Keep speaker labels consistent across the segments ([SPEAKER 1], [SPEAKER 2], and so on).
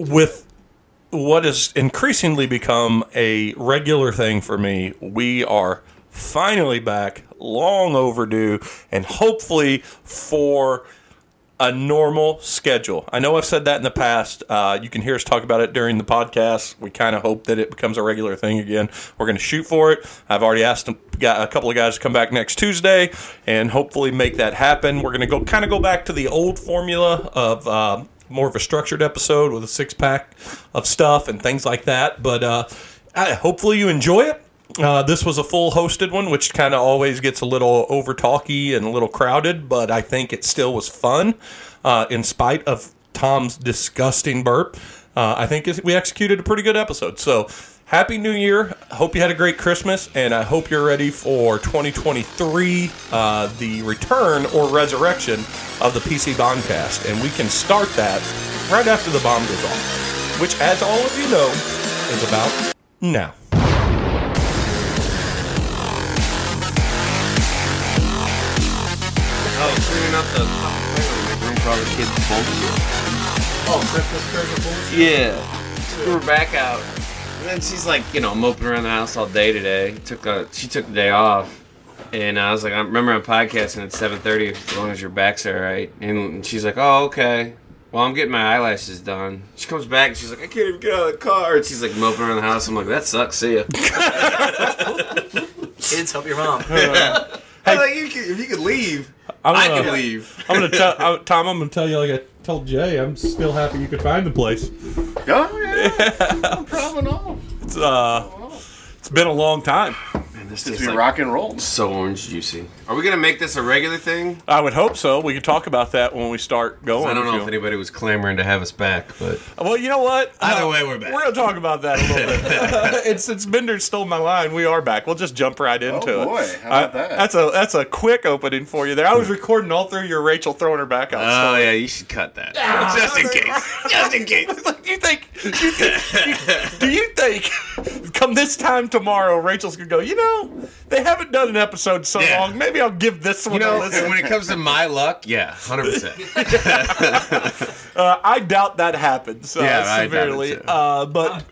[SPEAKER 1] with what has increasingly become a regular thing for me, we are finally back, long overdue, and hopefully for a normal schedule. I know I've said that in the past. Uh, you can hear us talk about it during the podcast. We kind of hope that it becomes a regular thing again. We're going to shoot for it. I've already asked a got a couple of guys to come back next Tuesday and hopefully make that happen. We're going to go kind of go back to the old formula of. Uh, more of a structured episode with a six pack of stuff and things like that. But uh, I, hopefully you enjoy it. Uh, this was a full hosted one, which kind of always gets a little over talky and a little crowded, but I think it still was fun uh, in spite of Tom's disgusting burp. Uh, I think it's- we executed a pretty good episode. So, happy new year. Hope you had a great Christmas, and I hope you're ready for 2023, uh, the return or resurrection of the PC Bombcast. And we can start that right after the bomb goes off, which, as all of you know, is about now.
[SPEAKER 2] Oh, cleaning out the fucking playroom. My room for all the kids' bullshit.
[SPEAKER 1] Oh, Christmas Christmas bullshit.
[SPEAKER 2] Yeah. Threw her back out. And then she's like, you know, moping around the house all day today. Took a, she took the day off. And I was like, I remember on podcasting at 7.30 as long as your back's all right. And she's like, oh, okay. Well, I'm getting my eyelashes done. She comes back and she's like, I can't even get out of the car. And she's like moping around the house. I'm like, that sucks. See ya.
[SPEAKER 3] Kids, help your mom.
[SPEAKER 2] I'm like, you could, if you could leave,
[SPEAKER 1] I'm
[SPEAKER 2] I
[SPEAKER 1] gonna-
[SPEAKER 2] could leave.
[SPEAKER 1] I'm gonna tell I, Tom. I'm gonna tell you like I told Jay. I'm still happy you could find the place.
[SPEAKER 2] Oh, yeah.
[SPEAKER 4] Problem all.
[SPEAKER 1] It's uh, it's been a long time.
[SPEAKER 2] Man, this
[SPEAKER 4] It's
[SPEAKER 2] tastes
[SPEAKER 4] been
[SPEAKER 2] like
[SPEAKER 4] rock and roll.
[SPEAKER 2] so orange juicy. Are we going to make this a regular thing?
[SPEAKER 1] I would hope so. We could talk about that when we start going.
[SPEAKER 2] I don't know if
[SPEAKER 1] you-
[SPEAKER 2] anybody was clamoring to have us back, but
[SPEAKER 1] Well, you know what?
[SPEAKER 2] Either
[SPEAKER 1] No,
[SPEAKER 2] way, we're back.
[SPEAKER 1] We're gonna talk about that a little bit. it's since Bender stole my line, we are back. We'll just jump right into it.
[SPEAKER 4] Oh, boy. How about
[SPEAKER 1] I-
[SPEAKER 4] that?
[SPEAKER 1] That's a that's a quick opening for you there. I was recording all through your Rachel throwing her back out.
[SPEAKER 2] oh yeah, you should cut that just in case. Just in case.
[SPEAKER 1] you think, you think you- do you think come this time tomorrow rachel's gonna go you know they haven't done an episode in so
[SPEAKER 2] Yeah.
[SPEAKER 1] long maybe i'll give this one
[SPEAKER 2] You
[SPEAKER 1] a
[SPEAKER 2] know,
[SPEAKER 1] listen
[SPEAKER 2] when it comes to my luck, yeah, hundred percent.
[SPEAKER 1] uh, i doubt that happens uh,
[SPEAKER 2] Yeah, I doubt it
[SPEAKER 1] severely
[SPEAKER 2] too.
[SPEAKER 1] uh, but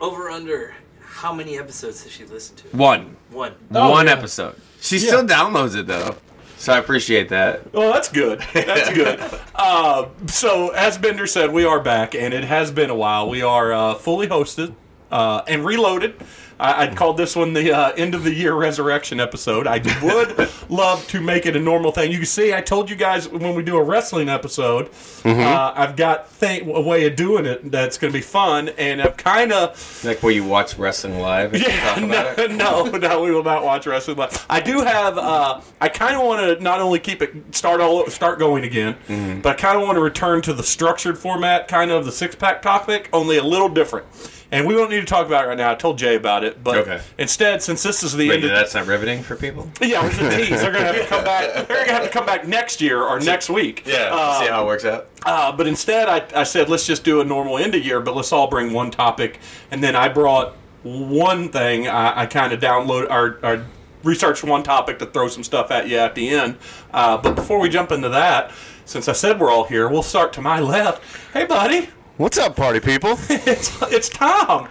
[SPEAKER 3] Over under. How many episodes has she listened to?
[SPEAKER 2] One,
[SPEAKER 3] One.
[SPEAKER 2] one
[SPEAKER 1] Oh, yeah.
[SPEAKER 2] episode. She still downloads it though, so I appreciate that.
[SPEAKER 1] well that's good that's good uh, so as bender said we are back and it has been a while we are uh, fully hosted uh, and reloaded I- I'd called this one the uh, end of the year resurrection episode. I would love to make it a normal thing. You can see, I told you guys when we do a wrestling episode, uh, I've got th- a way of doing it that's going to be fun, and I've kind of
[SPEAKER 2] Like where you watch wrestling live and yeah, talk
[SPEAKER 1] no,
[SPEAKER 2] about it.
[SPEAKER 1] no, no, we will not watch wrestling. But I do have. Uh, I kind of want to not only keep it start all start going again,
[SPEAKER 2] Mm-hmm.
[SPEAKER 1] but I kind of want to return to the structured format, kind of the six pack topic, only a little different. And we don't need to talk about it right now. I told Jay about it, but
[SPEAKER 2] Okay.
[SPEAKER 1] instead, since this is the
[SPEAKER 2] Wait,
[SPEAKER 1] end of
[SPEAKER 2] that's not riveting for people.
[SPEAKER 1] yeah, it was a tease. They're gonna have to come back. They're gonna have to come back next year or next week. Uh,
[SPEAKER 2] see how it works out.
[SPEAKER 1] uh, but instead, I, I said, let's just do a normal end of year, but let's all bring one topic. And then I brought one thing. I, I kind of download or, or researched one topic to throw some stuff at you at the end. Uh, but before we jump into that, since I said we're all here, we'll start to my left. Hey, buddy,
[SPEAKER 5] What's up, party people?
[SPEAKER 1] it's it's Tom.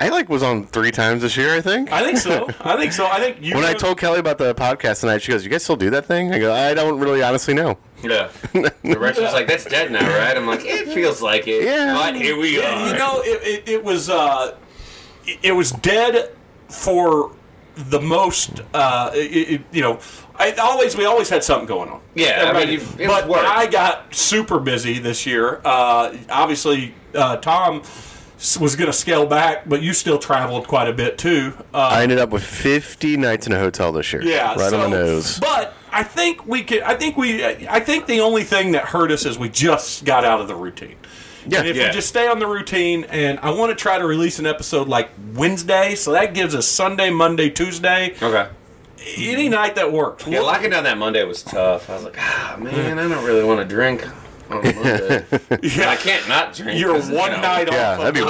[SPEAKER 5] I like was on three times this year, I think.
[SPEAKER 1] I think so. I think so. I think you.
[SPEAKER 5] when I told Kelly about the podcast tonight, she goes, "You guys still do that thing?" I go, "I don't really, honestly know."
[SPEAKER 2] Yeah. The wrestler's like, that's dead now, right? I'm like, it feels like it.
[SPEAKER 5] Yeah.
[SPEAKER 2] But here we are.
[SPEAKER 1] you know, it, it, it was uh, it, it was dead for the most. Uh, it, it, you know, I always we always had something going on.
[SPEAKER 2] Yeah, I mean,
[SPEAKER 1] Everybody-
[SPEAKER 2] you've- it was
[SPEAKER 1] but
[SPEAKER 2] work.
[SPEAKER 1] I got super busy this year. Uh, obviously, uh, Tom s- was going to scale back, but you still traveled quite a bit too. Uh,
[SPEAKER 5] I ended up with 50 nights in a hotel this year.
[SPEAKER 1] yeah,
[SPEAKER 5] right
[SPEAKER 1] so,
[SPEAKER 5] on the nose.
[SPEAKER 1] But I think we could. I think we. I think the only thing that hurt us is we just got out of the routine.
[SPEAKER 5] Yeah,
[SPEAKER 1] and if
[SPEAKER 2] yeah.
[SPEAKER 1] we just stay on the routine, and I want to try to release an episode like Wednesday, so that gives us Sunday, Monday, Tuesday,
[SPEAKER 2] Okay.
[SPEAKER 1] any night that works.
[SPEAKER 2] Yeah, locking down that Monday was tough. I was like, ah, man, I don't really want to drink on Monday. I
[SPEAKER 1] yeah,
[SPEAKER 2] can't not drink.
[SPEAKER 1] you're
[SPEAKER 2] 'cause,
[SPEAKER 1] one
[SPEAKER 2] you know,
[SPEAKER 1] night off.
[SPEAKER 5] Yeah,
[SPEAKER 1] of
[SPEAKER 5] that'd be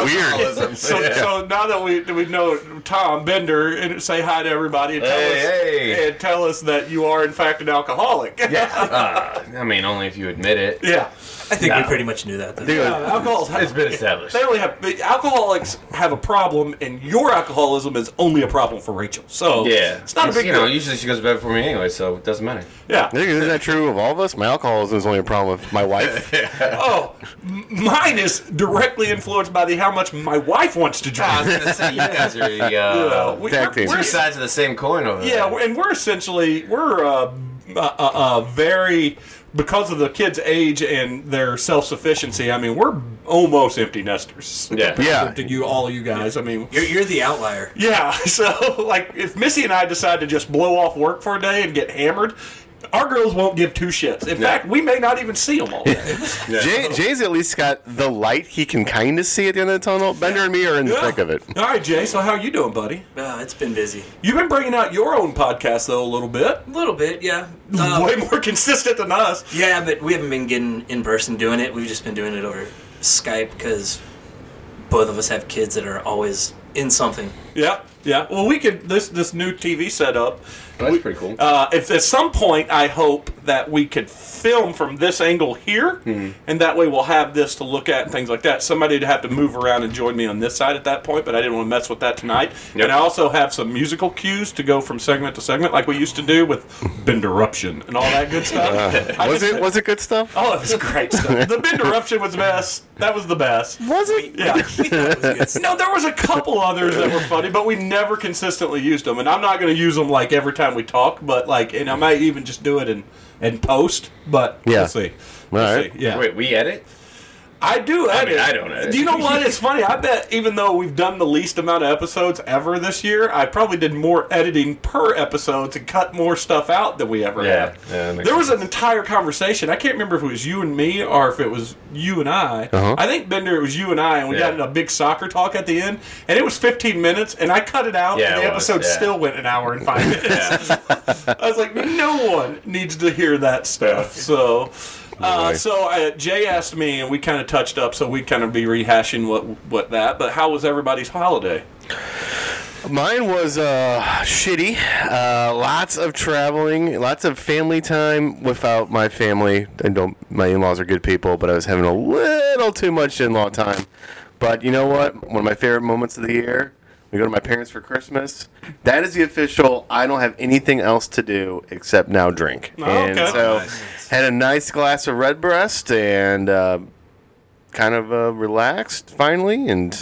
[SPEAKER 5] weird.
[SPEAKER 1] So, so now that we that we know Tom Bender, and say hi to everybody and tell
[SPEAKER 2] Hey,
[SPEAKER 1] us
[SPEAKER 2] hey.
[SPEAKER 1] and tell us that you are in fact an alcoholic.
[SPEAKER 2] Ah, Yeah. Uh, I mean, only if you admit it.
[SPEAKER 1] yeah.
[SPEAKER 3] I think we
[SPEAKER 2] No.
[SPEAKER 3] pretty much knew that. Though.
[SPEAKER 1] Uh,
[SPEAKER 5] Dude,
[SPEAKER 1] alcohol's
[SPEAKER 2] It's been established.
[SPEAKER 1] They only have but alcoholics have a problem, and your alcoholism is only a problem for Rachel. So
[SPEAKER 2] Yeah,
[SPEAKER 1] it's not a big
[SPEAKER 2] You know,
[SPEAKER 1] deal.
[SPEAKER 2] usually she goes to bed before me anyway, so it doesn't matter.
[SPEAKER 1] Yeah.
[SPEAKER 5] I think- Isn't that true of all of us? My alcoholism is only a problem with my wife.
[SPEAKER 1] Oh, m- mine is directly influenced by the how much my wife wants to drink.
[SPEAKER 2] I was gonna say you guys are the, uh,
[SPEAKER 1] Uh, we-
[SPEAKER 5] Ah, Tag team.
[SPEAKER 1] we're-
[SPEAKER 2] two
[SPEAKER 1] we're-
[SPEAKER 2] sides of the same coin over there.
[SPEAKER 1] yeah, we're- and we're essentially we're uh, uh, uh, uh, very because of the kids' age and their self sufficiency. I mean, we're almost empty nesters.
[SPEAKER 2] Yeah.
[SPEAKER 5] Yeah.
[SPEAKER 1] to you all you guys. I mean,
[SPEAKER 3] You're, you're the outlier.
[SPEAKER 1] Yeah, so like if Missy and I decide to just blow off work for a day and get hammered, our girls won't give two shits. In fact, we may not even see them all day.
[SPEAKER 5] Jay, Jay's at least got the light he can kind of see at the end of the tunnel. Bender and me are in the
[SPEAKER 1] Yeah.
[SPEAKER 5] thick of it.
[SPEAKER 1] All right, Jay. So how you doing, buddy?
[SPEAKER 3] Oh, it's been busy.
[SPEAKER 1] You've been bringing out your own podcast though a little bit,
[SPEAKER 3] A little bit, yeah. Uh,
[SPEAKER 1] way more consistent than us.
[SPEAKER 3] Yeah, but we haven't been getting in person doing it. We've just been doing it over Skype because both of us have kids that are always in something.
[SPEAKER 1] Yeah, yeah. Well, we could this this new TV setup.
[SPEAKER 2] That's pretty cool.
[SPEAKER 1] Uh, if at some point I hope that we could film from this angle here, and that way we'll have this to look at and things like that. Somebody'd have to move around and join me on this side at that point, but I didn't want to mess with that tonight. And I also have some musical cues to go from segment to segment, like we used to do with Benderuption and all that good stuff. I
[SPEAKER 5] Was
[SPEAKER 1] just-
[SPEAKER 5] it was it good stuff?
[SPEAKER 1] Oh, it was great stuff. The Benderuption was the best. That was the best.
[SPEAKER 5] Was it?
[SPEAKER 1] Yeah.
[SPEAKER 3] We thought it was good stuff.
[SPEAKER 1] No, there was a couple others that were funny, but we never consistently used them. And I'm not going to use them like every time we talk, but like, and I might even just do it in and post. But
[SPEAKER 5] Yeah.
[SPEAKER 1] we'll see.
[SPEAKER 5] All
[SPEAKER 1] We'll
[SPEAKER 5] right.
[SPEAKER 1] see. Yeah,
[SPEAKER 2] Wait, we edit?
[SPEAKER 1] I do. Edit.
[SPEAKER 2] mean, I don't edit.
[SPEAKER 1] Do you know what? It's funny. I bet even though we've done the least amount of episodes ever this year, I probably did more editing per episode to cut more stuff out than we ever
[SPEAKER 2] Yeah.
[SPEAKER 1] had.
[SPEAKER 2] Yeah, that makes
[SPEAKER 1] There was an
[SPEAKER 2] sense.
[SPEAKER 1] entire conversation. I can't remember if it was you and me or if it was you and I.
[SPEAKER 5] Uh-huh.
[SPEAKER 1] I think Bender, it was you and I, and we
[SPEAKER 2] Yeah.
[SPEAKER 1] got in a big soccer talk at the end, and it was 15 minutes, and I cut it out,
[SPEAKER 2] Yeah,
[SPEAKER 1] and the
[SPEAKER 2] it was,
[SPEAKER 1] episode
[SPEAKER 2] yeah.
[SPEAKER 1] still went an hour and five minutes. I was like, no one needs to hear that stuff. So, uh,
[SPEAKER 2] Oh,
[SPEAKER 5] Boy.
[SPEAKER 1] so uh, Jay asked me, and we kind of touched up, so we kind of be rehashing what what that. But how was everybody's holiday?
[SPEAKER 5] Mine was uh, shitty. Uh, lots of traveling, lots of family time without my family. And don't my in-laws are good people, but I was having a little too much in-law time. But you know what? One of my favorite moments of the year. We go to my parents for Christmas. That is the official. I don't have anything else to do except now drink.
[SPEAKER 1] Oh,
[SPEAKER 5] and
[SPEAKER 1] okay.
[SPEAKER 5] so
[SPEAKER 2] Nice.
[SPEAKER 5] had a nice glass of Redbreast and uh, kind of uh, relaxed finally, and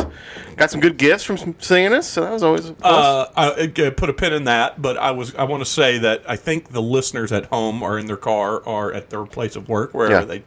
[SPEAKER 5] got some good gifts from Santa. So that was always a plus.
[SPEAKER 1] Uh, I, I put a pin in that, but I was I want to say that I think the listeners at home are in their car or at their place of work wherever
[SPEAKER 5] Yeah.
[SPEAKER 1] they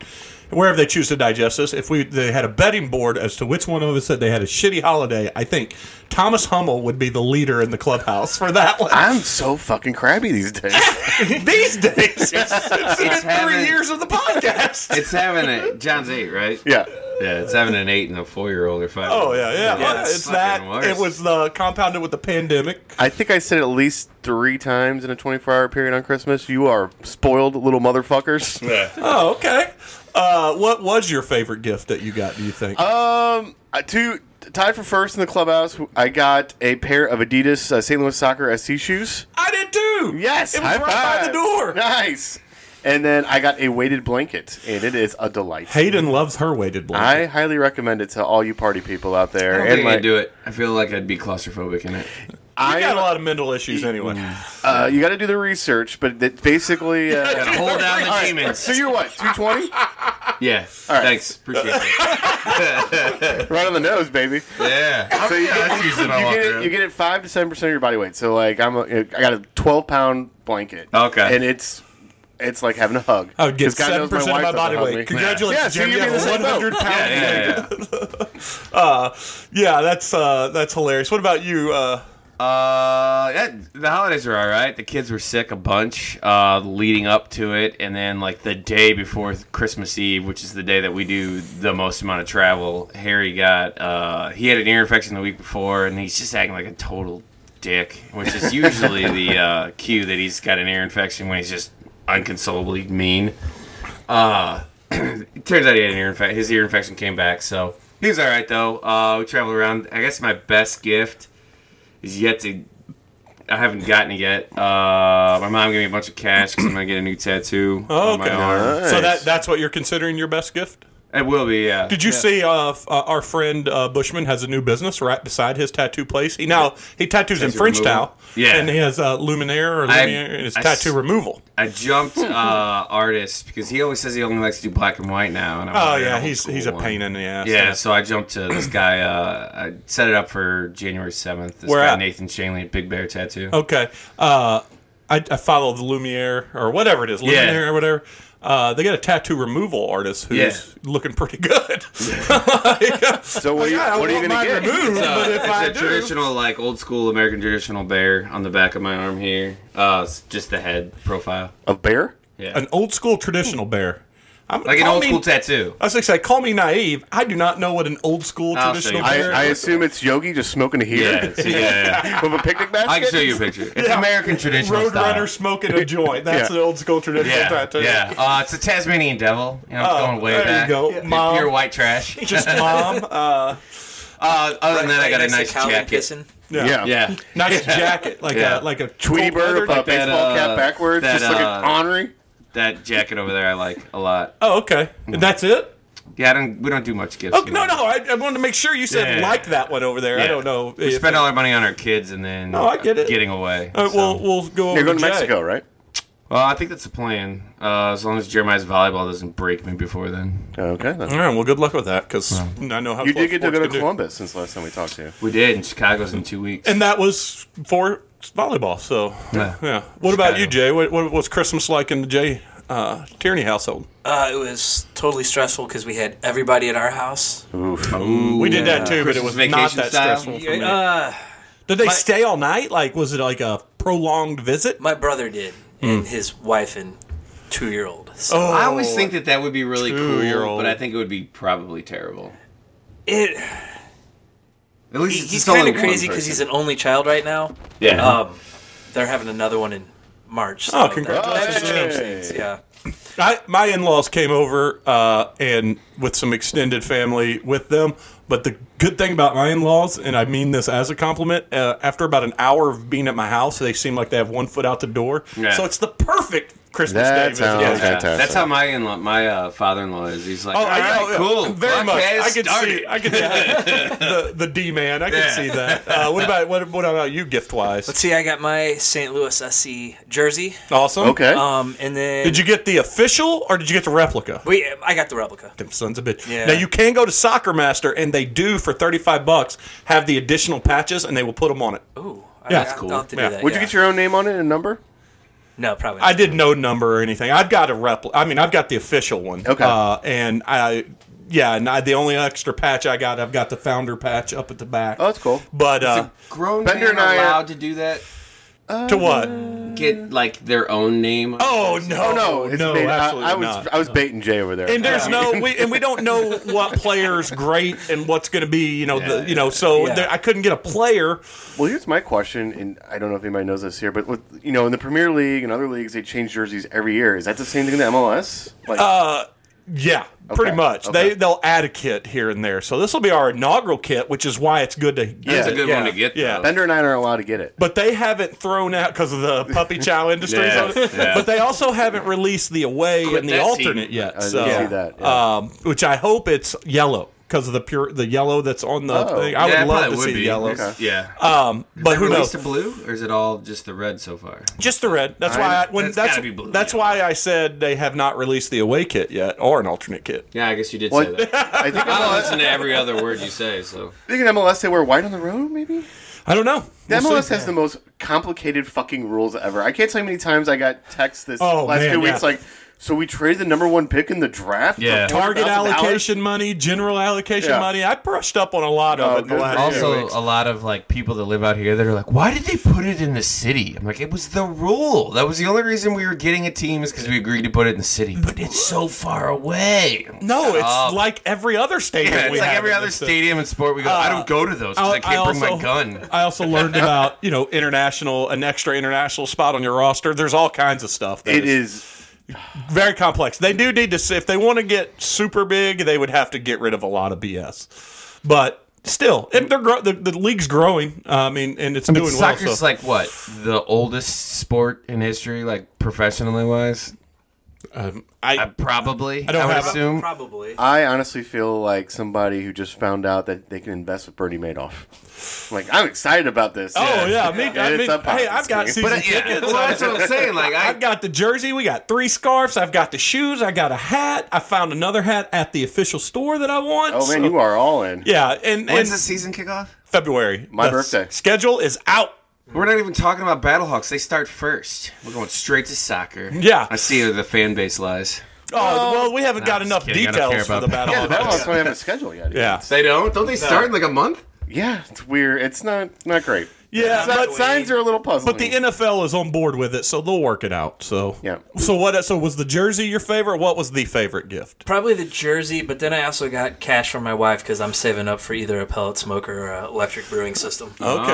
[SPEAKER 1] wherever they choose to digest this. If we they had a betting board as to which one of us said they had a shitty holiday, I think Thomas Hummel would be the leader in the clubhouse for that one.
[SPEAKER 5] I'm so fucking crabby these days.
[SPEAKER 1] These days, it's, it's been three
[SPEAKER 2] having-
[SPEAKER 1] years of the podcast.
[SPEAKER 2] It's having a John's eight, right?
[SPEAKER 5] yeah.
[SPEAKER 2] Yeah, it's having an eight and a four year old or five.
[SPEAKER 1] Oh yeah, yeah.
[SPEAKER 3] Yeah,
[SPEAKER 1] it's
[SPEAKER 3] it's
[SPEAKER 1] that.
[SPEAKER 2] fucking worse.
[SPEAKER 1] It was the compounded with the pandemic.
[SPEAKER 5] I think I said at least three times in a 24 hour period on Christmas. You are spoiled little motherfuckers.
[SPEAKER 1] Oh, okay. Uh, what was your favorite gift that you got? Do you think?
[SPEAKER 5] Um, uh, two tied for first in the clubhouse. I got a pair of Adidas uh, St. Louis Soccer SC shoes.
[SPEAKER 1] I did too.
[SPEAKER 5] Yes,
[SPEAKER 1] it was
[SPEAKER 5] high
[SPEAKER 1] right by the
[SPEAKER 5] five.
[SPEAKER 1] door.
[SPEAKER 5] Nice. And then I got a weighted blanket, and it is a delight.
[SPEAKER 1] Hayden loves her weighted blanket.
[SPEAKER 5] I highly recommend it to all you party people out there.
[SPEAKER 2] I don't
[SPEAKER 5] and
[SPEAKER 2] think
[SPEAKER 5] my-
[SPEAKER 2] I'd do it. I feel like I'd be claustrophobic in it.
[SPEAKER 1] I
[SPEAKER 5] I
[SPEAKER 1] got a lot of mental issues anyway.
[SPEAKER 5] Uh, you got to do the research, but it basically. Uh,
[SPEAKER 2] Gotta hold down the demons.
[SPEAKER 5] so you're what? 220?
[SPEAKER 2] Yeah.
[SPEAKER 5] right.
[SPEAKER 2] Thanks. Appreciate it.
[SPEAKER 5] right on the nose, baby.
[SPEAKER 2] yeah.
[SPEAKER 5] So you
[SPEAKER 2] Yeah,
[SPEAKER 5] get,
[SPEAKER 2] that's using a
[SPEAKER 5] you,
[SPEAKER 2] lot,
[SPEAKER 5] get
[SPEAKER 2] man.
[SPEAKER 5] it, you get it five to seven percent of your body weight. So like I'm, a, I got a twelve pound blanket.
[SPEAKER 2] Okay.
[SPEAKER 5] and it's it's like having a hug.
[SPEAKER 1] I would get
[SPEAKER 5] 'Cause God
[SPEAKER 1] seven
[SPEAKER 5] knows
[SPEAKER 1] percent of my
[SPEAKER 5] wife
[SPEAKER 1] body
[SPEAKER 5] doesn't hug
[SPEAKER 1] weight.
[SPEAKER 5] me.
[SPEAKER 1] Congratulations,
[SPEAKER 5] Yeah, so
[SPEAKER 1] Jim,
[SPEAKER 5] you're
[SPEAKER 1] you
[SPEAKER 5] in the
[SPEAKER 1] have a
[SPEAKER 5] same boat.
[SPEAKER 1] 100 pound.
[SPEAKER 2] Yeah, yeah, yeah.
[SPEAKER 1] Uh, yeah, that's uh, that's hilarious. What about you? Uh,
[SPEAKER 2] Uh, yeah, the holidays were all right. The kids were sick a bunch uh, leading up to it, and then like the day before Christmas Eve, which is the day that we do the most amount of travel. Harry got uh, he had an ear infection the week before, and he's just acting like a total dick, which is usually the uh, cue that he's got an ear infection when he's just unconsolably mean. Uh, it turns out he had an ear infection. His ear infection came back, so he was all right though. Uh, we traveled around. I guess my best gift is yet to. I haven't gotten it yet. Uh, my mom gave me a bunch of cash because I'm gonna get a new tattoo
[SPEAKER 1] oh,
[SPEAKER 2] on
[SPEAKER 1] okay.
[SPEAKER 2] my arm.
[SPEAKER 5] Nice.
[SPEAKER 1] So that that's what you're considering your best gift?
[SPEAKER 2] It will be, yeah.
[SPEAKER 1] Did you see uh, f- uh, our friend uh, Bushman has a new business right beside his tattoo place? He now he tattoos in
[SPEAKER 2] Tattoo
[SPEAKER 1] French
[SPEAKER 2] removal.
[SPEAKER 1] style.
[SPEAKER 2] Yeah.
[SPEAKER 1] and he has uh, Luminaire or
[SPEAKER 2] I-
[SPEAKER 1] Lumiere, and it's
[SPEAKER 2] I
[SPEAKER 1] tattoo
[SPEAKER 2] s-
[SPEAKER 1] removal.
[SPEAKER 2] I jumped uh, artist because he always says he only likes to do black and white now. And I'm
[SPEAKER 1] Oh
[SPEAKER 2] like,
[SPEAKER 1] yeah,
[SPEAKER 2] old
[SPEAKER 1] he's
[SPEAKER 2] school
[SPEAKER 1] he's a
[SPEAKER 2] one.
[SPEAKER 1] pain in the ass.
[SPEAKER 2] Yeah, so I jumped to this guy. Uh, I set it up for January seventh. This
[SPEAKER 1] Where
[SPEAKER 2] guy
[SPEAKER 1] at? Oh,
[SPEAKER 2] Nathan Shanley, at Big Bear Tattoo.
[SPEAKER 1] Okay. Uh, I, I follow the Lumiere or whatever it is,
[SPEAKER 2] Yeah.
[SPEAKER 1] Lumiere or whatever. Uh, they got a tattoo removal artist who's looking pretty good. uh,
[SPEAKER 5] So what are you, what are you gonna get?
[SPEAKER 1] removed,
[SPEAKER 2] It's
[SPEAKER 1] but
[SPEAKER 2] a,
[SPEAKER 1] if
[SPEAKER 2] Uh, it's
[SPEAKER 1] I
[SPEAKER 2] a
[SPEAKER 1] do,
[SPEAKER 2] traditional, like old school American traditional bear on the back of my arm here. Uh, it's just the head profile.
[SPEAKER 5] A bear?
[SPEAKER 2] Yeah,
[SPEAKER 1] an old school traditional bear. I'm,
[SPEAKER 2] like an
[SPEAKER 1] call
[SPEAKER 2] old
[SPEAKER 1] me-
[SPEAKER 2] school tattoo.
[SPEAKER 1] I was gonna say, call me naive. I do not know what an old school
[SPEAKER 2] I'll show
[SPEAKER 1] traditional
[SPEAKER 2] you.
[SPEAKER 5] I,
[SPEAKER 1] bear.
[SPEAKER 5] I assume it's Yogi just smoking a
[SPEAKER 2] Yeah,
[SPEAKER 5] heater
[SPEAKER 2] it's- yeah, yeah, yeah.
[SPEAKER 5] with a picnic basket.
[SPEAKER 2] I can show you a picture. It's American traditional style.
[SPEAKER 1] Roadrunner smoking a joint. That's
[SPEAKER 5] Yeah.
[SPEAKER 1] the old school traditional
[SPEAKER 2] Yeah,
[SPEAKER 1] tattoo.
[SPEAKER 2] yeah. Uh, it's a Tasmanian devil. You know, it's
[SPEAKER 1] Oh,
[SPEAKER 2] going way
[SPEAKER 1] there you
[SPEAKER 2] back.
[SPEAKER 1] go.
[SPEAKER 2] It's
[SPEAKER 1] Mom.
[SPEAKER 2] Pure white trash.
[SPEAKER 1] Just mom. Uh,
[SPEAKER 2] Uh, other than that, I got a
[SPEAKER 3] Next to
[SPEAKER 2] nice
[SPEAKER 3] Calvin
[SPEAKER 2] jacket.
[SPEAKER 3] Pissing.
[SPEAKER 1] yeah.
[SPEAKER 5] Yeah.
[SPEAKER 2] Yeah.
[SPEAKER 1] Nice jacket, like
[SPEAKER 2] Yeah.
[SPEAKER 1] a like a
[SPEAKER 5] Tweety
[SPEAKER 1] cold
[SPEAKER 5] bird
[SPEAKER 1] weather-
[SPEAKER 5] with a
[SPEAKER 2] that,
[SPEAKER 5] baseball
[SPEAKER 2] uh,
[SPEAKER 5] cap backwards,
[SPEAKER 2] that,
[SPEAKER 5] just looking
[SPEAKER 2] uh,
[SPEAKER 5] ornery.
[SPEAKER 2] That jacket over there, I like a lot.
[SPEAKER 1] Oh, okay.
[SPEAKER 5] Mm-hmm.
[SPEAKER 1] And that's it.
[SPEAKER 2] Yeah, I don't. We don't do much gifts.
[SPEAKER 1] Oh
[SPEAKER 2] you
[SPEAKER 1] no,
[SPEAKER 2] know.
[SPEAKER 1] no! I, I wanted to make sure you said
[SPEAKER 2] Yeah.
[SPEAKER 1] like that one over there. I
[SPEAKER 2] Yeah.
[SPEAKER 1] don't know.
[SPEAKER 2] We
[SPEAKER 1] if-
[SPEAKER 2] spend all our money on our kids and then
[SPEAKER 1] No, I get it.
[SPEAKER 2] getting away.
[SPEAKER 1] All right,
[SPEAKER 2] so.
[SPEAKER 1] we'll we'll go over.
[SPEAKER 5] You're going to
[SPEAKER 1] Jay.
[SPEAKER 5] Mexico, right?
[SPEAKER 2] well, I think that's the plan. Uh, as long as Jeremiah's volleyball doesn't break me before then.
[SPEAKER 5] Okay. Then.
[SPEAKER 1] All right. Well, good luck with that because I know how
[SPEAKER 5] You
[SPEAKER 1] club
[SPEAKER 5] did get to
[SPEAKER 1] Mm-hmm. sports
[SPEAKER 5] go to
[SPEAKER 1] can do.
[SPEAKER 5] Columbus since last time we talked to you.
[SPEAKER 2] We did, and Chicago's in two weeks.
[SPEAKER 1] and that was for volleyball. So
[SPEAKER 2] Yeah.
[SPEAKER 1] yeah. What about
[SPEAKER 2] Chicago.
[SPEAKER 1] you, Jay? What, what was Christmas like in the Jay uh, Tierney household?
[SPEAKER 3] Uh, it was totally stressful because we had everybody at our house.
[SPEAKER 1] we did that too, but it
[SPEAKER 2] Christmas
[SPEAKER 1] was not
[SPEAKER 2] vacation
[SPEAKER 1] that
[SPEAKER 2] style?
[SPEAKER 1] stressful for me.
[SPEAKER 3] Uh,
[SPEAKER 1] did they stay all night? Like, was it like a prolonged visit?
[SPEAKER 3] my brother did,
[SPEAKER 2] Hmm.
[SPEAKER 3] and his wife and two year old. So
[SPEAKER 1] Oh,
[SPEAKER 2] I always think that that would be really cool,
[SPEAKER 1] Two-year-old.
[SPEAKER 2] but I think it would be probably terrible.
[SPEAKER 3] it
[SPEAKER 2] At least
[SPEAKER 3] he-
[SPEAKER 2] it's
[SPEAKER 3] he's
[SPEAKER 2] only
[SPEAKER 3] kind of
[SPEAKER 2] one
[SPEAKER 3] crazy because
[SPEAKER 2] person.
[SPEAKER 3] he's an only child right now.
[SPEAKER 2] yeah.
[SPEAKER 3] Um, they're having another one in March. So
[SPEAKER 1] Oh,
[SPEAKER 3] that-
[SPEAKER 1] congratulations.
[SPEAKER 3] that changed things, Yeah.
[SPEAKER 1] I, my in-laws came over uh, and with some extended family with them. But the good thing about my in-laws, and I mean this as a compliment, uh, after about an hour of being at my house, they seem like they have one foot out the door.
[SPEAKER 2] Yeah.
[SPEAKER 1] So it's the perfect Christmas
[SPEAKER 5] That
[SPEAKER 1] Day. visit.
[SPEAKER 5] sounds
[SPEAKER 1] Yeah.
[SPEAKER 5] fantastic.
[SPEAKER 2] That's how my in-law, my uh, father-in-law is. He's like,
[SPEAKER 1] Oh,
[SPEAKER 2] all
[SPEAKER 1] I
[SPEAKER 2] right,
[SPEAKER 1] know, yeah,
[SPEAKER 2] cool,
[SPEAKER 1] Very much.
[SPEAKER 2] Podcast
[SPEAKER 1] I can
[SPEAKER 2] started."
[SPEAKER 1] see. I can see the the D man. I can
[SPEAKER 2] Yeah.
[SPEAKER 1] see that. Uh, what about what, what about you? Gift wise,
[SPEAKER 3] See, I got my St. Louis SC jersey.
[SPEAKER 1] awesome.
[SPEAKER 5] Okay.
[SPEAKER 3] Um, and then
[SPEAKER 1] Did you get the official or did you get the replica?
[SPEAKER 3] We, I got the replica.
[SPEAKER 1] Them sons of bitch.
[SPEAKER 3] Yeah.
[SPEAKER 1] Now you can go to Soccer Master and they do for thirty five bucks have the additional patches and they will put them on it.
[SPEAKER 3] Ooh, I,
[SPEAKER 1] Yeah,
[SPEAKER 3] I,
[SPEAKER 1] that's
[SPEAKER 2] cool.
[SPEAKER 3] I'll have to
[SPEAKER 1] Yeah.
[SPEAKER 3] do that.
[SPEAKER 5] Would you
[SPEAKER 3] yeah.
[SPEAKER 5] get your own name on it and number?
[SPEAKER 3] No, probably.
[SPEAKER 1] I
[SPEAKER 3] Not.
[SPEAKER 1] did no number or anything. I've got a repli I mean, I've got the official one.
[SPEAKER 5] Okay.
[SPEAKER 1] Uh, and I, yeah, and I, the only extra patch I got, I've got the founder patch up at the back.
[SPEAKER 5] Oh, that's cool.
[SPEAKER 1] But uh,
[SPEAKER 2] Grown
[SPEAKER 5] Bender
[SPEAKER 2] men
[SPEAKER 5] and I
[SPEAKER 2] are
[SPEAKER 5] are-
[SPEAKER 2] allowed to do that.
[SPEAKER 1] to what?
[SPEAKER 2] Get like their own name.
[SPEAKER 1] Oh no!
[SPEAKER 5] No, it's
[SPEAKER 1] no,
[SPEAKER 5] made,
[SPEAKER 1] absolutely
[SPEAKER 5] I, I was
[SPEAKER 1] not.
[SPEAKER 5] I was baiting Jay over there.
[SPEAKER 1] and there's no we and we don't know what player's great and what's going to be you know the, you know so
[SPEAKER 3] Yeah.
[SPEAKER 1] there, I couldn't get a player
[SPEAKER 5] Well, here's my question, and I don't know if anybody knows this here, but with, you know, in the Premier League and other leagues, they change jerseys every year. Is that the same thing in the MLS? Like,
[SPEAKER 1] Uh, yeah pretty
[SPEAKER 5] Okay,
[SPEAKER 1] much
[SPEAKER 5] okay.
[SPEAKER 1] they they'll add a kit here and there so this will be our inaugural kit which is why it's good to
[SPEAKER 2] that's
[SPEAKER 5] yeah.
[SPEAKER 2] a good
[SPEAKER 1] yeah,
[SPEAKER 2] one to get.
[SPEAKER 1] yeah.
[SPEAKER 2] though.
[SPEAKER 5] Bender and I aren't allowed to get it.
[SPEAKER 1] but they haven't thrown out because of the puppy chow industry
[SPEAKER 2] Yeah,
[SPEAKER 1] so-
[SPEAKER 2] yeah.
[SPEAKER 1] but they also haven't released the away
[SPEAKER 2] Quit
[SPEAKER 1] and the
[SPEAKER 2] that
[SPEAKER 1] alternate
[SPEAKER 2] team.
[SPEAKER 1] yet
[SPEAKER 5] I
[SPEAKER 1] so
[SPEAKER 5] didn't see that. yeah.
[SPEAKER 1] um which I hope it's yellow because of the pure the yellow that's on the
[SPEAKER 5] Oh.
[SPEAKER 1] thing I
[SPEAKER 2] Yeah, it
[SPEAKER 1] would love
[SPEAKER 2] probably
[SPEAKER 1] to
[SPEAKER 2] would
[SPEAKER 1] see
[SPEAKER 2] be.
[SPEAKER 1] the yellow
[SPEAKER 5] Okay.
[SPEAKER 2] Yeah.
[SPEAKER 1] um but who knows
[SPEAKER 2] Released the blue, or is it all just the red so far?
[SPEAKER 1] Just the red. That's
[SPEAKER 5] I-
[SPEAKER 1] why I, when
[SPEAKER 2] that's
[SPEAKER 1] that's
[SPEAKER 2] gotta be blue,
[SPEAKER 1] that's
[SPEAKER 2] yeah.
[SPEAKER 1] why I said they have not released the away kit yet or an alternate kit.
[SPEAKER 2] Yeah, I guess you did
[SPEAKER 5] What?
[SPEAKER 2] say that.
[SPEAKER 5] I think,
[SPEAKER 2] I don't
[SPEAKER 5] MLS,
[SPEAKER 2] listen to every other word you say, so
[SPEAKER 5] I think in MLS they wear white on the road, maybe?
[SPEAKER 1] I don't know.
[SPEAKER 5] The
[SPEAKER 1] We'll
[SPEAKER 5] MLS
[SPEAKER 1] see.
[SPEAKER 5] has the most complicated fucking rules ever. I can't tell you how many times I got texts this
[SPEAKER 1] Oh,
[SPEAKER 5] last
[SPEAKER 1] man,
[SPEAKER 5] two weeks
[SPEAKER 1] yeah.
[SPEAKER 5] like, so we traded the number one pick in the draft? for
[SPEAKER 2] Yeah.
[SPEAKER 1] target
[SPEAKER 5] $400,000?
[SPEAKER 1] allocation money, general allocation
[SPEAKER 5] Yeah.
[SPEAKER 1] money. I brushed up on a lot of
[SPEAKER 5] Oh,
[SPEAKER 1] it the
[SPEAKER 5] good.
[SPEAKER 1] last
[SPEAKER 5] Also-
[SPEAKER 1] year.
[SPEAKER 2] a lot of like people that live out here that are like, why did they put it in the city? I'm like, it was the rule. That was the only reason we were getting a team is because we agreed to put it in the city, but it's so far away.
[SPEAKER 1] No, it's
[SPEAKER 2] up.
[SPEAKER 1] like every other stadium.
[SPEAKER 2] Yeah, it's
[SPEAKER 1] we
[SPEAKER 2] like
[SPEAKER 1] have
[SPEAKER 2] every
[SPEAKER 1] in
[SPEAKER 2] other
[SPEAKER 1] this city.
[SPEAKER 2] stadium and sport we go. I
[SPEAKER 1] Uh,
[SPEAKER 2] don't go to those because I, can't bring my gun.
[SPEAKER 1] I also learned about you know international, an extra international spot on your roster. There's all kinds of stuff. that
[SPEAKER 5] It is.
[SPEAKER 1] very complex. They do need to s- if they want to get super big, they would have to get rid of a lot of BS. But still, if they're gro- the, the league's growing. uh, I mean, and it's
[SPEAKER 2] I mean,
[SPEAKER 1] doing well.
[SPEAKER 2] soccer's
[SPEAKER 1] So.
[SPEAKER 2] like what the oldest sport in history, like professionally wise.
[SPEAKER 1] Um, I,
[SPEAKER 2] I probably.
[SPEAKER 1] I don't
[SPEAKER 2] would
[SPEAKER 1] have a-
[SPEAKER 2] assume.
[SPEAKER 3] Probably.
[SPEAKER 5] I honestly feel like somebody who just found out that they can invest with Bernie Madoff. I'm like, I'm excited about this.
[SPEAKER 1] oh yeah, me,
[SPEAKER 5] Yeah,
[SPEAKER 1] I
[SPEAKER 5] it's
[SPEAKER 1] mean,
[SPEAKER 5] up
[SPEAKER 1] hey,
[SPEAKER 5] pockets,
[SPEAKER 1] I've got
[SPEAKER 5] dude.
[SPEAKER 1] season
[SPEAKER 2] But uh, yeah,
[SPEAKER 1] tickets.
[SPEAKER 2] well, that's what I'm saying. Like I,
[SPEAKER 1] I've got the jersey. We got three scarves. I've got the shoes. I got a hat. I found another hat at the official store that I want.
[SPEAKER 5] Oh man,
[SPEAKER 1] so-
[SPEAKER 5] you are all in.
[SPEAKER 1] yeah, and, and
[SPEAKER 2] when's the season kickoff?
[SPEAKER 1] February.
[SPEAKER 5] My
[SPEAKER 1] The
[SPEAKER 5] birthday.
[SPEAKER 1] s- schedule is out.
[SPEAKER 2] We're not even talking about Battlehawks. They start first. We're going straight to soccer.
[SPEAKER 1] Yeah.
[SPEAKER 2] I see where the fan base lies.
[SPEAKER 1] Oh, well, we haven't got
[SPEAKER 2] I'm
[SPEAKER 1] enough
[SPEAKER 2] just kidding. I don't
[SPEAKER 1] details
[SPEAKER 2] care
[SPEAKER 1] for the
[SPEAKER 2] about
[SPEAKER 1] battle.
[SPEAKER 5] Yeah, the Battlehawks don't have a schedule yet. either.
[SPEAKER 1] yeah,
[SPEAKER 2] They don't. Don't they start in like a month?
[SPEAKER 5] Yeah, it's weird. It's not not great.
[SPEAKER 1] yeah,
[SPEAKER 5] But
[SPEAKER 1] but
[SPEAKER 5] signs are a little puzzling.
[SPEAKER 1] but the NFL is on board with it, so they'll work it out. So
[SPEAKER 5] Yeah.
[SPEAKER 1] So what? So was the jersey your favorite? What was the favorite gift?
[SPEAKER 3] Probably the jersey, but then I also got cash from my wife because I'm saving up for either a pellet smoker or an electric brewing system. Uh,
[SPEAKER 1] Okay.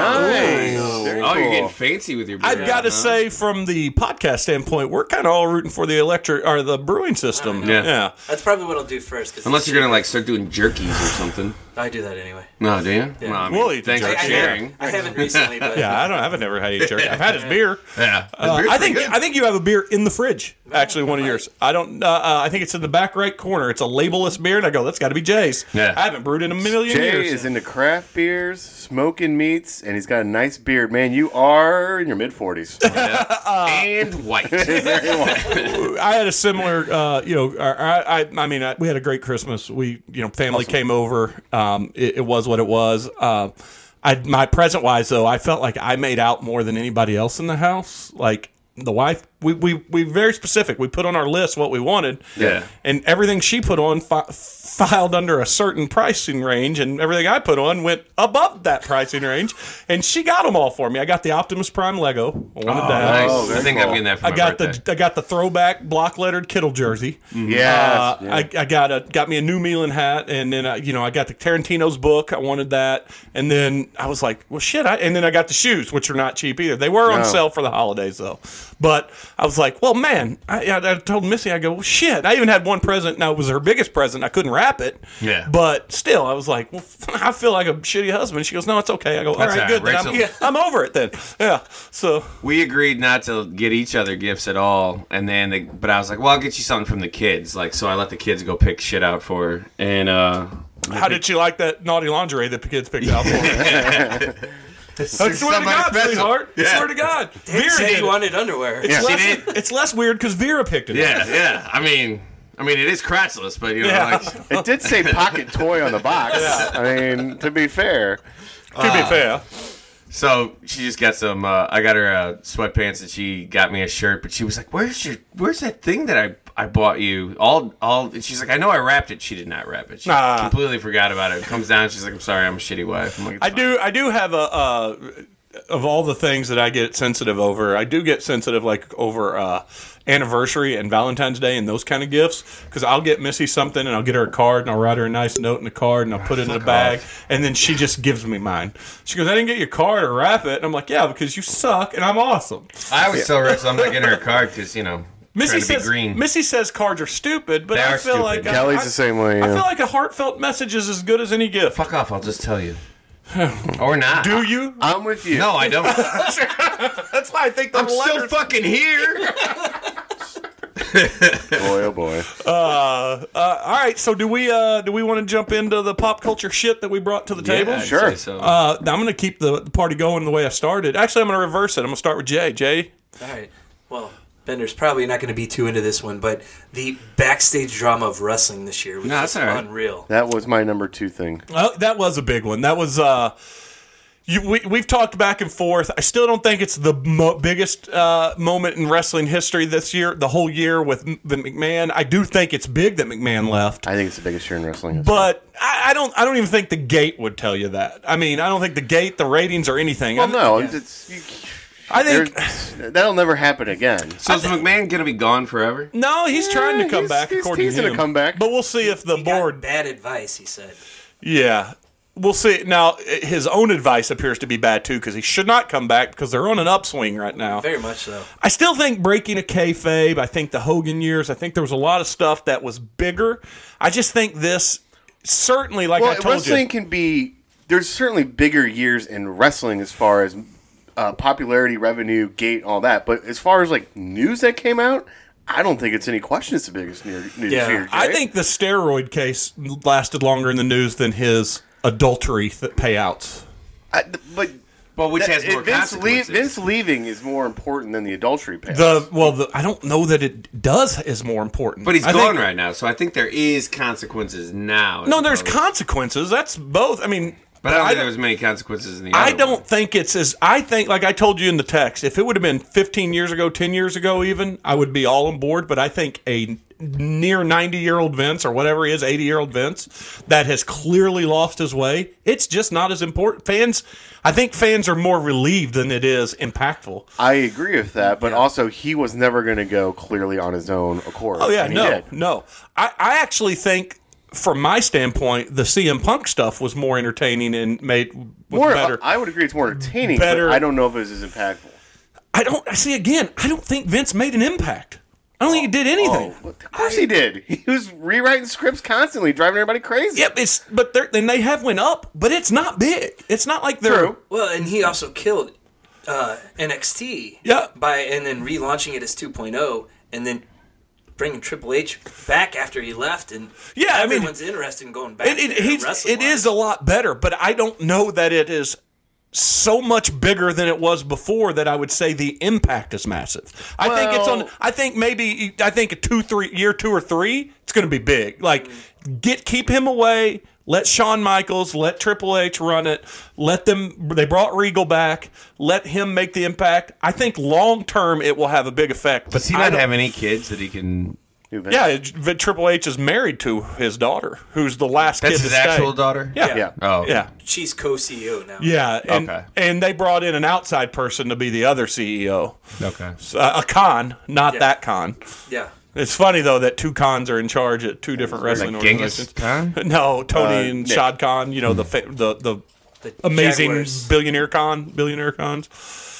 [SPEAKER 5] Nice. Very
[SPEAKER 2] Oh, you're getting
[SPEAKER 5] cool.
[SPEAKER 2] fancy with your.
[SPEAKER 1] I've
[SPEAKER 2] beer,
[SPEAKER 1] got to
[SPEAKER 2] huh?
[SPEAKER 1] say, from the podcast standpoint, we're kind of all rooting for the electric or the brewing system.
[SPEAKER 2] Yeah.
[SPEAKER 1] yeah.
[SPEAKER 3] That's probably what I'll do first. Cause
[SPEAKER 2] Unless you're gonna like start doing jerkies or something.
[SPEAKER 3] I do that anyway.
[SPEAKER 2] No, do you? No, I mean,
[SPEAKER 1] We'll eat the
[SPEAKER 2] thanks for
[SPEAKER 1] jerky.
[SPEAKER 3] I,
[SPEAKER 2] sharing.
[SPEAKER 3] I haven't recently, but
[SPEAKER 1] Yeah, I don't. I've never had a jerky. I've had his beer.
[SPEAKER 2] Yeah,
[SPEAKER 1] Uh, I think I think you have a beer in the fridge. Actually, one of yours. I don't. Uh, uh, I think it's in the back right corner. It's a labelless beer, and I go, "That's got to be Jay's."
[SPEAKER 2] Yeah.
[SPEAKER 1] I haven't brewed in a million
[SPEAKER 5] Jay
[SPEAKER 1] years.
[SPEAKER 5] is into craft beers, smoking meats, and he's got a nice beard. Man, you are in your mid forties.
[SPEAKER 1] uh,
[SPEAKER 2] and white.
[SPEAKER 1] Oh, I had a similar, uh, you know, I, I, I mean, I, we had a great Christmas. We, you know, family came over. Um, it, it was what it was. Uh, I, my present wise though, I felt like I made out more than anybody else in the house. Like the wife, we, we, we very specific. We put on our list what we wanted.
[SPEAKER 2] Yeah.
[SPEAKER 1] And everything she put on fi- filed under a certain pricing range, and everything I put on went above that pricing range. And she got them all for me. I got the Optimus Prime Lego. I wanted that.
[SPEAKER 2] nice.
[SPEAKER 5] Oh, very
[SPEAKER 2] I think I'm
[SPEAKER 5] cool.
[SPEAKER 2] getting that. For
[SPEAKER 1] I
[SPEAKER 2] my
[SPEAKER 1] got
[SPEAKER 2] birthday. Mm-hmm.
[SPEAKER 1] the I got the throwback block lettered Kittle jersey.
[SPEAKER 5] yes.
[SPEAKER 1] Uh, I, I got a got me a new Milan hat, and then I, you know I got the Tarantino's book. I wanted that, and then I was like, well, shit. I, and then I got the shoes, which are not cheap either. They were on
[SPEAKER 5] No.
[SPEAKER 1] sale for the holidays though, but I was like, well, man. I, I, I told Missy, I go, well, shit. I even had one present. Now it was her biggest present. I couldn't wrap it.
[SPEAKER 2] Yeah.
[SPEAKER 1] But still, I was like, well, I feel like a shitty husband. She goes, no, it's okay. I go, all right,
[SPEAKER 2] That's all
[SPEAKER 1] good.
[SPEAKER 2] right,
[SPEAKER 1] Then I'm,
[SPEAKER 2] Rachel.
[SPEAKER 1] I'm over it then. Yeah. So
[SPEAKER 2] we agreed not to get each other gifts at all, and then they, but I was like, well, I'll get you something from the kids. Like, so I let the kids go pick shit out for her, and uh,
[SPEAKER 1] How did you like that naughty lingerie that the kids picked out for? her? I swear to
[SPEAKER 2] somebody
[SPEAKER 1] God,
[SPEAKER 2] special.
[SPEAKER 1] sweetheart. I swear to God. Vera
[SPEAKER 3] Say
[SPEAKER 1] did.
[SPEAKER 3] you
[SPEAKER 1] it.
[SPEAKER 3] wanted underwear.
[SPEAKER 1] It's,
[SPEAKER 2] She
[SPEAKER 1] less,
[SPEAKER 2] did.
[SPEAKER 1] it's less weird because Vera picked it.
[SPEAKER 2] yeah, yeah. I mean, I mean, it is crotchless, but you know,
[SPEAKER 1] Yeah.
[SPEAKER 2] like,
[SPEAKER 5] it did say pocket toy on the box. I mean, to be fair,
[SPEAKER 1] To
[SPEAKER 2] uh,
[SPEAKER 1] be fair.
[SPEAKER 2] So she just got some. Uh, I got her uh, sweatpants, and she got me a shirt. But she was like, "Where's your? Where's that thing that I I bought you? All all." And she's like, "I know I wrapped it. She did not wrap it. She
[SPEAKER 1] Nah.
[SPEAKER 2] completely forgot about it. Comes down, she's like, "I'm sorry, I'm a shitty wife." I'm like,
[SPEAKER 1] I do. I do have a. Uh, of all the things that I get sensitive over, I do get sensitive like over uh, anniversary and Valentine's Day and those kind of gifts because I'll get Missy something and I'll get her a card and I'll write her a nice note in the card and I'll put it in a bag and then she just gives me mine. She goes, "I didn't get your card or wrap it," and I'm like, "Yeah, because you suck and I'm awesome."
[SPEAKER 2] I was so rich, I'm not getting her a card because you know,
[SPEAKER 1] Missy
[SPEAKER 2] trying to be
[SPEAKER 1] says
[SPEAKER 2] green.
[SPEAKER 1] Missy says cards are stupid, but
[SPEAKER 2] They
[SPEAKER 1] I
[SPEAKER 2] are
[SPEAKER 1] feel
[SPEAKER 2] stupid.
[SPEAKER 1] like
[SPEAKER 5] Kelly's
[SPEAKER 1] I,
[SPEAKER 5] the same way.
[SPEAKER 1] I
[SPEAKER 5] yeah.
[SPEAKER 1] feel like a heartfelt message is as good as any gift.
[SPEAKER 2] Fuck off! I'll just tell you, or not.
[SPEAKER 1] Do you?
[SPEAKER 5] I'm with you.
[SPEAKER 2] No, I don't.
[SPEAKER 1] That's why I think the
[SPEAKER 2] I'm still
[SPEAKER 1] letter.
[SPEAKER 2] fucking here.
[SPEAKER 5] Boy, oh boy.
[SPEAKER 1] Uh, all right, so do we uh, do we want to jump into the pop culture shit that we brought to the table?
[SPEAKER 2] Yeah, I'd
[SPEAKER 5] Sure.
[SPEAKER 2] say So.
[SPEAKER 1] Uh, I'm going to keep the, the party going the way I started. Actually, I'm going to reverse it. I'm going to start with Jay. Jay,
[SPEAKER 3] All right. Well, Bender's probably not going to be too into this one, but the backstage drama of wrestling this year was
[SPEAKER 2] No, that's
[SPEAKER 3] just
[SPEAKER 2] all right.
[SPEAKER 3] unreal.
[SPEAKER 5] That was my number two thing.
[SPEAKER 1] Oh, that was a big one. That was uh, you, we, we've talked back and forth. I still don't think it's the mo- biggest uh, moment in wrestling history this year, the whole year with M- the McMahon. I do think it's big that McMahon left,
[SPEAKER 5] I think it's the biggest year in wrestling. history.
[SPEAKER 1] but I, I don't. I don't even think the gate would tell you that. I mean, I don't think the gate, the ratings, or anything.
[SPEAKER 5] well,
[SPEAKER 1] I,
[SPEAKER 5] no, it's, you,
[SPEAKER 1] I think
[SPEAKER 5] there- that'll never happen again.
[SPEAKER 2] so is
[SPEAKER 1] Uh,
[SPEAKER 2] McMahon gonna be gone forever?
[SPEAKER 1] no. He's trying to
[SPEAKER 5] Yeah,
[SPEAKER 1] come
[SPEAKER 5] he's-
[SPEAKER 1] back.
[SPEAKER 5] he's
[SPEAKER 1] according
[SPEAKER 5] teasing
[SPEAKER 1] to
[SPEAKER 5] a
[SPEAKER 1] him.
[SPEAKER 5] comeback.
[SPEAKER 1] but we'll see if the
[SPEAKER 3] He got
[SPEAKER 1] board.
[SPEAKER 3] bad advice, he said.
[SPEAKER 1] Yeah. We'll see. Now, i- his own advice appears to be bad too because he should not come back because they're on an upswing right now.
[SPEAKER 3] Very much so.
[SPEAKER 1] I still think breaking a kayfabe. I think the Hogan years. I think there was a lot of stuff that was bigger. I just think this certainly, like
[SPEAKER 5] Well,
[SPEAKER 1] I told
[SPEAKER 5] wrestling
[SPEAKER 1] you,
[SPEAKER 5] can be. There's certainly bigger years in wrestling as far as uh, popularity, revenue, gate, all that. But as far as like news that came out, I don't think it's any question it's the biggest near news
[SPEAKER 3] Yeah.
[SPEAKER 5] here.
[SPEAKER 1] I
[SPEAKER 5] Jay.
[SPEAKER 1] think the steroid case lasted longer in the news than his adultery th- payouts.
[SPEAKER 5] I, th- but
[SPEAKER 2] But which
[SPEAKER 5] that-
[SPEAKER 2] has more
[SPEAKER 5] Vince,
[SPEAKER 2] consequences.
[SPEAKER 5] Vince leaving is more important than the adultery pass.
[SPEAKER 1] The well, the, I don't know that it does is more important.
[SPEAKER 2] but he's
[SPEAKER 1] I
[SPEAKER 2] gone
[SPEAKER 1] think-
[SPEAKER 2] right now, so I think there is consequences now. as
[SPEAKER 1] No, there's
[SPEAKER 2] opposed-
[SPEAKER 1] consequences. That's both. I mean,
[SPEAKER 2] but I don't think there was many consequences in the.
[SPEAKER 1] I
[SPEAKER 2] other one.
[SPEAKER 1] don't think it's as I think. Like I told you in the text, if it would have been 15 years ago, 10 years ago, even I would be all on board. But I think a near 90 year old Vince or whatever he is, 80 year old Vince, that has clearly lost his way. It's just not as important. Fans, I think fans are more relieved than it is impactful.
[SPEAKER 5] I agree with that, but also he was never going to go clearly on his own accord.
[SPEAKER 1] Oh yeah,
[SPEAKER 5] and he
[SPEAKER 1] no,
[SPEAKER 5] did.
[SPEAKER 1] no. I, I actually think, from my standpoint, the CM Punk stuff was more entertaining and made was
[SPEAKER 5] More, uh,
[SPEAKER 1] better. I,
[SPEAKER 5] I would agree it's more entertaining.
[SPEAKER 1] Better-
[SPEAKER 5] But I don't know if it was as impactful.
[SPEAKER 1] don't. I see again. I don't think Vince made an impact. I don't think he did anything.
[SPEAKER 5] Oh, of course he did. He was rewriting scripts constantly, driving everybody crazy.
[SPEAKER 1] Yep, it's but they're, and they have went up, but it's not big. It's not like they're
[SPEAKER 5] True.
[SPEAKER 3] Well, and he also killed uh, NXT.
[SPEAKER 1] Yeah.
[SPEAKER 3] By and then relaunching it as 2.0, and then bringing Triple H back after he left, and
[SPEAKER 1] Yeah, I mean-
[SPEAKER 3] everyone's interested in going back.
[SPEAKER 1] It, it,
[SPEAKER 3] there
[SPEAKER 1] he's-
[SPEAKER 3] wrestling
[SPEAKER 1] it is a lot better, but I don't know that it is so much bigger than it was before that I would say the impact is massive. I think it's on.
[SPEAKER 5] Well-
[SPEAKER 1] I think maybe I think a two, three year two or three, it's going to be big. Like get keep him away. Let Shawn Michaels, let Triple H run it. Let them. They brought Regal back. Let him make the impact. I think long term it will have a big effect. But
[SPEAKER 2] Does he
[SPEAKER 1] I
[SPEAKER 2] not
[SPEAKER 1] don't-
[SPEAKER 2] have any kids that he can?
[SPEAKER 1] Yeah, it- but Triple H is married to his daughter, who's the last
[SPEAKER 2] That's
[SPEAKER 1] kid
[SPEAKER 2] his
[SPEAKER 1] to stay.
[SPEAKER 2] actual daughter.
[SPEAKER 1] Yeah.
[SPEAKER 5] Yeah.
[SPEAKER 2] Oh.
[SPEAKER 1] Yeah.
[SPEAKER 3] She's co-CEO now.
[SPEAKER 1] Yeah, and,
[SPEAKER 2] Okay.
[SPEAKER 1] and they brought in an outside person to be the other CEO,
[SPEAKER 2] Okay.
[SPEAKER 1] So, uh, a con, not
[SPEAKER 3] Yeah.
[SPEAKER 1] that con.
[SPEAKER 3] Yeah.
[SPEAKER 1] It's funny though that two cons are in charge at two different wrestling
[SPEAKER 2] Like Genghis Hmm.
[SPEAKER 1] organizations.
[SPEAKER 2] Khan.
[SPEAKER 1] No, Tony
[SPEAKER 5] Uh,
[SPEAKER 1] and
[SPEAKER 5] Nick.
[SPEAKER 1] Shad Khan, you know the fa- the the
[SPEAKER 3] The
[SPEAKER 1] amazing
[SPEAKER 3] Jaguars.
[SPEAKER 1] billionaire con, billionaire cons.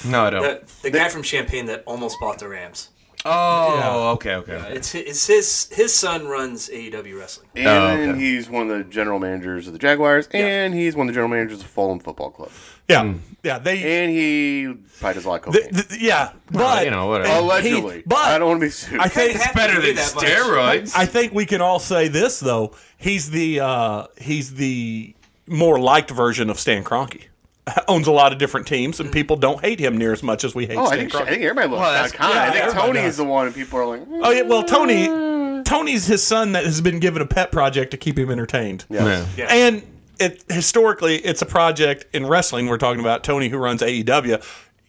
[SPEAKER 2] No, I don't.
[SPEAKER 3] The, the guy from Champagne that almost bought the Rams.
[SPEAKER 2] oh. Okay. Okay.
[SPEAKER 3] It's hi- it's his his son runs AEW wrestling.
[SPEAKER 5] And
[SPEAKER 2] Oh, okay.
[SPEAKER 5] he's one of the general managers of the Jaguars, and he's one of the general managers of Fulham Football Club.
[SPEAKER 1] Yeah,
[SPEAKER 2] Hmm.
[SPEAKER 1] yeah, they,
[SPEAKER 5] And he probably does a lot of
[SPEAKER 1] th-
[SPEAKER 5] cocaine.
[SPEAKER 1] th- yeah, but
[SPEAKER 2] you know, whatever.
[SPEAKER 1] and he-
[SPEAKER 5] Allegedly.
[SPEAKER 1] but
[SPEAKER 5] I don't want to be sued.
[SPEAKER 1] I think
[SPEAKER 3] It's
[SPEAKER 2] Better than
[SPEAKER 3] that much.
[SPEAKER 2] steroids.
[SPEAKER 1] I think we can all say this though. He's the uh, he's the more liked version of Stan Kroenke. Owns a lot of different teams, and people don't hate him near as much as we hate
[SPEAKER 5] oh, I
[SPEAKER 1] Stan
[SPEAKER 5] think,
[SPEAKER 1] Kroenke.
[SPEAKER 5] I think everybody loves
[SPEAKER 2] Well,
[SPEAKER 5] Shad
[SPEAKER 2] that's-
[SPEAKER 5] Khan.
[SPEAKER 1] yeah,
[SPEAKER 5] I think
[SPEAKER 1] everybody
[SPEAKER 5] Tony
[SPEAKER 1] does.
[SPEAKER 5] is the one, and people are like, mm,
[SPEAKER 1] oh yeah, well Tony, Tony's his son that has been given a pet project to keep him entertained.
[SPEAKER 2] Yeah.
[SPEAKER 3] Yeah.
[SPEAKER 1] And it, historically, it's a project in wrestling. We're talking about Tony, who runs AEW.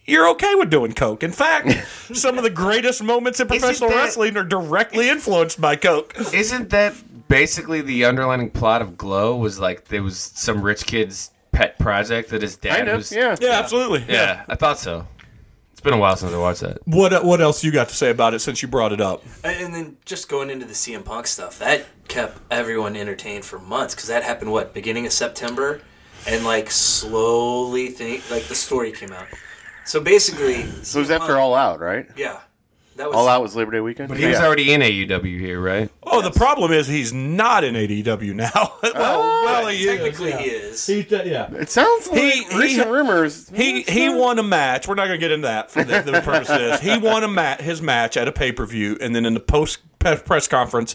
[SPEAKER 1] You're okay with doing coke. In fact, some of the greatest moments in professional
[SPEAKER 2] that-
[SPEAKER 1] wrestling are directly influenced by coke.
[SPEAKER 2] Isn't that basically the underlining plot of Glow? Was like there was some rich kid's pet project that his dad
[SPEAKER 5] kind of,
[SPEAKER 2] was.
[SPEAKER 5] yeah.
[SPEAKER 1] Yeah, absolutely.
[SPEAKER 2] Yeah, I thought so. It's been a while since I watched that.
[SPEAKER 1] What what else you got to say about it since you brought it up?
[SPEAKER 3] And and then just going into the CM Punk stuff, that kept everyone entertained for months because that happened what beginning of September, and like slowly think like the story came out. So basically,
[SPEAKER 5] So it was after All Out, right?
[SPEAKER 3] yeah, that was
[SPEAKER 5] All Out was Labor Day weekend?
[SPEAKER 2] But he was
[SPEAKER 5] Yeah.
[SPEAKER 2] already in AUW here, right?
[SPEAKER 1] Oh, the problem is he's not in ADW now. well, well, he is,
[SPEAKER 3] Technically,
[SPEAKER 1] yeah.
[SPEAKER 3] he is.
[SPEAKER 1] yeah.
[SPEAKER 5] It sounds like
[SPEAKER 1] He- he-
[SPEAKER 5] recent rumors.
[SPEAKER 1] He he won a match. We're not going to get into that for the, the purpose of this. He won a mat his match at a pay per view, and then in the post pe- press conference,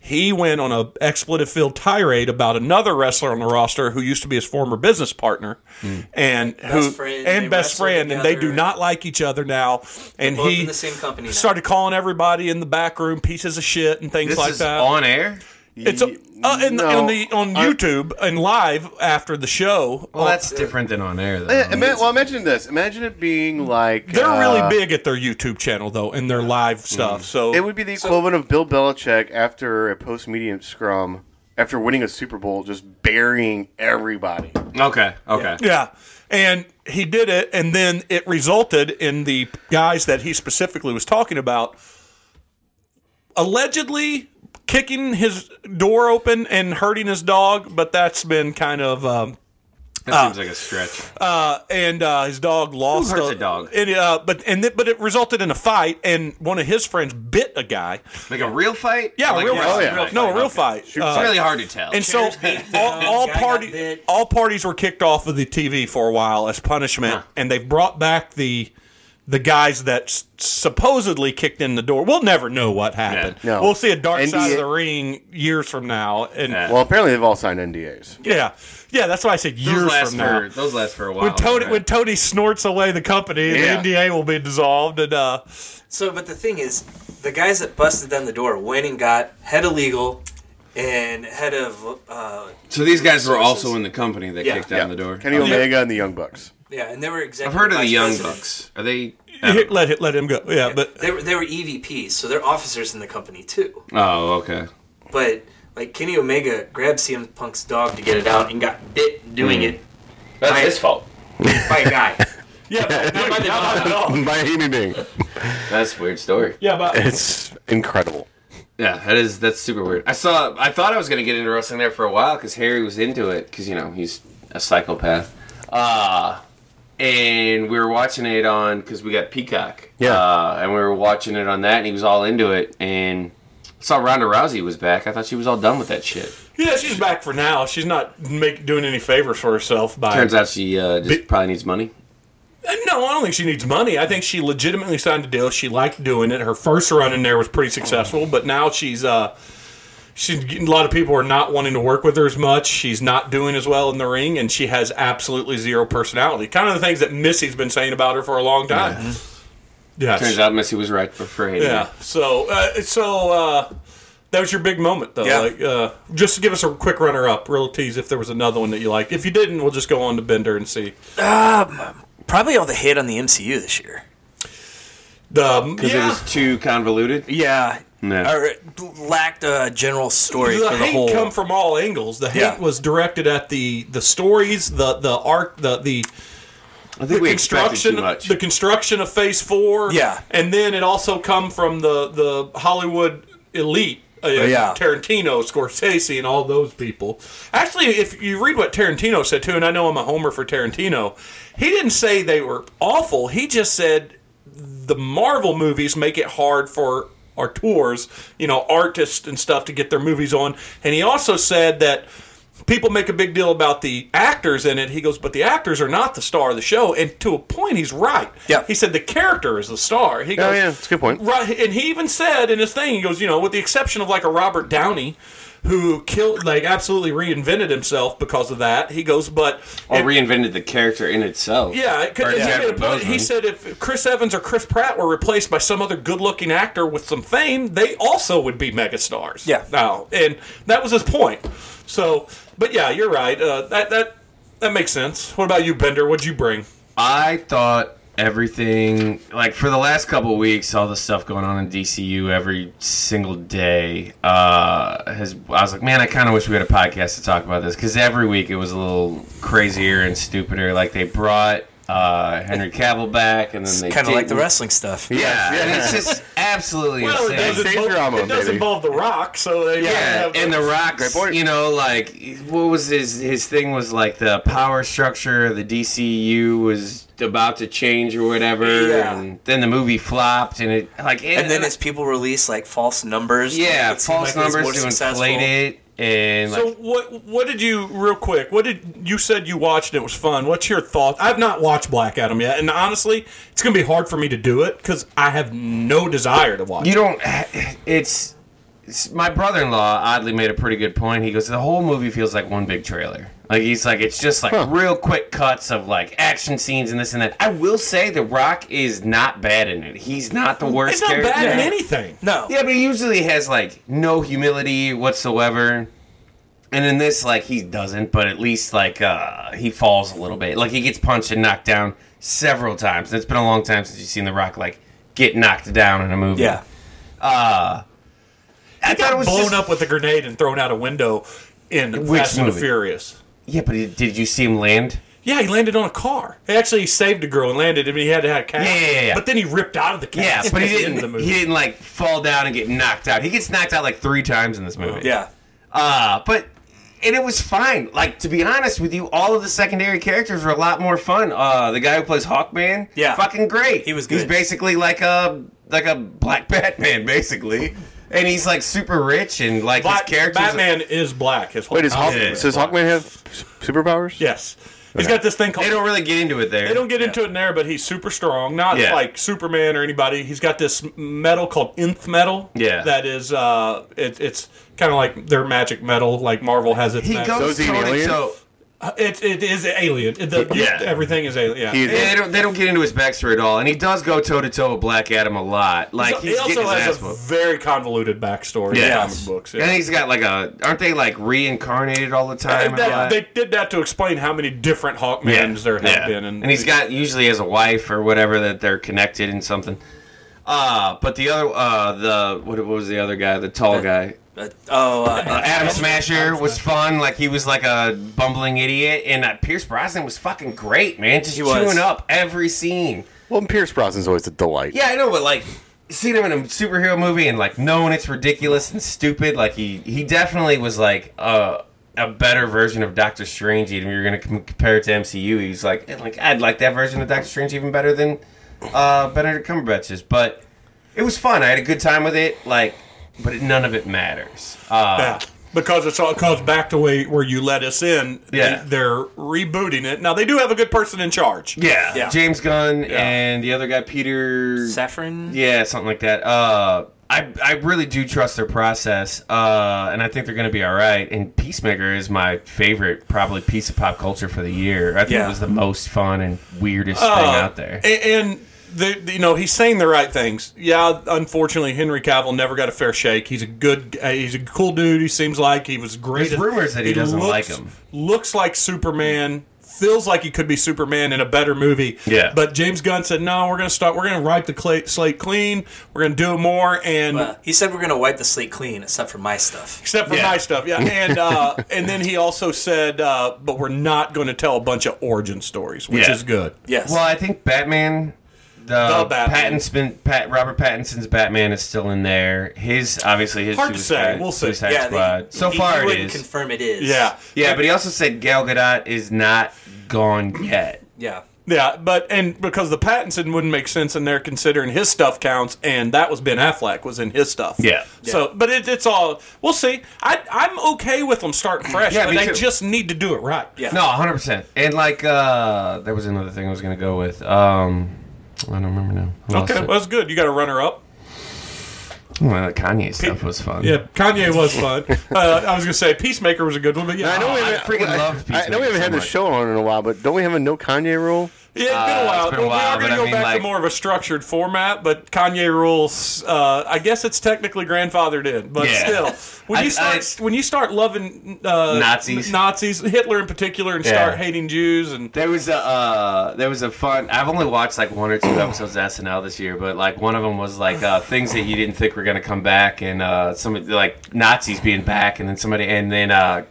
[SPEAKER 1] he went on a expletive filled tirade about another wrestler on the roster who used to be his former business partner,
[SPEAKER 2] Hmm.
[SPEAKER 1] and who
[SPEAKER 3] friend,
[SPEAKER 1] and
[SPEAKER 3] they
[SPEAKER 1] best
[SPEAKER 3] wrestle
[SPEAKER 1] friend, and they do
[SPEAKER 3] together.
[SPEAKER 1] not like each other now. And
[SPEAKER 3] both
[SPEAKER 1] he
[SPEAKER 3] in the same company now.
[SPEAKER 1] started calling everybody in the back room pieces of shit and things
[SPEAKER 2] This
[SPEAKER 1] like
[SPEAKER 2] is
[SPEAKER 1] that.
[SPEAKER 2] on air.
[SPEAKER 1] It's uh, in, the
[SPEAKER 5] No,
[SPEAKER 1] on the on
[SPEAKER 5] I-
[SPEAKER 1] YouTube and live after the show.
[SPEAKER 2] Well,
[SPEAKER 1] on-
[SPEAKER 2] that's different than on air, though.
[SPEAKER 5] Yeah, ima- well, imagine this. Imagine it being like
[SPEAKER 1] they're
[SPEAKER 5] uh,
[SPEAKER 1] really big at their YouTube channel though and their live stuff. So
[SPEAKER 5] It would be the equivalent of Bill Belichick after a post medium scrum, after winning a Super Bowl, just burying everybody.
[SPEAKER 2] okay, okay.
[SPEAKER 1] yeah, and he did it, and then it resulted in the guys that he specifically was talking about allegedly kicking his door open and hurting his dog, but that's been kind of. Um,
[SPEAKER 2] That seems like a stretch.
[SPEAKER 1] and uh, his dog lost.
[SPEAKER 2] hurts a dog?
[SPEAKER 1] And, uh, but and th- but it resulted in a fight, and one of his friends bit a guy.
[SPEAKER 2] like a real fight?
[SPEAKER 1] Yeah,
[SPEAKER 2] Or like
[SPEAKER 1] a real fight.
[SPEAKER 2] wrestling
[SPEAKER 5] yeah.
[SPEAKER 2] fight?
[SPEAKER 1] No, a real
[SPEAKER 2] Okay.
[SPEAKER 1] fight. Uh,
[SPEAKER 2] It's really hard to tell.
[SPEAKER 1] and so all, all
[SPEAKER 3] guy got
[SPEAKER 1] party,
[SPEAKER 3] bit.
[SPEAKER 1] all parties were kicked off of the TV for a while as punishment, and they've brought back the the guys that s- supposedly kicked in the door. We'll never know what happened.
[SPEAKER 5] No.
[SPEAKER 1] We'll see a dark side
[SPEAKER 5] NDA
[SPEAKER 1] of the ring years from now. And yeah,
[SPEAKER 5] Well, apparently they've all signed NDAs.
[SPEAKER 1] yeah, that's why I said
[SPEAKER 2] Those
[SPEAKER 1] years
[SPEAKER 2] last Oh,
[SPEAKER 1] from now.
[SPEAKER 2] for those last for a while.
[SPEAKER 1] When Tony
[SPEAKER 2] right?
[SPEAKER 1] when Tony snorts away the company, the
[SPEAKER 5] Yeah.
[SPEAKER 1] NDA will be dissolved, and uh,
[SPEAKER 3] So, but the thing is, the guys that busted down the door went and got head of legal and head of uh,
[SPEAKER 2] so these guys were also
[SPEAKER 3] Sources.
[SPEAKER 2] in the company that
[SPEAKER 3] Yeah.
[SPEAKER 2] kicked down the door. Oh,
[SPEAKER 5] Kenny Omega and the Young Bucks.
[SPEAKER 3] yeah, and they were executive.
[SPEAKER 2] I've heard of the
[SPEAKER 3] vice
[SPEAKER 2] Young
[SPEAKER 3] presidents.
[SPEAKER 2] Bucks. Are they?
[SPEAKER 1] hit- let it- let him go. Yeah, but
[SPEAKER 3] They were they were EVPs, so they're officers in the company too.
[SPEAKER 2] Oh, okay.
[SPEAKER 3] But like Kenny Omega grabbed CM Punk's dog to get it out and got bit doing
[SPEAKER 6] That's his fault.
[SPEAKER 3] it by a guy.
[SPEAKER 1] yeah, but,
[SPEAKER 3] by the dog.
[SPEAKER 5] By a human being.
[SPEAKER 6] That's a weird story.
[SPEAKER 1] yeah, but
[SPEAKER 5] It's incredible.
[SPEAKER 2] Yeah, that is that's super weird. I saw. I thought I was gonna get into wrestling there for a while because Harry was into it because you know he's a psychopath. Uh and we were watching it on because we got Peacock.
[SPEAKER 5] Yeah.
[SPEAKER 2] uh, and we were watching it on that, and he was all into it. And I saw Ronda Rousey was back. I thought she was all done with that shit.
[SPEAKER 1] yeah, she's back for now. She's not make, doing any favors for herself by
[SPEAKER 2] Turns out she uh, just
[SPEAKER 1] Be-
[SPEAKER 2] probably needs money.
[SPEAKER 1] Uh, No, I don't think she needs money. I think she legitimately signed a deal. She liked doing it. Her first run in there was pretty successful, but now she's uh she's getting, a lot of people are not wanting to work with her as much. She's not doing as well in the ring, and she has absolutely zero personality. Kind of the things that Missy's been saying about her for a long time. Yeah.
[SPEAKER 2] Turns out Missy was right before Hayden.
[SPEAKER 1] yeah. So uh, so uh that was your big moment, though.
[SPEAKER 5] Yeah.
[SPEAKER 1] Like, uh, just give us a quick runner-up, real tease. If there was another one that you liked, if you didn't, we'll just go on to Bender and see.
[SPEAKER 3] Probably all the hate on the MCU this year.
[SPEAKER 1] Um,
[SPEAKER 2] Because
[SPEAKER 1] yeah.
[SPEAKER 2] it was too convoluted.
[SPEAKER 3] Yeah,
[SPEAKER 2] No.
[SPEAKER 3] or it lacked a general story
[SPEAKER 1] the
[SPEAKER 3] for the
[SPEAKER 1] hate
[SPEAKER 3] whole.
[SPEAKER 1] come from all angles. The hate
[SPEAKER 3] Yeah.
[SPEAKER 1] was directed at the the stories, the the arc, the the,
[SPEAKER 2] I think we expected
[SPEAKER 1] construction,
[SPEAKER 2] too much.
[SPEAKER 1] the construction of Phase Four.
[SPEAKER 3] Yeah.
[SPEAKER 1] and then it also come from the the Hollywood elite. Uh,
[SPEAKER 3] Oh, yeah.
[SPEAKER 1] Tarantino, Scorsese, and all those people. Actually, if you read what Tarantino said too, and I know I'm a homer for Tarantino, he didn't say they were awful. He just said the Marvel movies make it hard for our tours, you know, artists and stuff to get their movies on. And he also said that people make a big deal about the actors in it. He goes, but the actors are not the star of the show. And to a point, he's right.
[SPEAKER 3] Yeah.
[SPEAKER 1] He said the character is the star. He
[SPEAKER 5] Oh,
[SPEAKER 1] goes,
[SPEAKER 5] yeah. It's a good point.
[SPEAKER 1] Right, and he even said in his thing, he goes, you know, with the exception of like a Robert Downey, who killed, like, absolutely reinvented himself because of that. He goes, but
[SPEAKER 2] or
[SPEAKER 1] if-
[SPEAKER 2] reinvented the character in itself.
[SPEAKER 1] yeah, it could,
[SPEAKER 2] Or
[SPEAKER 1] he, made
[SPEAKER 2] Chadwick
[SPEAKER 1] a point.
[SPEAKER 2] Boseman.
[SPEAKER 1] he said if Chris Evans or Chris Pratt were replaced by some other good-looking actor with some fame, they also would be megastars.
[SPEAKER 3] Yeah.
[SPEAKER 1] now, and that was his point. So, but yeah, you're right. Uh, that that that makes sense. What about you, Bender? What'd you bring?
[SPEAKER 2] I thought everything like for the last couple of weeks, all the stuff going on in DCU every single day uh, has. I was like, man, I kind of wish we had a podcast to talk about this because every week it was a little crazier and stupider. Like they brought uh, Henry Cavill back, and then they
[SPEAKER 3] Kind of like the
[SPEAKER 2] didn't.
[SPEAKER 3] wrestling stuff.
[SPEAKER 2] Yeah, and it's just absolutely insane.
[SPEAKER 5] doesn't- Same drama,
[SPEAKER 1] it does
[SPEAKER 5] baby.
[SPEAKER 1] involve The Rock, so they
[SPEAKER 2] Yeah, and the
[SPEAKER 5] Great
[SPEAKER 2] rocks.
[SPEAKER 5] point.
[SPEAKER 2] You know, like what was his his thing was like the power structure. of The DCU was about to change or whatever,
[SPEAKER 3] Yeah.
[SPEAKER 2] and then the movie flopped, and it like
[SPEAKER 3] And then as people release like false numbers,
[SPEAKER 2] yeah,
[SPEAKER 3] it seemed
[SPEAKER 2] false
[SPEAKER 3] like it was
[SPEAKER 2] numbers
[SPEAKER 3] more
[SPEAKER 2] to
[SPEAKER 3] successful.
[SPEAKER 2] inflate it, and like
[SPEAKER 1] So what what did you real quick? What did you said you watched? and It was fun. What's your thought? I've not watched Black Adam yet, and honestly, it's gonna be hard for me to do it because I have no desire to watch.
[SPEAKER 2] you
[SPEAKER 1] it.
[SPEAKER 2] don't. It's, it's my brother-in-law oddly made a pretty good point. He goes, the whole movie feels like one big trailer. Like he's like, it's just like real quick cuts of like action scenes and this and that. I will say, The Rock is not bad in it. He's not the worst.
[SPEAKER 1] It's not
[SPEAKER 2] character.
[SPEAKER 1] bad in anything.
[SPEAKER 3] No,
[SPEAKER 2] Yeah, but he usually has like no humility whatsoever. And in this, like he doesn't, but at least like uh he falls a little bit. Like he gets punched and knocked down several times. And it's been a long time since you've seen The Rock like get knocked down in a movie.
[SPEAKER 3] yeah,
[SPEAKER 2] I
[SPEAKER 1] He
[SPEAKER 2] thought it
[SPEAKER 1] got
[SPEAKER 2] was
[SPEAKER 1] blown
[SPEAKER 2] just-
[SPEAKER 1] up with a grenade and thrown out a window in
[SPEAKER 2] Which
[SPEAKER 1] Fast and the
[SPEAKER 2] movie?
[SPEAKER 1] Furious.
[SPEAKER 2] Yeah, but it- did you see him land?
[SPEAKER 1] Yeah, he landed on a car. He actually saved a girl and landed, and he had to have a cast.
[SPEAKER 2] Yeah, yeah, yeah.
[SPEAKER 1] But then he ripped out of the
[SPEAKER 2] Yeah,
[SPEAKER 1] cast.
[SPEAKER 2] but he
[SPEAKER 1] at the end
[SPEAKER 2] didn't.
[SPEAKER 1] of the movie.
[SPEAKER 2] He didn't like fall down and get knocked out. He gets knocked out like three times in this movie.
[SPEAKER 3] yeah.
[SPEAKER 2] Uh, but and it was fine. Like to be honest with you, all of the secondary characters were a lot more fun. Uh, the guy who plays Hawkman,
[SPEAKER 3] Yeah.
[SPEAKER 2] fucking great.
[SPEAKER 3] He was
[SPEAKER 2] He's
[SPEAKER 3] good.
[SPEAKER 2] basically like a like a black Batman, basically. and he's like super rich and like
[SPEAKER 1] Black,
[SPEAKER 2] his character.
[SPEAKER 1] Batman is black. His
[SPEAKER 5] Wait, is Hawk,
[SPEAKER 2] Yeah.
[SPEAKER 5] does Hawkman have s- superpowers?
[SPEAKER 1] Yes, he's got this thing called.
[SPEAKER 2] They don't really get into it there.
[SPEAKER 1] They don't get into it in there, but he's super strong. Not
[SPEAKER 2] Yeah.
[SPEAKER 1] like Superman or anybody. He's got this metal called Nth metal.
[SPEAKER 2] Yeah.
[SPEAKER 1] That is, uh, it, it's kind of like their magic metal, like Marvel has its.
[SPEAKER 2] He
[SPEAKER 1] mag-
[SPEAKER 5] So
[SPEAKER 2] goes
[SPEAKER 5] is he an
[SPEAKER 2] toe to
[SPEAKER 5] alien?
[SPEAKER 2] toe.
[SPEAKER 1] It, it is alien. It- the-
[SPEAKER 2] Yeah.
[SPEAKER 1] Everything is alien. Yeah.
[SPEAKER 5] He-
[SPEAKER 2] Yeah, They don't, they don't get into his backstory at all, and he does go toe to toe with Black Adam a lot. Like
[SPEAKER 1] he
[SPEAKER 2] he's
[SPEAKER 1] also
[SPEAKER 2] getting his
[SPEAKER 1] has
[SPEAKER 2] ass
[SPEAKER 1] a
[SPEAKER 2] whooped.
[SPEAKER 1] very convoluted backstory
[SPEAKER 2] Yeah.
[SPEAKER 1] in comic books.
[SPEAKER 2] And
[SPEAKER 1] Yeah.
[SPEAKER 2] he's got like a aren't they like reincarnated all the time?
[SPEAKER 1] And
[SPEAKER 2] and all
[SPEAKER 1] that,
[SPEAKER 2] that?
[SPEAKER 1] they did that to explain how many different Hawkmans there have
[SPEAKER 2] yeah.
[SPEAKER 1] been. And,
[SPEAKER 2] he's got usually as a wife or whatever that they're connected in something. Uh but the other uh the what, what was the other guy? The tall guy.
[SPEAKER 3] But, oh, uh,
[SPEAKER 2] Uh, Adam Smasher was fun. Like he was like a bumbling idiot, and uh, Pierce Brosnan was fucking great, man. Just
[SPEAKER 3] He was.
[SPEAKER 2] chewing up every scene.
[SPEAKER 5] Well, and Pierce Brosnan's always a delight.
[SPEAKER 2] Yeah, I know, but like seeing him in a superhero movie and like knowing it's ridiculous and stupid, like he he definitely was like a a better version of Doctor Strange. Even if you're gonna com- compare it to MCU, he's like eh, like I'd like that version of Doctor Strange even better than uh, Benedict Cumberbatch's. But it was fun. I had a good time with it. Like, but none of it matters. Uh,
[SPEAKER 1] Yeah, because it's all it comes back to way where you let us in.
[SPEAKER 2] Yeah.
[SPEAKER 1] they, are rebooting it now. They do have a good person in charge.
[SPEAKER 2] yeah.
[SPEAKER 3] Yeah.
[SPEAKER 2] James Gunn
[SPEAKER 1] Yeah.
[SPEAKER 2] and the other guy, Peter
[SPEAKER 3] Saffron.
[SPEAKER 2] Yeah, something like that. Uh, I I really do trust their process, uh, and I think they're going to be all right. And Peacemaker is my favorite, probably piece of pop culture for the year. I think
[SPEAKER 1] Yeah.
[SPEAKER 2] it was the most fun and weirdest
[SPEAKER 1] Uh,
[SPEAKER 2] thing out there.
[SPEAKER 1] a- and. The, the- you know he's saying the right things. Yeah, unfortunately Henry Cavill never got a fair shake. He's a good, uh, he's a cool dude. He seems like he was great.
[SPEAKER 2] There's rumors that he doesn't like him.
[SPEAKER 1] Looks like Superman. Feels like he could be Superman in a better movie.
[SPEAKER 2] Yeah.
[SPEAKER 1] But James Gunn said no. We're gonna start. We're gonna wipe the cla slate clean. We're gonna do more. And
[SPEAKER 3] Uh, he said we're gonna wipe the slate clean, except for my stuff.
[SPEAKER 1] except for
[SPEAKER 2] Yeah.
[SPEAKER 1] my stuff. Yeah, and uh, and then he also said, uh, but we're not going to tell a bunch of origin stories, which
[SPEAKER 2] Yeah.
[SPEAKER 1] is good.
[SPEAKER 3] Yes.
[SPEAKER 2] Well, I think Batman. The,
[SPEAKER 1] The Batman.
[SPEAKER 2] Pattinson, Pat, Robert Pattinson's Batman is still in there. His obviously his
[SPEAKER 1] Hard to
[SPEAKER 2] Suicide-
[SPEAKER 1] say. We'll see.
[SPEAKER 2] Suicide
[SPEAKER 3] yeah, they-
[SPEAKER 2] Squad. so
[SPEAKER 3] he-
[SPEAKER 2] far
[SPEAKER 3] he
[SPEAKER 2] it
[SPEAKER 3] wouldn't
[SPEAKER 2] is.
[SPEAKER 3] Confirm it is.
[SPEAKER 1] Yeah,
[SPEAKER 2] yeah, but he also said Gal Gadot is not gone yet.
[SPEAKER 3] Yeah.
[SPEAKER 1] yeah, but and because the Pattinson wouldn't make sense in there, considering his stuff counts, and that was Ben Affleck was in his stuff.
[SPEAKER 2] Yeah.
[SPEAKER 1] So, but it, it's all we'll see. I I'm okay with them starting fresh,
[SPEAKER 2] Yeah,
[SPEAKER 1] but
[SPEAKER 2] me
[SPEAKER 1] they
[SPEAKER 2] too.
[SPEAKER 1] just need to do it right.
[SPEAKER 3] Yeah.
[SPEAKER 2] No, hundred percent. And like, uh there was another thing I was gonna go with. Um I don't remember now. I lost
[SPEAKER 1] Okay,
[SPEAKER 2] it.
[SPEAKER 1] well, that's good. You got a runner up.
[SPEAKER 2] Well, that Kanye stuff was fun.
[SPEAKER 1] Yeah, Kanye was fun. uh, I was gonna say Peacemaker was a good one, but yeah,
[SPEAKER 5] I know we haven't,
[SPEAKER 2] Oh, freaking
[SPEAKER 5] I-
[SPEAKER 2] love
[SPEAKER 5] I know
[SPEAKER 2] Peacemaker
[SPEAKER 5] we haven't
[SPEAKER 2] so
[SPEAKER 5] had this
[SPEAKER 2] much.
[SPEAKER 5] show on in a while, but don't we have a no Kanye rule?
[SPEAKER 1] Yeah, it's been a while.
[SPEAKER 2] Uh, it's been a
[SPEAKER 1] Well,
[SPEAKER 2] while,
[SPEAKER 1] we are going to
[SPEAKER 2] but I
[SPEAKER 1] go
[SPEAKER 2] mean,
[SPEAKER 1] back to
[SPEAKER 2] like-
[SPEAKER 1] more of a structured format, but Kanye rules. Uh, I guess it's technically grandfathered in, but
[SPEAKER 2] Yeah.
[SPEAKER 1] still, when
[SPEAKER 2] I-
[SPEAKER 1] you
[SPEAKER 2] I-
[SPEAKER 1] start when you start loving uh,
[SPEAKER 2] Nazis.
[SPEAKER 1] Nazis, Hitler in particular, and start
[SPEAKER 2] Yeah.
[SPEAKER 1] hating Jews, and
[SPEAKER 2] There was a uh, there was a fun. I've only watched like one or two episodes of SNL this year, but like one of them was like uh, things that you didn't think were gonna come back, and uh, some of- like Nazis being back, and then somebody, and then uh,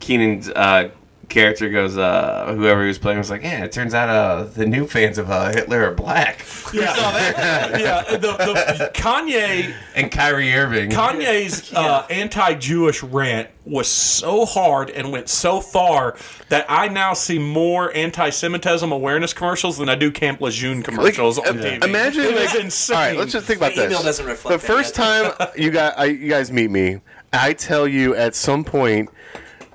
[SPEAKER 2] Keenan's uh, character goes, uh, whoever he was playing was like, yeah, it turns out uh, the new fans of uh, Hitler are black,
[SPEAKER 1] yeah, yeah. The, the Kanye
[SPEAKER 2] and Kyrie Irving.
[SPEAKER 1] Kanye's uh, anti-Jewish rant was so hard and went so far that I now see more anti-Semitism awareness commercials than I do Camp Lejeune commercials on
[SPEAKER 5] im-
[SPEAKER 1] TV.
[SPEAKER 5] uh, Imagine
[SPEAKER 1] it
[SPEAKER 5] like,
[SPEAKER 1] is insane.
[SPEAKER 5] All right, let's just think about
[SPEAKER 3] My
[SPEAKER 5] this.
[SPEAKER 3] email doesn't reflect
[SPEAKER 5] the
[SPEAKER 3] that
[SPEAKER 5] first time
[SPEAKER 3] yet.
[SPEAKER 5] you got I, you guys meet me, I tell you at some point.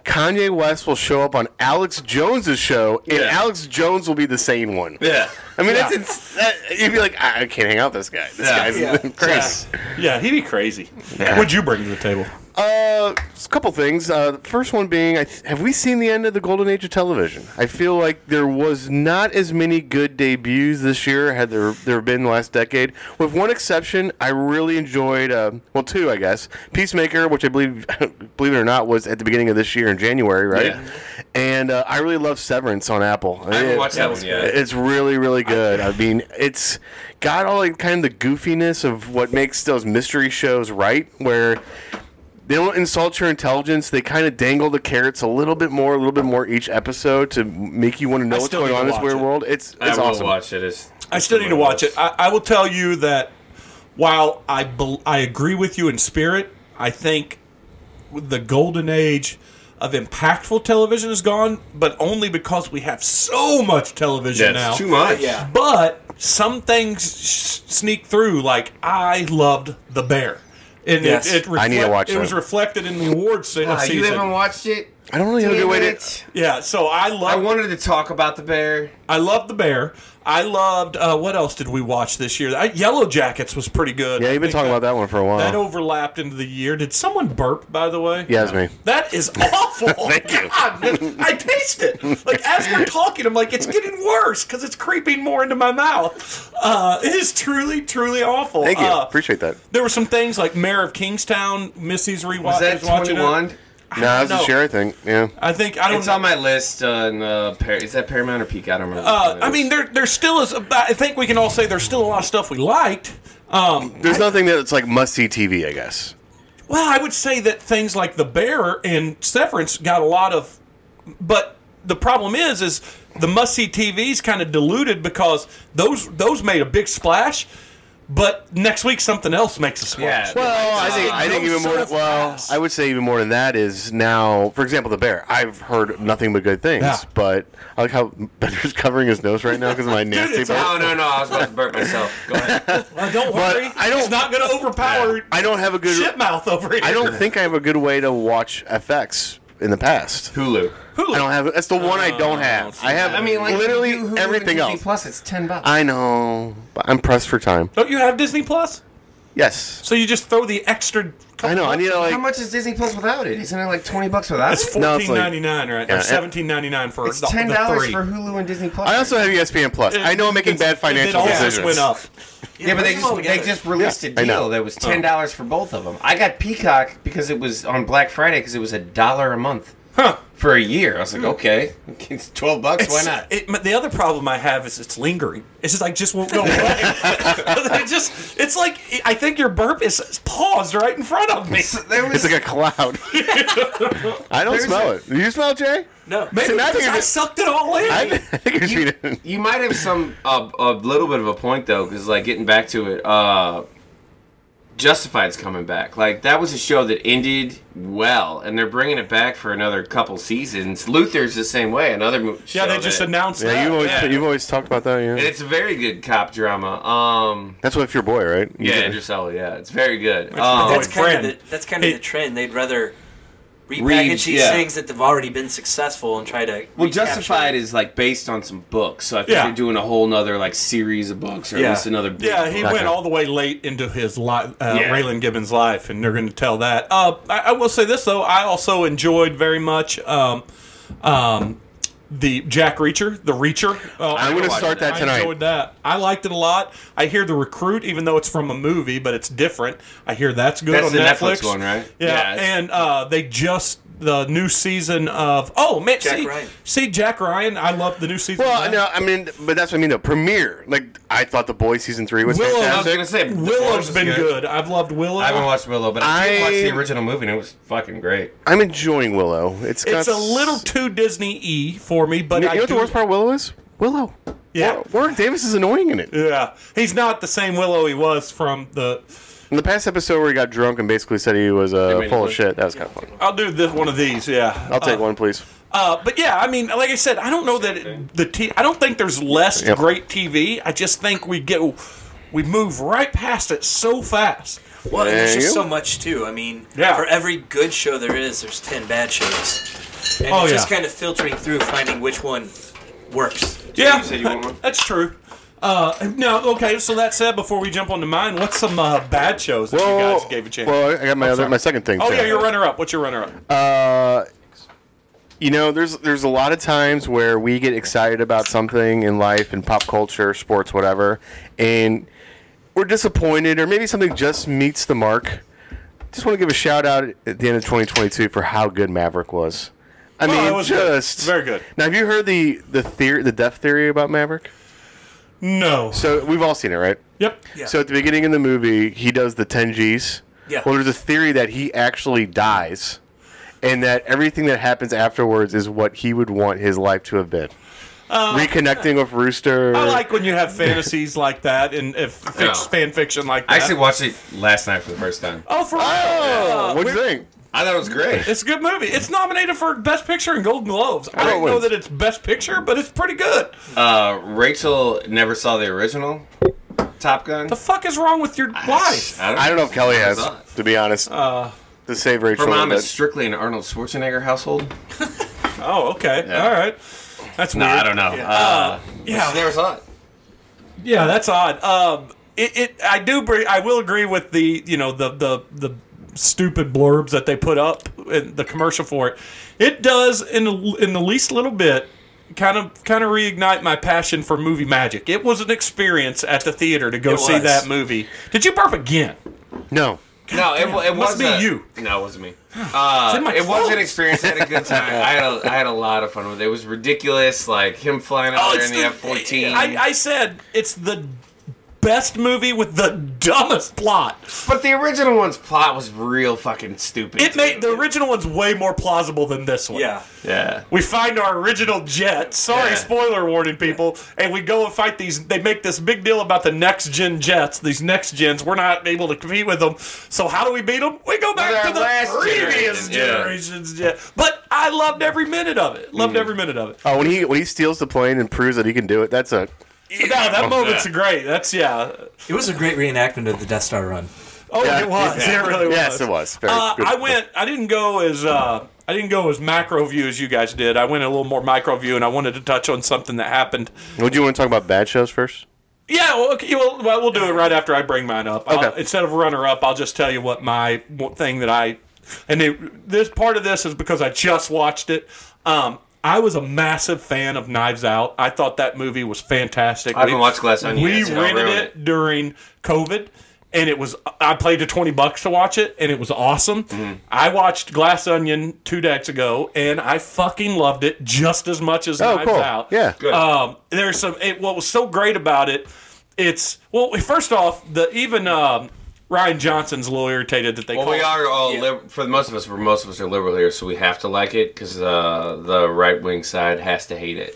[SPEAKER 5] Kanye West will show up on Alex Jones's show, and
[SPEAKER 2] Yeah.
[SPEAKER 5] Alex Jones will be the same one.
[SPEAKER 2] Yeah.
[SPEAKER 5] I mean, that's it's, that, you'd be like, I I can't hang out with this guy. This
[SPEAKER 2] Yeah.
[SPEAKER 5] guy's
[SPEAKER 3] Yeah.
[SPEAKER 5] crazy.
[SPEAKER 1] Yeah, he'd be crazy.
[SPEAKER 2] Yeah.
[SPEAKER 1] What'd you bring to the table?
[SPEAKER 5] Uh, a couple things. Uh, the first one being, I th- have we seen the end of the golden age of television? I feel like there was not as many good debuts this year had there there been the last decade. With one exception, I really enjoyed. Uh, well, two, I guess. Peacemaker, which I believe, believe it or not, was at the beginning of this year in January, right?
[SPEAKER 2] Yeah.
[SPEAKER 5] And uh, I really love Severance on Apple.
[SPEAKER 2] I haven't watched that one yet.
[SPEAKER 5] It's really, really good. I mean, it's got all like, kind of the goofiness of what makes those mystery shows right, where they don't insult your intelligence. They kind of dangle the carrots a little bit more, a little bit more each episode to make you want to know what's
[SPEAKER 1] still
[SPEAKER 5] going
[SPEAKER 1] need
[SPEAKER 5] on in
[SPEAKER 1] to
[SPEAKER 5] this
[SPEAKER 1] watch
[SPEAKER 5] weird
[SPEAKER 1] it.
[SPEAKER 5] world. It's
[SPEAKER 2] I
[SPEAKER 5] it's
[SPEAKER 2] will
[SPEAKER 5] awesome.
[SPEAKER 2] watch it. It's,
[SPEAKER 1] I still need to watch it. I, I will tell you that while I bel I agree with you in spirit, I think the golden age of impactful television is gone, but only because we have so much television
[SPEAKER 2] That's
[SPEAKER 1] now.
[SPEAKER 2] too much.
[SPEAKER 3] Yeah.
[SPEAKER 1] But some things sh- sneak through. Like I loved the bear. And
[SPEAKER 3] Yes.
[SPEAKER 1] it, it
[SPEAKER 5] I need to
[SPEAKER 1] reflect-
[SPEAKER 5] watch
[SPEAKER 1] It was
[SPEAKER 5] that.
[SPEAKER 1] reflected in the awards se-
[SPEAKER 2] Ah, you
[SPEAKER 1] season.
[SPEAKER 2] haven't watched it?
[SPEAKER 5] I don't really have a good way
[SPEAKER 2] Damn
[SPEAKER 5] to.
[SPEAKER 2] it.
[SPEAKER 1] yeah, so I
[SPEAKER 2] I
[SPEAKER 1] love
[SPEAKER 2] wanted to talk about the bear.
[SPEAKER 1] I love the bear. I loved uh, what else did we watch this year? I, Yellow Jackets was pretty good.
[SPEAKER 5] Yeah,
[SPEAKER 1] I
[SPEAKER 5] you've been
[SPEAKER 1] think
[SPEAKER 5] talking about that one for a
[SPEAKER 1] that
[SPEAKER 5] while.
[SPEAKER 1] overlapped into the year. Did someone burp by the way?
[SPEAKER 5] Yeah, it's me.
[SPEAKER 1] That is awful.
[SPEAKER 5] Thank you.
[SPEAKER 1] God, I taste it. Like as we're talking, I'm like, it's getting worse because it's creeping more into my mouth. Uh, it is truly, truly awful.
[SPEAKER 5] Thank you.
[SPEAKER 1] Uh,
[SPEAKER 5] Appreciate that.
[SPEAKER 1] there were some things like Mayor of Kingstown, Missy's rewatch.
[SPEAKER 2] Was that
[SPEAKER 1] watching it.
[SPEAKER 2] 21?
[SPEAKER 5] No, that's a
[SPEAKER 1] know.
[SPEAKER 5] share, I think. Yeah.
[SPEAKER 1] I think I don't.
[SPEAKER 2] It's
[SPEAKER 1] know.
[SPEAKER 2] on my list. Uh, in, uh, Par- is that Paramount or Peacock? I don't remember.
[SPEAKER 1] Uh, I mean, there there still is. a- I think we can all say there's still a lot of stuff we liked. Um,
[SPEAKER 5] There's nothing that's like must see TV, I guess.
[SPEAKER 1] well, I would say that things like the Bear and Severance got a lot of, but the problem is, is the must see TV's kind of diluted because those those made a big splash, but next week something else makes a splash.
[SPEAKER 2] yeah.
[SPEAKER 5] Well, I think I think
[SPEAKER 1] goes
[SPEAKER 5] even more.
[SPEAKER 1] so
[SPEAKER 5] Well,
[SPEAKER 1] fast.
[SPEAKER 5] I would say even more than that is now. For example, the bear. I've heard nothing but good things.
[SPEAKER 1] Yeah.
[SPEAKER 5] But I like how Bender's covering his nose right now because my nasty.
[SPEAKER 1] it's
[SPEAKER 5] burp.
[SPEAKER 2] no, no, no. I was about to burp myself. Go ahead.
[SPEAKER 1] Well, don't
[SPEAKER 5] But
[SPEAKER 1] worry,
[SPEAKER 5] I don't-
[SPEAKER 1] It's not going to overpower
[SPEAKER 5] I don't have a good.
[SPEAKER 1] shit mouth over here.
[SPEAKER 5] I don't think I have a good way to watch FX in the past.
[SPEAKER 2] Hulu.
[SPEAKER 5] I don't have. That's the one I don't have. I have. I mean, like literally
[SPEAKER 2] you- Hulu
[SPEAKER 5] everything
[SPEAKER 2] and Disney
[SPEAKER 5] else.
[SPEAKER 2] Plus, it's ten bucks.
[SPEAKER 5] I know, but I'm pressed for time.
[SPEAKER 1] Don't you have Disney Plus?
[SPEAKER 5] Yes,
[SPEAKER 1] So you just throw the extra.
[SPEAKER 5] I know. I need to
[SPEAKER 2] How
[SPEAKER 5] like.
[SPEAKER 2] much is Disney Plus without it? Isn't it like twenty bucks without
[SPEAKER 1] It's
[SPEAKER 2] it?
[SPEAKER 5] No, it's
[SPEAKER 1] fourteen
[SPEAKER 5] like-
[SPEAKER 1] ninety nine, right?
[SPEAKER 5] Yeah,
[SPEAKER 1] or
[SPEAKER 5] it-
[SPEAKER 1] seventeen ninety nine for
[SPEAKER 2] It's
[SPEAKER 1] the,
[SPEAKER 2] ten
[SPEAKER 1] the
[SPEAKER 2] dollars
[SPEAKER 1] three.
[SPEAKER 2] for Hulu and Disney Plus.
[SPEAKER 5] I also have E ESPN Plus. I know I'm making bad financial
[SPEAKER 1] it all
[SPEAKER 5] decisions.
[SPEAKER 1] Just went up.
[SPEAKER 2] yeah, but they
[SPEAKER 3] Put them all
[SPEAKER 2] just they
[SPEAKER 3] together.
[SPEAKER 2] just released
[SPEAKER 5] Yeah,
[SPEAKER 2] a
[SPEAKER 5] I know.
[SPEAKER 2] deal that was ten dollars for both of them. I got Peacock because it was on Black Friday because it was a dollar a month
[SPEAKER 1] Huh.
[SPEAKER 2] for a year. I was like, okay, Hmm. it's twelve bucks. why not?
[SPEAKER 1] It, but the other problem I have is it's lingering. It's just like just won't go away. it just it's like I think your burp is paused right in front of me.
[SPEAKER 2] So there was
[SPEAKER 5] It's like a cloud. I don't smell it. Do you smell it, Jay?
[SPEAKER 3] No.
[SPEAKER 1] Maybe
[SPEAKER 5] See, now I
[SPEAKER 1] because
[SPEAKER 5] think
[SPEAKER 1] I
[SPEAKER 5] it-
[SPEAKER 1] sucked it all in.
[SPEAKER 5] I think you're seeing it.
[SPEAKER 2] You might have some a a little bit of a point though, because like getting back to it, uh, Justified's coming back. Like that was a show that ended well, and they're bringing it back for another couple seasons. Luther's the same way. Another mo-
[SPEAKER 1] yeah,
[SPEAKER 2] show
[SPEAKER 1] they just
[SPEAKER 2] that-
[SPEAKER 1] announced
[SPEAKER 5] Yeah,
[SPEAKER 1] that.
[SPEAKER 5] you've always
[SPEAKER 2] yeah.
[SPEAKER 5] you've always talked about that.
[SPEAKER 2] and
[SPEAKER 5] Yeah,
[SPEAKER 2] it's a very good cop drama. Um,
[SPEAKER 5] that's with your boy, right? You
[SPEAKER 2] yeah,
[SPEAKER 5] did-
[SPEAKER 2] Idris Elba. Yeah, it's very good.
[SPEAKER 1] but
[SPEAKER 2] Um,
[SPEAKER 3] That's
[SPEAKER 1] Boy,
[SPEAKER 3] kind
[SPEAKER 1] friend.
[SPEAKER 3] of the, that's kind of
[SPEAKER 1] Hey.
[SPEAKER 3] the trend. They'd rather repackage
[SPEAKER 2] Read-
[SPEAKER 3] these
[SPEAKER 2] yeah.
[SPEAKER 3] things that have already been successful and try to
[SPEAKER 2] well,
[SPEAKER 3] recapture
[SPEAKER 2] Justified is like based on some books, so I think
[SPEAKER 1] Yeah.
[SPEAKER 2] they're doing a whole nother like series of books, or
[SPEAKER 1] Yeah.
[SPEAKER 2] at least another. Big
[SPEAKER 1] Yeah, he
[SPEAKER 2] book.
[SPEAKER 1] went all the way late into his li- uh,
[SPEAKER 2] Yeah.
[SPEAKER 1] Raylan Gibbons' life, and they're going to tell that. Uh, I, I will say this though, I also enjoyed very much um, um, the Jack Reacher, the Reacher. Uh,
[SPEAKER 5] I'm gonna start that
[SPEAKER 1] I
[SPEAKER 5] tonight.
[SPEAKER 1] enjoyed that. I liked it a lot. I hear the recruit, even though it's from a movie, but it's different. I hear that's good
[SPEAKER 2] That's
[SPEAKER 1] on
[SPEAKER 2] the
[SPEAKER 1] Netflix.
[SPEAKER 2] Netflix one, right?
[SPEAKER 1] Yeah,
[SPEAKER 2] Yeah, it's-
[SPEAKER 1] and uh, they just the new season of oh man,
[SPEAKER 3] Jack
[SPEAKER 1] see,
[SPEAKER 3] Ryan.
[SPEAKER 1] see Jack Ryan. I love the new season. of
[SPEAKER 5] Well,
[SPEAKER 1] that.
[SPEAKER 5] no, I mean, but that's what I mean. The premiere, like, I thought the boy season three was
[SPEAKER 1] Willow-
[SPEAKER 2] I was
[SPEAKER 5] fantastic.
[SPEAKER 2] gonna say The Boys
[SPEAKER 1] Willow's
[SPEAKER 2] is
[SPEAKER 1] been good. I've loved Willow.
[SPEAKER 2] I haven't watched Willow, but I, did
[SPEAKER 5] I-
[SPEAKER 2] watch the original movie, and it was fucking great.
[SPEAKER 5] I'm enjoying Willow. It's got
[SPEAKER 1] It's a little
[SPEAKER 5] s-
[SPEAKER 1] too Disney y for me, but
[SPEAKER 5] you
[SPEAKER 1] I
[SPEAKER 5] know what the
[SPEAKER 1] do-
[SPEAKER 5] worst part? of Willow is Willow.
[SPEAKER 1] Yeah.
[SPEAKER 5] War- Warwick Davis is annoying in it.
[SPEAKER 1] Yeah, he's not the same Willow he was from the.
[SPEAKER 5] In the past episode where he got drunk and basically said he was uh,
[SPEAKER 2] made it
[SPEAKER 5] full of
[SPEAKER 2] look-
[SPEAKER 5] shit, that was kind of fun.
[SPEAKER 1] I'll do this one of these. Yeah,
[SPEAKER 5] I'll take one, please.
[SPEAKER 1] Uh, but yeah, I mean, like I said, I don't know that it, the t- I don't think there's less
[SPEAKER 5] Yep.
[SPEAKER 1] great TV. I just think we get we move right past it so fast.
[SPEAKER 3] Well, and there's
[SPEAKER 5] There you
[SPEAKER 3] just
[SPEAKER 5] go.
[SPEAKER 3] so much too. I mean,
[SPEAKER 1] Yeah.
[SPEAKER 3] for every good show there is, there's ten bad shows, and
[SPEAKER 1] Oh,
[SPEAKER 3] it's just
[SPEAKER 1] yeah.
[SPEAKER 3] kind of filtering through, finding which one works.
[SPEAKER 1] Yeah,
[SPEAKER 2] said you want one?
[SPEAKER 1] that's true. Uh, no, okay. So that said, before we jump onto mine, what's some uh, bad shows that you guys gave a chance?
[SPEAKER 5] Oh, well, I got my other,
[SPEAKER 1] sorry.
[SPEAKER 5] my second thing.
[SPEAKER 1] oh
[SPEAKER 5] too.
[SPEAKER 1] yeah, your runner up. What's your runner up?
[SPEAKER 5] Uh, you know, there's there's a lot of times where we get excited about something in life and pop culture, sports, whatever, and we're disappointed, or maybe something just meets the mark. Just want to give a shout out at the end of 2022 for how good Maverick was. I mean,
[SPEAKER 1] Oh, it was good.
[SPEAKER 5] just
[SPEAKER 1] Very good.
[SPEAKER 5] Now, have you heard the the theory, the death theory about Maverick?
[SPEAKER 1] no.
[SPEAKER 5] So we've all seen it, right?
[SPEAKER 1] Yep.
[SPEAKER 3] Yeah.
[SPEAKER 5] So at the beginning of the movie, he does the 10 Gs.
[SPEAKER 3] Yeah.
[SPEAKER 5] Well, there's a theory that he actually dies and that everything that happens afterwards is what he would want his life to have been. Reconnecting with Rooster.
[SPEAKER 1] Uh, I like when you have fantasies like that and if fix,
[SPEAKER 2] Yeah.
[SPEAKER 1] fan fiction like that.
[SPEAKER 2] I actually watched it last night for the first time.
[SPEAKER 1] oh, for real?
[SPEAKER 5] Oh,
[SPEAKER 1] Uh,
[SPEAKER 5] what do
[SPEAKER 1] we're-
[SPEAKER 5] you think?
[SPEAKER 2] I thought it was great.
[SPEAKER 1] It's a good movie. It's nominated for Best Picture and Golden Globes. I
[SPEAKER 5] Oh, it
[SPEAKER 1] don't know
[SPEAKER 5] wins.
[SPEAKER 1] that it's Best Picture, but it's pretty good.
[SPEAKER 2] Uh, Rachel never saw the original. Top Gun?
[SPEAKER 1] The fuck is wrong with your wife?
[SPEAKER 5] I don't know if Kelly has,
[SPEAKER 2] not.
[SPEAKER 5] to be honest.
[SPEAKER 1] Uh,
[SPEAKER 5] to save
[SPEAKER 2] Her
[SPEAKER 5] Rachel a
[SPEAKER 2] mom is
[SPEAKER 5] bit.
[SPEAKER 2] strictly an Arnold Schwarzenegger household.
[SPEAKER 1] Oh, okay. All right. That's
[SPEAKER 2] No,
[SPEAKER 1] weird.
[SPEAKER 2] I don't know. Uh,
[SPEAKER 1] Yeah,
[SPEAKER 2] never saw it.
[SPEAKER 1] Yeah, that's odd. Um, it, it I do br- I will agree with the you know the the the stupid blurbs that they put up in the commercial for it. It does in the, in the least little bit kind of kind of reignite my passion for movie magic. It was an experience at the theater to go
[SPEAKER 3] It
[SPEAKER 1] see
[SPEAKER 3] was.
[SPEAKER 1] that movie. Did you burp again?
[SPEAKER 5] No.
[SPEAKER 2] No, it, wa- it
[SPEAKER 1] must
[SPEAKER 2] was
[SPEAKER 1] be
[SPEAKER 2] a-
[SPEAKER 1] you.
[SPEAKER 2] No, it wasn't me. Uh,
[SPEAKER 1] in my
[SPEAKER 2] it was
[SPEAKER 1] clothes.
[SPEAKER 2] an experience. I had a good time. I had a, I had a lot of fun with it. It was ridiculous, like him flying out there in Oh, the F fourteen.
[SPEAKER 1] Oh, I, I said it's the best movie with the dumbest plot.
[SPEAKER 2] But the original one's plot was real fucking stupid.
[SPEAKER 1] It made the
[SPEAKER 2] too.
[SPEAKER 1] original one's way more plausible than this one.
[SPEAKER 3] Yeah.
[SPEAKER 2] yeah.
[SPEAKER 1] We find our original jet. Sorry,
[SPEAKER 2] Yeah.
[SPEAKER 1] spoiler warning, people. And we go and fight these. They make this big deal about the next gen jets. These next gens, we're not able to compete with them. So how do we beat them? We go
[SPEAKER 2] With
[SPEAKER 1] back
[SPEAKER 2] our
[SPEAKER 1] to the
[SPEAKER 2] last
[SPEAKER 1] previous
[SPEAKER 2] generation, yeah.
[SPEAKER 1] generation's jet. But I loved every minute of it.
[SPEAKER 2] Mm.
[SPEAKER 1] Loved every minute of it.
[SPEAKER 5] Oh, when he when he steals the plane and proves that he can do it, that's a
[SPEAKER 1] No, that moment's great. That's yeah.
[SPEAKER 3] It was a great reenactment of the Death Star run.
[SPEAKER 1] Oh,
[SPEAKER 5] Yeah.
[SPEAKER 1] it was. It really was.
[SPEAKER 5] yes, it was. Very
[SPEAKER 1] Uh,
[SPEAKER 5] good.
[SPEAKER 1] I went. I didn't go as. Uh, I didn't go as macro view as you guys did. I went a little more micro view, and I wanted to touch on something that happened
[SPEAKER 5] Would you want to talk about bad shows first?
[SPEAKER 1] Yeah, well, okay, well, well, we'll do it right after I bring mine up. I'll-
[SPEAKER 5] Okay.
[SPEAKER 1] instead of runner up, I'll just tell you what my what thing that I and it, this part of this is because I just watched it. Um, I was a massive fan of Knives Out. I thought that movie was fantastic.
[SPEAKER 2] I haven't watched Glass Onion
[SPEAKER 1] We
[SPEAKER 2] yet, so don't
[SPEAKER 1] rented
[SPEAKER 2] ruin
[SPEAKER 1] it during COVID, and it was I played to twenty bucks to watch it, and it was awesome.
[SPEAKER 2] Mm-hmm.
[SPEAKER 1] I watched Glass Onion two days ago, and I fucking loved it just as much as
[SPEAKER 5] Oh,
[SPEAKER 1] Knives
[SPEAKER 5] cool.
[SPEAKER 1] Out.
[SPEAKER 5] Yeah.
[SPEAKER 2] Good.
[SPEAKER 1] Um, there's some. It, what was so great about it? It's well. First off, the even um, Ryan Johnson's a little irritated that they.
[SPEAKER 2] Well,
[SPEAKER 1] call
[SPEAKER 2] we are all
[SPEAKER 3] Yeah.
[SPEAKER 2] lib- for the most of us. We're most of us are liberal here, so we have to like it because uh, the right wing side has to hate it.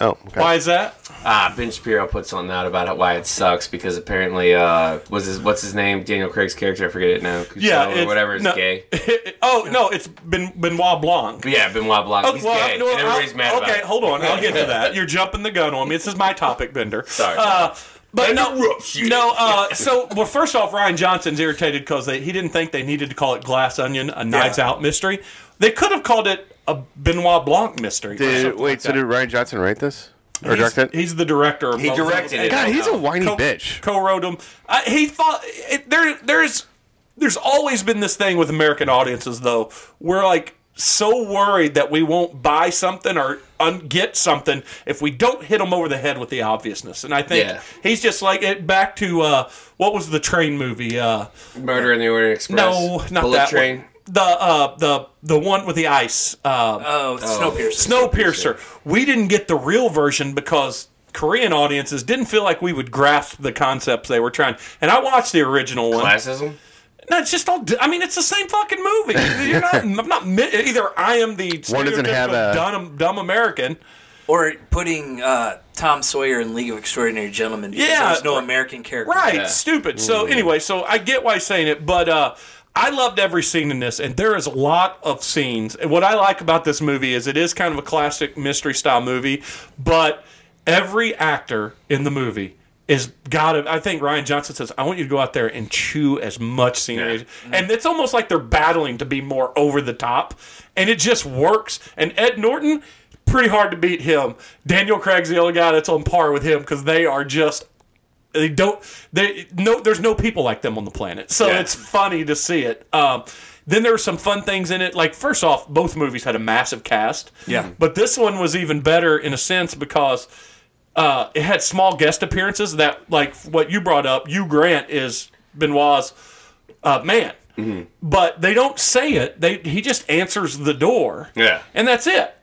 [SPEAKER 5] Oh, okay.
[SPEAKER 1] Why is that?
[SPEAKER 2] Ah, Ben Shapiro put something out about it, why it sucks because apparently, uh, was his what's his name? Daniel Craig's character, I forget it now. Cusel
[SPEAKER 1] Yeah,
[SPEAKER 2] or
[SPEAKER 1] it's-
[SPEAKER 2] whatever is
[SPEAKER 1] no.
[SPEAKER 2] gay.
[SPEAKER 1] oh no, it's Ben Benoit Blanc.
[SPEAKER 2] But yeah, Benoit Blanc. He's
[SPEAKER 1] well,
[SPEAKER 2] gay.
[SPEAKER 1] no,
[SPEAKER 2] and everybody's
[SPEAKER 1] I'll-
[SPEAKER 2] mad
[SPEAKER 1] okay,
[SPEAKER 2] about
[SPEAKER 1] hold on. I'll get to that. You're jumping the gun on me. This is my topic, Bender.
[SPEAKER 2] Sorry.
[SPEAKER 1] Uh, but no,
[SPEAKER 2] Interruption.
[SPEAKER 1] no. Uh, so, well, first off, Ryan Johnson's irritated because he didn't think they needed to call it Glass Onion, a Knives Out mystery. They could have called it a Benoit Blanc mystery. or
[SPEAKER 5] Did,
[SPEAKER 1] something
[SPEAKER 5] wait,
[SPEAKER 1] like
[SPEAKER 5] so
[SPEAKER 1] that.
[SPEAKER 5] did Ryan Johnson write this or
[SPEAKER 1] he's,
[SPEAKER 5] direct it?
[SPEAKER 1] he's the director. Of
[SPEAKER 2] it. He
[SPEAKER 1] both.
[SPEAKER 2] directed it.
[SPEAKER 5] God,
[SPEAKER 2] though.
[SPEAKER 5] he's a whiny
[SPEAKER 1] Co-
[SPEAKER 5] bitch.
[SPEAKER 1] Co-wrote him. Uh, he thought it, there. There's there's always been this thing with American audiences though. We're like so worried that we won't buy something or un- get something if we don't hit them over the head with the obviousness. And I think
[SPEAKER 2] Yeah.
[SPEAKER 1] he's just like it back to uh, what was the train movie? Uh,
[SPEAKER 2] Murder in the Orient Express.
[SPEAKER 1] no, not
[SPEAKER 2] Bullet
[SPEAKER 1] that
[SPEAKER 2] Train.
[SPEAKER 1] one. The uh, the the one with the ice. Uh,
[SPEAKER 3] Oh, Snowpiercer.
[SPEAKER 1] Snowpiercer. We didn't get the real version because Korean audiences didn't feel like we would grasp the concepts they were trying. And I watched the original one.
[SPEAKER 2] Classism.
[SPEAKER 1] No, it's just all. I mean, it's the same fucking movie. You're not. I'm not. mi- Either I am the
[SPEAKER 5] One doesn't have
[SPEAKER 1] stereotypical
[SPEAKER 5] a-
[SPEAKER 1] dumb, dumb American.
[SPEAKER 3] Or putting uh, Tom Sawyer in League of Extraordinary Gentlemen because
[SPEAKER 1] Yeah.
[SPEAKER 3] there was no American character.
[SPEAKER 1] Right,
[SPEAKER 2] Yeah.
[SPEAKER 1] stupid. So anyway, so I get why he's saying it, but uh, I loved every scene in this, and there is a lot of scenes. And what I like about this movie is it is kind of a classic mystery style movie, but every actor in the movie is got to. I think Ryan Johnson says, "I want you to go out there and chew as much scenery," as-" and it's almost like they're battling to be more over the top, and it just works. And Ed Norton. Pretty hard to beat him. Daniel Craig's the only guy that's on par with him because they are just they don't they no there's no people like them on the planet so
[SPEAKER 2] Yeah.
[SPEAKER 1] it's funny to see it um, then there were some fun things in it like first off both movies had a massive cast
[SPEAKER 3] Yeah.
[SPEAKER 1] but this one was even better in a sense because uh, it had small guest appearances that like what you brought up you grant is benoit's uh, man
[SPEAKER 2] Mm-hmm.
[SPEAKER 1] but they don't say it they he just answers the door
[SPEAKER 2] Yeah.
[SPEAKER 1] and that's it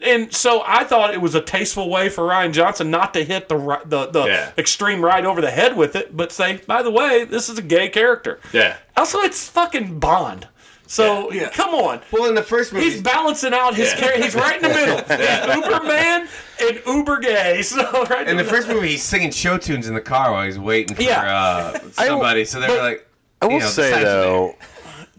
[SPEAKER 1] and so I thought it was a tasteful way for Ryan Johnson not to hit the ri- the, the
[SPEAKER 2] Yeah.
[SPEAKER 1] extreme right over the head with it, but say, by the way, this is a gay character.
[SPEAKER 2] Yeah.
[SPEAKER 1] Also, it's fucking Bond. So
[SPEAKER 3] Yeah. Yeah.
[SPEAKER 1] come on.
[SPEAKER 2] Well, in the first movie,
[SPEAKER 1] He's balancing out his
[SPEAKER 2] Yeah.
[SPEAKER 1] character. He's right in the middle. He's uber man and uber gay. So right
[SPEAKER 2] in the
[SPEAKER 1] middle.
[SPEAKER 2] first movie, he's singing show tunes in the car while he's waiting for
[SPEAKER 1] Yeah.
[SPEAKER 2] uh, somebody. so they were like,
[SPEAKER 5] I will
[SPEAKER 2] you know,
[SPEAKER 5] say
[SPEAKER 2] besides
[SPEAKER 5] though,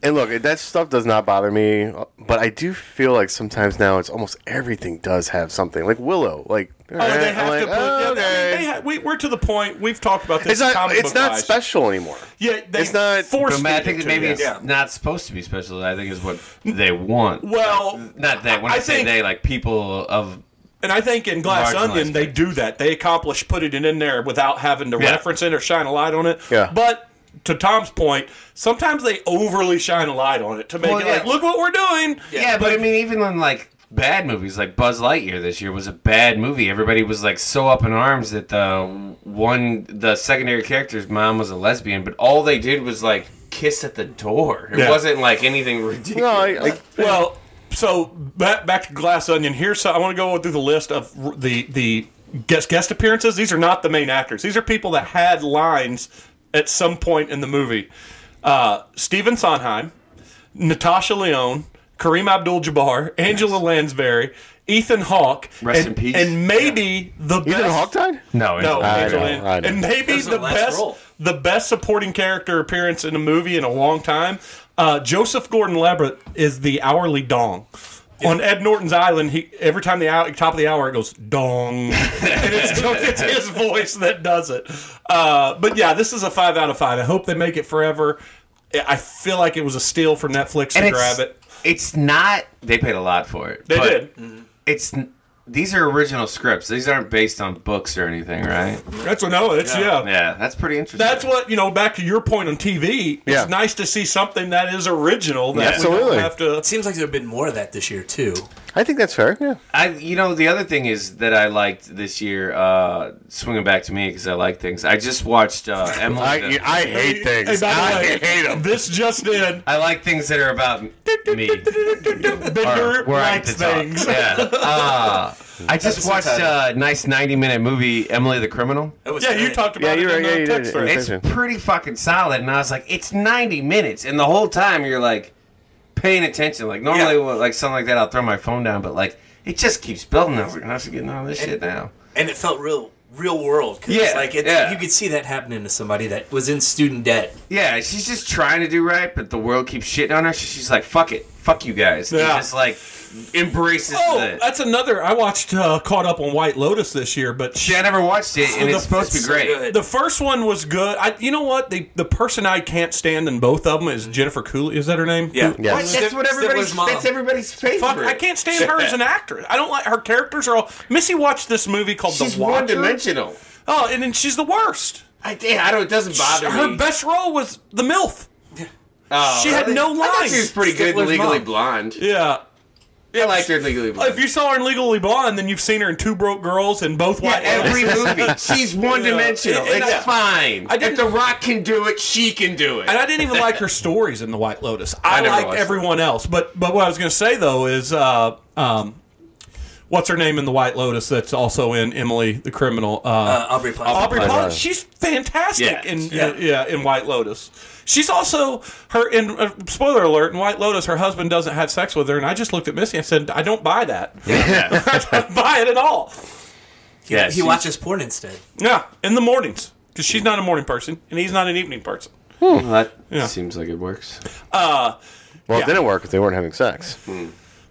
[SPEAKER 5] And look, that stuff does not bother me, but I do feel like sometimes now it's almost everything does have something. Like Willow, like
[SPEAKER 1] Oh,
[SPEAKER 5] alright,
[SPEAKER 1] they
[SPEAKER 5] I'm
[SPEAKER 1] have
[SPEAKER 5] like,
[SPEAKER 1] to put. yeah,
[SPEAKER 5] "Oh,
[SPEAKER 1] I mean,
[SPEAKER 5] okay."
[SPEAKER 1] they ha- we, we're to the point. We've talked about this.
[SPEAKER 5] It's not.
[SPEAKER 1] comic
[SPEAKER 5] It's
[SPEAKER 1] book
[SPEAKER 5] not
[SPEAKER 1] wise.
[SPEAKER 5] special anymore.
[SPEAKER 1] Yeah, they
[SPEAKER 5] it's not-
[SPEAKER 1] forced.
[SPEAKER 2] But I
[SPEAKER 1] it
[SPEAKER 2] think that
[SPEAKER 1] to
[SPEAKER 2] maybe
[SPEAKER 1] you.
[SPEAKER 2] it's
[SPEAKER 3] Yeah.
[SPEAKER 2] not supposed to be special. I think is what they want.
[SPEAKER 1] Well,
[SPEAKER 2] Like, not that. When
[SPEAKER 1] I
[SPEAKER 2] I, say
[SPEAKER 1] think-
[SPEAKER 2] they, like people of
[SPEAKER 1] And I think in Glass
[SPEAKER 2] Marginalized
[SPEAKER 1] Onion they do that. They accomplish putting it in there without having to
[SPEAKER 2] Yeah.
[SPEAKER 1] reference it or shine a light on it.
[SPEAKER 5] Yeah.
[SPEAKER 1] But to Tom's point, sometimes they overly shine a light on it to make
[SPEAKER 2] Well,
[SPEAKER 1] it
[SPEAKER 2] yeah.
[SPEAKER 1] like, look what we're doing.
[SPEAKER 2] Yeah, but, I mean, even on like bad movies, like Buzz Lightyear this year was a bad movie. Everybody was like so up in arms that the one, the secondary character's mom was a lesbian, but all they did was like kiss at the door. It
[SPEAKER 1] Yeah.
[SPEAKER 2] wasn't like anything ridiculous.
[SPEAKER 5] No, I, I,
[SPEAKER 1] Well, so back back to Glass Onion. Here's so I want to go through the list of r- the the guest guest appearances. These are not the main actors. These are people that had lines at some point in the movie. Uh, Steven Sondheim, Natasha Leone, Kareem Abdul-Jabbar, Angela Lansbury, Ethan Hawke,
[SPEAKER 2] Rest
[SPEAKER 1] and,
[SPEAKER 2] in peace.
[SPEAKER 1] and maybe the
[SPEAKER 5] you did
[SPEAKER 1] best.
[SPEAKER 5] Hawktide?
[SPEAKER 2] no,
[SPEAKER 1] No,
[SPEAKER 2] it's-
[SPEAKER 5] I
[SPEAKER 1] Angela
[SPEAKER 5] know,
[SPEAKER 1] Lan-
[SPEAKER 5] I know.
[SPEAKER 1] and maybe
[SPEAKER 3] was her
[SPEAKER 1] the
[SPEAKER 3] last
[SPEAKER 1] best
[SPEAKER 3] role.
[SPEAKER 1] the best supporting character appearance in a movie in a long time. Uh, Joseph Gordon-Levitt is the hourly dong. On Ed Norton's Island, he every time the hour, top of the hour it goes dong, and it's, it's his voice that does it. Uh, but yeah, this is a five out of five. I hope they make it forever. I- I feel like it was a steal for Netflix to
[SPEAKER 2] and
[SPEAKER 1] grab
[SPEAKER 2] it's,
[SPEAKER 1] it.
[SPEAKER 2] it's not. They paid a lot for it.
[SPEAKER 1] They
[SPEAKER 2] but
[SPEAKER 1] did.
[SPEAKER 2] It's n- these are original scripts. These aren't based on books or anything, right?
[SPEAKER 1] That's what. No, it's yeah.
[SPEAKER 2] Yeah, that's pretty interesting.
[SPEAKER 1] That's what you know. Back to your point on TV, it's
[SPEAKER 5] Yeah.
[SPEAKER 1] nice to see something that is original. That
[SPEAKER 2] Yeah,
[SPEAKER 1] We
[SPEAKER 5] absolutely.
[SPEAKER 1] don't have to.
[SPEAKER 3] It seems like there have been more of that this year too.
[SPEAKER 5] I think that's fair. Yeah.
[SPEAKER 2] I, you know, the other thing is that I liked this year. Uh, swinging back to me because I like things. I just watched uh, Emily.
[SPEAKER 5] I,
[SPEAKER 2] the-
[SPEAKER 5] you- I hate
[SPEAKER 1] Hey,
[SPEAKER 5] things.
[SPEAKER 1] by the
[SPEAKER 5] I
[SPEAKER 1] way,
[SPEAKER 5] hate them.
[SPEAKER 1] This just in.
[SPEAKER 2] I like things that are about me.
[SPEAKER 1] Bender
[SPEAKER 2] Or where I
[SPEAKER 1] likes
[SPEAKER 2] get to talk.
[SPEAKER 1] things.
[SPEAKER 2] Yeah. Uh, I just watched a nice ninety-minute movie, Emily the Criminal.
[SPEAKER 3] That was
[SPEAKER 1] Yeah, you
[SPEAKER 3] good.
[SPEAKER 1] talked
[SPEAKER 5] Yeah,
[SPEAKER 1] about
[SPEAKER 5] you're
[SPEAKER 1] it
[SPEAKER 5] right.
[SPEAKER 1] in
[SPEAKER 5] Yeah,
[SPEAKER 1] the
[SPEAKER 5] you
[SPEAKER 1] text
[SPEAKER 5] did.
[SPEAKER 1] thread.
[SPEAKER 2] It's pretty fucking solid, and I was like, it's ninety minutes, and the whole time you're like paying attention. Like normally,
[SPEAKER 3] Yeah.
[SPEAKER 2] when- like something like that, I'll throw my phone down, but like it just keeps building. I was like, I should get all this shit now.
[SPEAKER 3] and it felt real, real world. 'cause
[SPEAKER 2] Yeah,
[SPEAKER 3] like it,
[SPEAKER 2] yeah.
[SPEAKER 3] you could see that happening to somebody that was in student debt.
[SPEAKER 2] Yeah, she's just trying to do right, but the world keeps shitting on her. So she's like, "Fuck it, fuck you guys." And
[SPEAKER 1] Yeah.
[SPEAKER 2] just like embraces
[SPEAKER 1] Oh,
[SPEAKER 2] it.
[SPEAKER 1] that's another. I watched uh, Caught Up on White Lotus this year, but
[SPEAKER 2] Shit, I never watched it, and
[SPEAKER 1] the-
[SPEAKER 2] it's supposed to be
[SPEAKER 3] it's so
[SPEAKER 2] great.
[SPEAKER 3] good.
[SPEAKER 1] the first one was good. I, you know what? The the person I can't stand in both of them is Jennifer Cooley. Is that her name?
[SPEAKER 3] Yeah.
[SPEAKER 5] Yeah.
[SPEAKER 2] What? That's what
[SPEAKER 3] Stifler's
[SPEAKER 2] everybody's.
[SPEAKER 3] mom.
[SPEAKER 2] That's everybody's favorite.
[SPEAKER 1] Fuck, I can't stand her as an actress. I don't like her characters are all. Missy watched this movie called
[SPEAKER 2] She's
[SPEAKER 1] The Watcher.
[SPEAKER 2] one-dimensional.
[SPEAKER 1] Oh, and then she's the worst.
[SPEAKER 2] I, yeah, I don't. It doesn't bother
[SPEAKER 1] Her
[SPEAKER 2] me.
[SPEAKER 1] best role was the MILF.
[SPEAKER 2] Oh,
[SPEAKER 1] she had
[SPEAKER 2] really?
[SPEAKER 1] no
[SPEAKER 2] I thought
[SPEAKER 1] lines.
[SPEAKER 2] she was pretty good. in
[SPEAKER 3] Stifler's
[SPEAKER 2] Legally
[SPEAKER 3] mom.
[SPEAKER 2] Blonde.
[SPEAKER 1] Yeah.
[SPEAKER 2] I liked her in Legally Blonde.
[SPEAKER 1] If you saw her in Legally Blonde, then you've seen her in Two Broke Girls and both
[SPEAKER 2] Yeah,
[SPEAKER 1] White Lotus.
[SPEAKER 2] every movie, she's one-dimensional.
[SPEAKER 1] Yeah, and- and
[SPEAKER 2] It's
[SPEAKER 1] I-
[SPEAKER 2] fine.
[SPEAKER 1] I
[SPEAKER 2] if
[SPEAKER 1] didn't-
[SPEAKER 2] The Rock can do it, she can do it.
[SPEAKER 1] And I didn't even like her stories in The White Lotus. I,
[SPEAKER 2] I never
[SPEAKER 1] liked
[SPEAKER 2] watched it.
[SPEAKER 1] everyone else. But but what I was going to say though is, uh, um, what's her name in The White Lotus? That's also in Emily the Criminal. Uh,
[SPEAKER 3] Uh, Aubrey Plaza.
[SPEAKER 1] Aubrey
[SPEAKER 5] Plaza.
[SPEAKER 1] Plaza. She's fantastic
[SPEAKER 2] Yeah.
[SPEAKER 1] in yeah.
[SPEAKER 3] Yeah.
[SPEAKER 1] in White Lotus. She's also her in uh, spoiler alert in White Lotus. Her husband doesn't have sex with her, and I just looked at Missy and said, I don't buy that.
[SPEAKER 2] yeah,
[SPEAKER 1] I don't buy it at all.
[SPEAKER 2] yeah,
[SPEAKER 3] he
[SPEAKER 2] she's-
[SPEAKER 3] watches porn instead.
[SPEAKER 1] Yeah, in the mornings because she's not a morning person and he's not an evening person.
[SPEAKER 2] Well, that
[SPEAKER 1] Yeah.
[SPEAKER 2] seems like it works.
[SPEAKER 5] Well,
[SPEAKER 1] Yeah.
[SPEAKER 5] it didn't work because they weren't having sex.
[SPEAKER 1] But,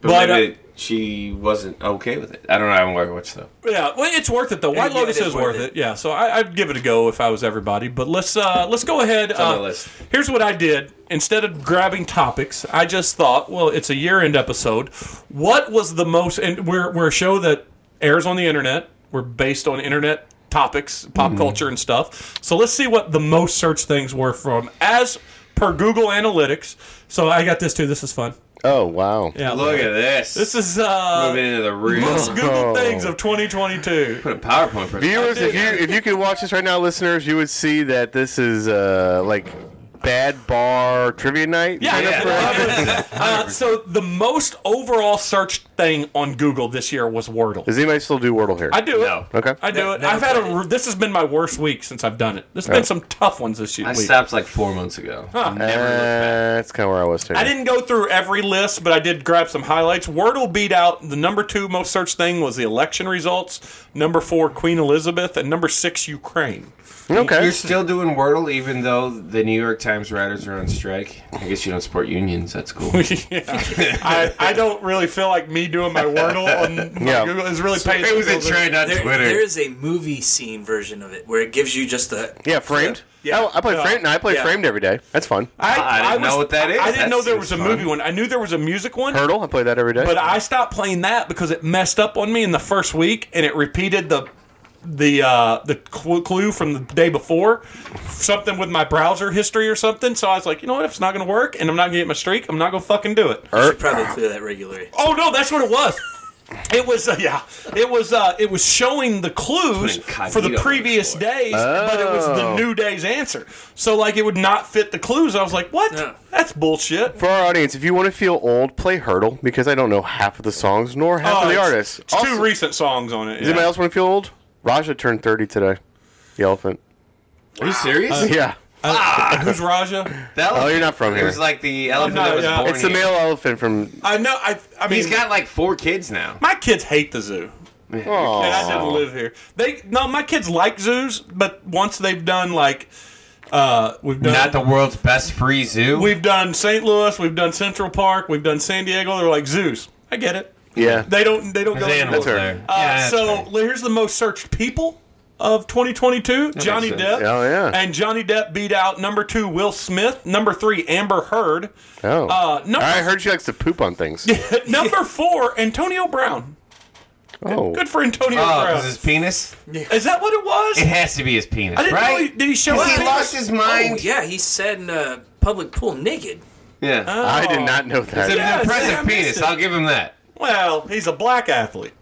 [SPEAKER 2] But,
[SPEAKER 1] uh,
[SPEAKER 2] maybe she wasn't okay with it. I don't know. I haven't watched- watched though.
[SPEAKER 1] Yeah, well, it's worth it though. White
[SPEAKER 3] Yeah,
[SPEAKER 1] Lotus
[SPEAKER 3] it
[SPEAKER 1] is,
[SPEAKER 3] is
[SPEAKER 1] worth
[SPEAKER 3] worth
[SPEAKER 1] it. Yeah, so I, I'd give it a go if I was everybody. But let's uh, let's go ahead.
[SPEAKER 2] on
[SPEAKER 1] uh,
[SPEAKER 2] my list.
[SPEAKER 1] Here's what I did. Instead of grabbing topics, I just thought, well, it's a year-end episode. What was the most? And we're we're a show that airs on the internet. We're based on internet topics, pop culture, and stuff. So let's see what the most searched things were from as per Google Analytics. So I got this too. This is fun.
[SPEAKER 5] Oh wow.
[SPEAKER 1] Yeah,
[SPEAKER 2] Look at this.
[SPEAKER 1] this is uh,
[SPEAKER 2] moving into the real.
[SPEAKER 1] most Google
[SPEAKER 5] Oh.
[SPEAKER 1] things of 2022.
[SPEAKER 2] Put a PowerPoint presentation.
[SPEAKER 5] Viewers, if you if you could watch this right now, listeners, you would see that this is uh like bad bar trivia night.
[SPEAKER 1] Yeah,
[SPEAKER 5] kind of
[SPEAKER 1] yeah,
[SPEAKER 5] for-
[SPEAKER 1] yeah. Uh, so the most overall searched thing on Google this year was Wordle.
[SPEAKER 5] Does anybody still do Wordle here?
[SPEAKER 1] I do it.
[SPEAKER 2] No.
[SPEAKER 5] Okay.
[SPEAKER 1] I do it.
[SPEAKER 3] Never
[SPEAKER 1] I've had a.
[SPEAKER 3] played
[SPEAKER 1] r- This has been my worst week since I've done it. There's been some tough ones this year.
[SPEAKER 2] I
[SPEAKER 1] week.
[SPEAKER 2] stopped like four months ago. Never looked back.
[SPEAKER 5] Uh, that's kind of where I was too.
[SPEAKER 1] I didn't go through every list, but I did grab some highlights. Wordle beat out the number two most searched thing was the election results. Number four, Queen Elizabeth, and number six, Ukraine.
[SPEAKER 5] Okay.
[SPEAKER 2] You're still doing Wordle, even though the New York times riders are on strike. I guess you don't support unions. That's cool.
[SPEAKER 1] I, I don't really feel like me doing my Wordle on
[SPEAKER 5] Yeah.
[SPEAKER 1] yeah. Google is really paying.
[SPEAKER 2] it was a trend on
[SPEAKER 3] There,
[SPEAKER 2] Twitter.
[SPEAKER 3] there is a movie scene version of it where it gives you just a
[SPEAKER 5] Yeah, framed.
[SPEAKER 1] Yeah.
[SPEAKER 5] Yeah, I, play
[SPEAKER 1] Yeah.
[SPEAKER 5] framed. No, I play
[SPEAKER 3] Yeah.
[SPEAKER 5] framed every day. That's fun.
[SPEAKER 1] I,
[SPEAKER 2] I didn't know what that is.
[SPEAKER 1] I didn't
[SPEAKER 2] That
[SPEAKER 1] know there
[SPEAKER 2] seems
[SPEAKER 1] was a
[SPEAKER 2] fun.
[SPEAKER 1] movie one. I knew there was a music one.
[SPEAKER 5] Hurdle. I play that every day.
[SPEAKER 1] But I stopped playing that because it messed up on me in the first week, and it repeated the the uh, the clu- clue from the day before, something with my browser history or something. So I was like, you know what? If it's not gonna work, and I'm not gonna get my streak, I'm not gonna fucking do it.
[SPEAKER 2] Er.
[SPEAKER 3] You should probably clear that regularly.
[SPEAKER 1] Oh no, that's what it was. It was uh, yeah. It was uh, it was showing the clues
[SPEAKER 2] incognito
[SPEAKER 1] for the previous
[SPEAKER 2] for.
[SPEAKER 1] days, but it was the
[SPEAKER 5] Oh.
[SPEAKER 1] new day's answer. So like it would not fit the clues. I was like, what?
[SPEAKER 3] No.
[SPEAKER 1] That's bullshit.
[SPEAKER 5] For our audience, if you want to feel old, play Hurdle because I don't know half of the songs nor half
[SPEAKER 1] Oh,
[SPEAKER 5] of the
[SPEAKER 1] it's-
[SPEAKER 5] artists.
[SPEAKER 1] It's
[SPEAKER 5] Also-
[SPEAKER 1] two recent songs on it.
[SPEAKER 5] Does
[SPEAKER 1] yeah.
[SPEAKER 5] anybody else want to feel old? Raja turned 30 today. The elephant.
[SPEAKER 2] Are you serious?
[SPEAKER 5] Uh, yeah.
[SPEAKER 1] Who's Raja?
[SPEAKER 2] That
[SPEAKER 5] Oh, you're not from
[SPEAKER 2] It
[SPEAKER 5] here.
[SPEAKER 2] was like the elephant
[SPEAKER 1] No,
[SPEAKER 2] that was
[SPEAKER 1] yeah.
[SPEAKER 2] born.
[SPEAKER 5] It's the
[SPEAKER 2] here.
[SPEAKER 5] male elephant from.
[SPEAKER 1] I know. I, I mean,
[SPEAKER 2] He's got like four kids now.
[SPEAKER 1] my kids hate the zoo,
[SPEAKER 5] Aw.
[SPEAKER 1] and I didn't live here. They no, my kids like zoos, but once they've done like, uh, we've done
[SPEAKER 2] Not the world's best free zoo.
[SPEAKER 1] we've done St. Louis, we've done Central Park, we've done San Diego. They're like zoos. I get it.
[SPEAKER 5] Yeah.
[SPEAKER 1] They don't. They don't go.
[SPEAKER 2] There's animals
[SPEAKER 5] her.
[SPEAKER 2] there.
[SPEAKER 1] Uh,
[SPEAKER 2] Yeah, that's
[SPEAKER 1] so
[SPEAKER 2] fair.
[SPEAKER 1] here's the most searched people of 2022: Johnny
[SPEAKER 2] sense.
[SPEAKER 1] Depp.
[SPEAKER 5] Oh, yeah.
[SPEAKER 1] And Johnny Depp beat out number two Will Smith, number three Amber Heard,
[SPEAKER 5] oh.
[SPEAKER 1] uh, number
[SPEAKER 5] I heard she likes to poop on things.
[SPEAKER 1] number four Antonio Brown.
[SPEAKER 5] Oh.
[SPEAKER 1] Good for Antonio
[SPEAKER 2] Oh,
[SPEAKER 1] Brown.
[SPEAKER 2] because his penis?
[SPEAKER 1] Is that what it was?
[SPEAKER 2] It has to be his penis,
[SPEAKER 1] I didn't
[SPEAKER 2] right?
[SPEAKER 1] know he, did he show up?
[SPEAKER 2] Because he lost his
[SPEAKER 3] Oh,
[SPEAKER 2] mind.
[SPEAKER 3] yeah, he said in a public pool naked.
[SPEAKER 2] yeah.
[SPEAKER 5] I did not know
[SPEAKER 2] it's an
[SPEAKER 5] that.
[SPEAKER 1] Oh, Uh, yeah, see, I
[SPEAKER 2] impressive
[SPEAKER 1] missed
[SPEAKER 2] penis.
[SPEAKER 1] it.
[SPEAKER 2] I'll give him that.
[SPEAKER 1] Well, he's a black athlete.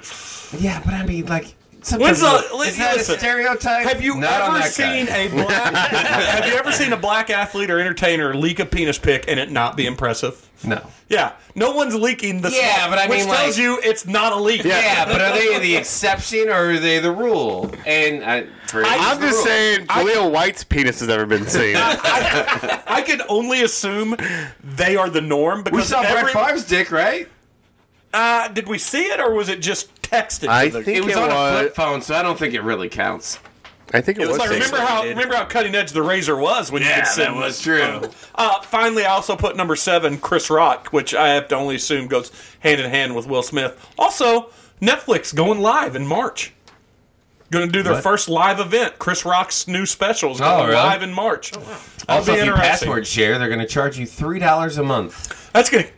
[SPEAKER 2] Yeah, but I mean, like,
[SPEAKER 1] When's
[SPEAKER 2] sometimes
[SPEAKER 1] the-
[SPEAKER 2] it's-
[SPEAKER 1] listen,
[SPEAKER 2] is that a
[SPEAKER 1] listen.
[SPEAKER 2] stereotype?
[SPEAKER 1] Have you
[SPEAKER 2] Not on
[SPEAKER 1] ever
[SPEAKER 2] that guy.
[SPEAKER 1] seen a black Have you ever seen a black athlete or entertainer leak a penis pic and it not be impressive?
[SPEAKER 2] No.
[SPEAKER 1] Yeah, no one's leaking the
[SPEAKER 2] Yeah,
[SPEAKER 1] small-
[SPEAKER 2] but I
[SPEAKER 1] which
[SPEAKER 2] mean,
[SPEAKER 1] tells
[SPEAKER 2] like-
[SPEAKER 1] you it's not a leak.
[SPEAKER 2] Yeah, but are they the exception or are they the rule? And I, for
[SPEAKER 5] I'm
[SPEAKER 2] the
[SPEAKER 5] just
[SPEAKER 2] rule.
[SPEAKER 5] saying, Khalil White's penis has never been seen.
[SPEAKER 1] I, I can only assume they are the norm because
[SPEAKER 2] We saw
[SPEAKER 1] every,
[SPEAKER 2] Brett Favre's dick, right?
[SPEAKER 1] uh, did we see it or was it just texted?
[SPEAKER 5] I
[SPEAKER 1] to the-
[SPEAKER 5] think
[SPEAKER 2] It
[SPEAKER 5] it
[SPEAKER 2] was on
[SPEAKER 5] was.
[SPEAKER 2] a flip phone, so I don't think it really counts.
[SPEAKER 5] I think it,
[SPEAKER 1] It's
[SPEAKER 5] was.
[SPEAKER 1] like
[SPEAKER 5] seen.
[SPEAKER 1] remember how remember how cutting edge the razor was when you could send this.
[SPEAKER 2] true.
[SPEAKER 1] Uh, finally, I also put number seven, Chris Rock, which I have to only assume goes hand in hand with Will Smith. Also, Netflix going live in March. Going to do their first live event. Chris Rock's new specials
[SPEAKER 2] Oh,
[SPEAKER 1] going
[SPEAKER 2] really?
[SPEAKER 1] live in March.
[SPEAKER 2] Also,
[SPEAKER 1] That'll be
[SPEAKER 2] if you
[SPEAKER 1] interesting.
[SPEAKER 2] password share, they're going to charge you three dollars a month.
[SPEAKER 1] That's going to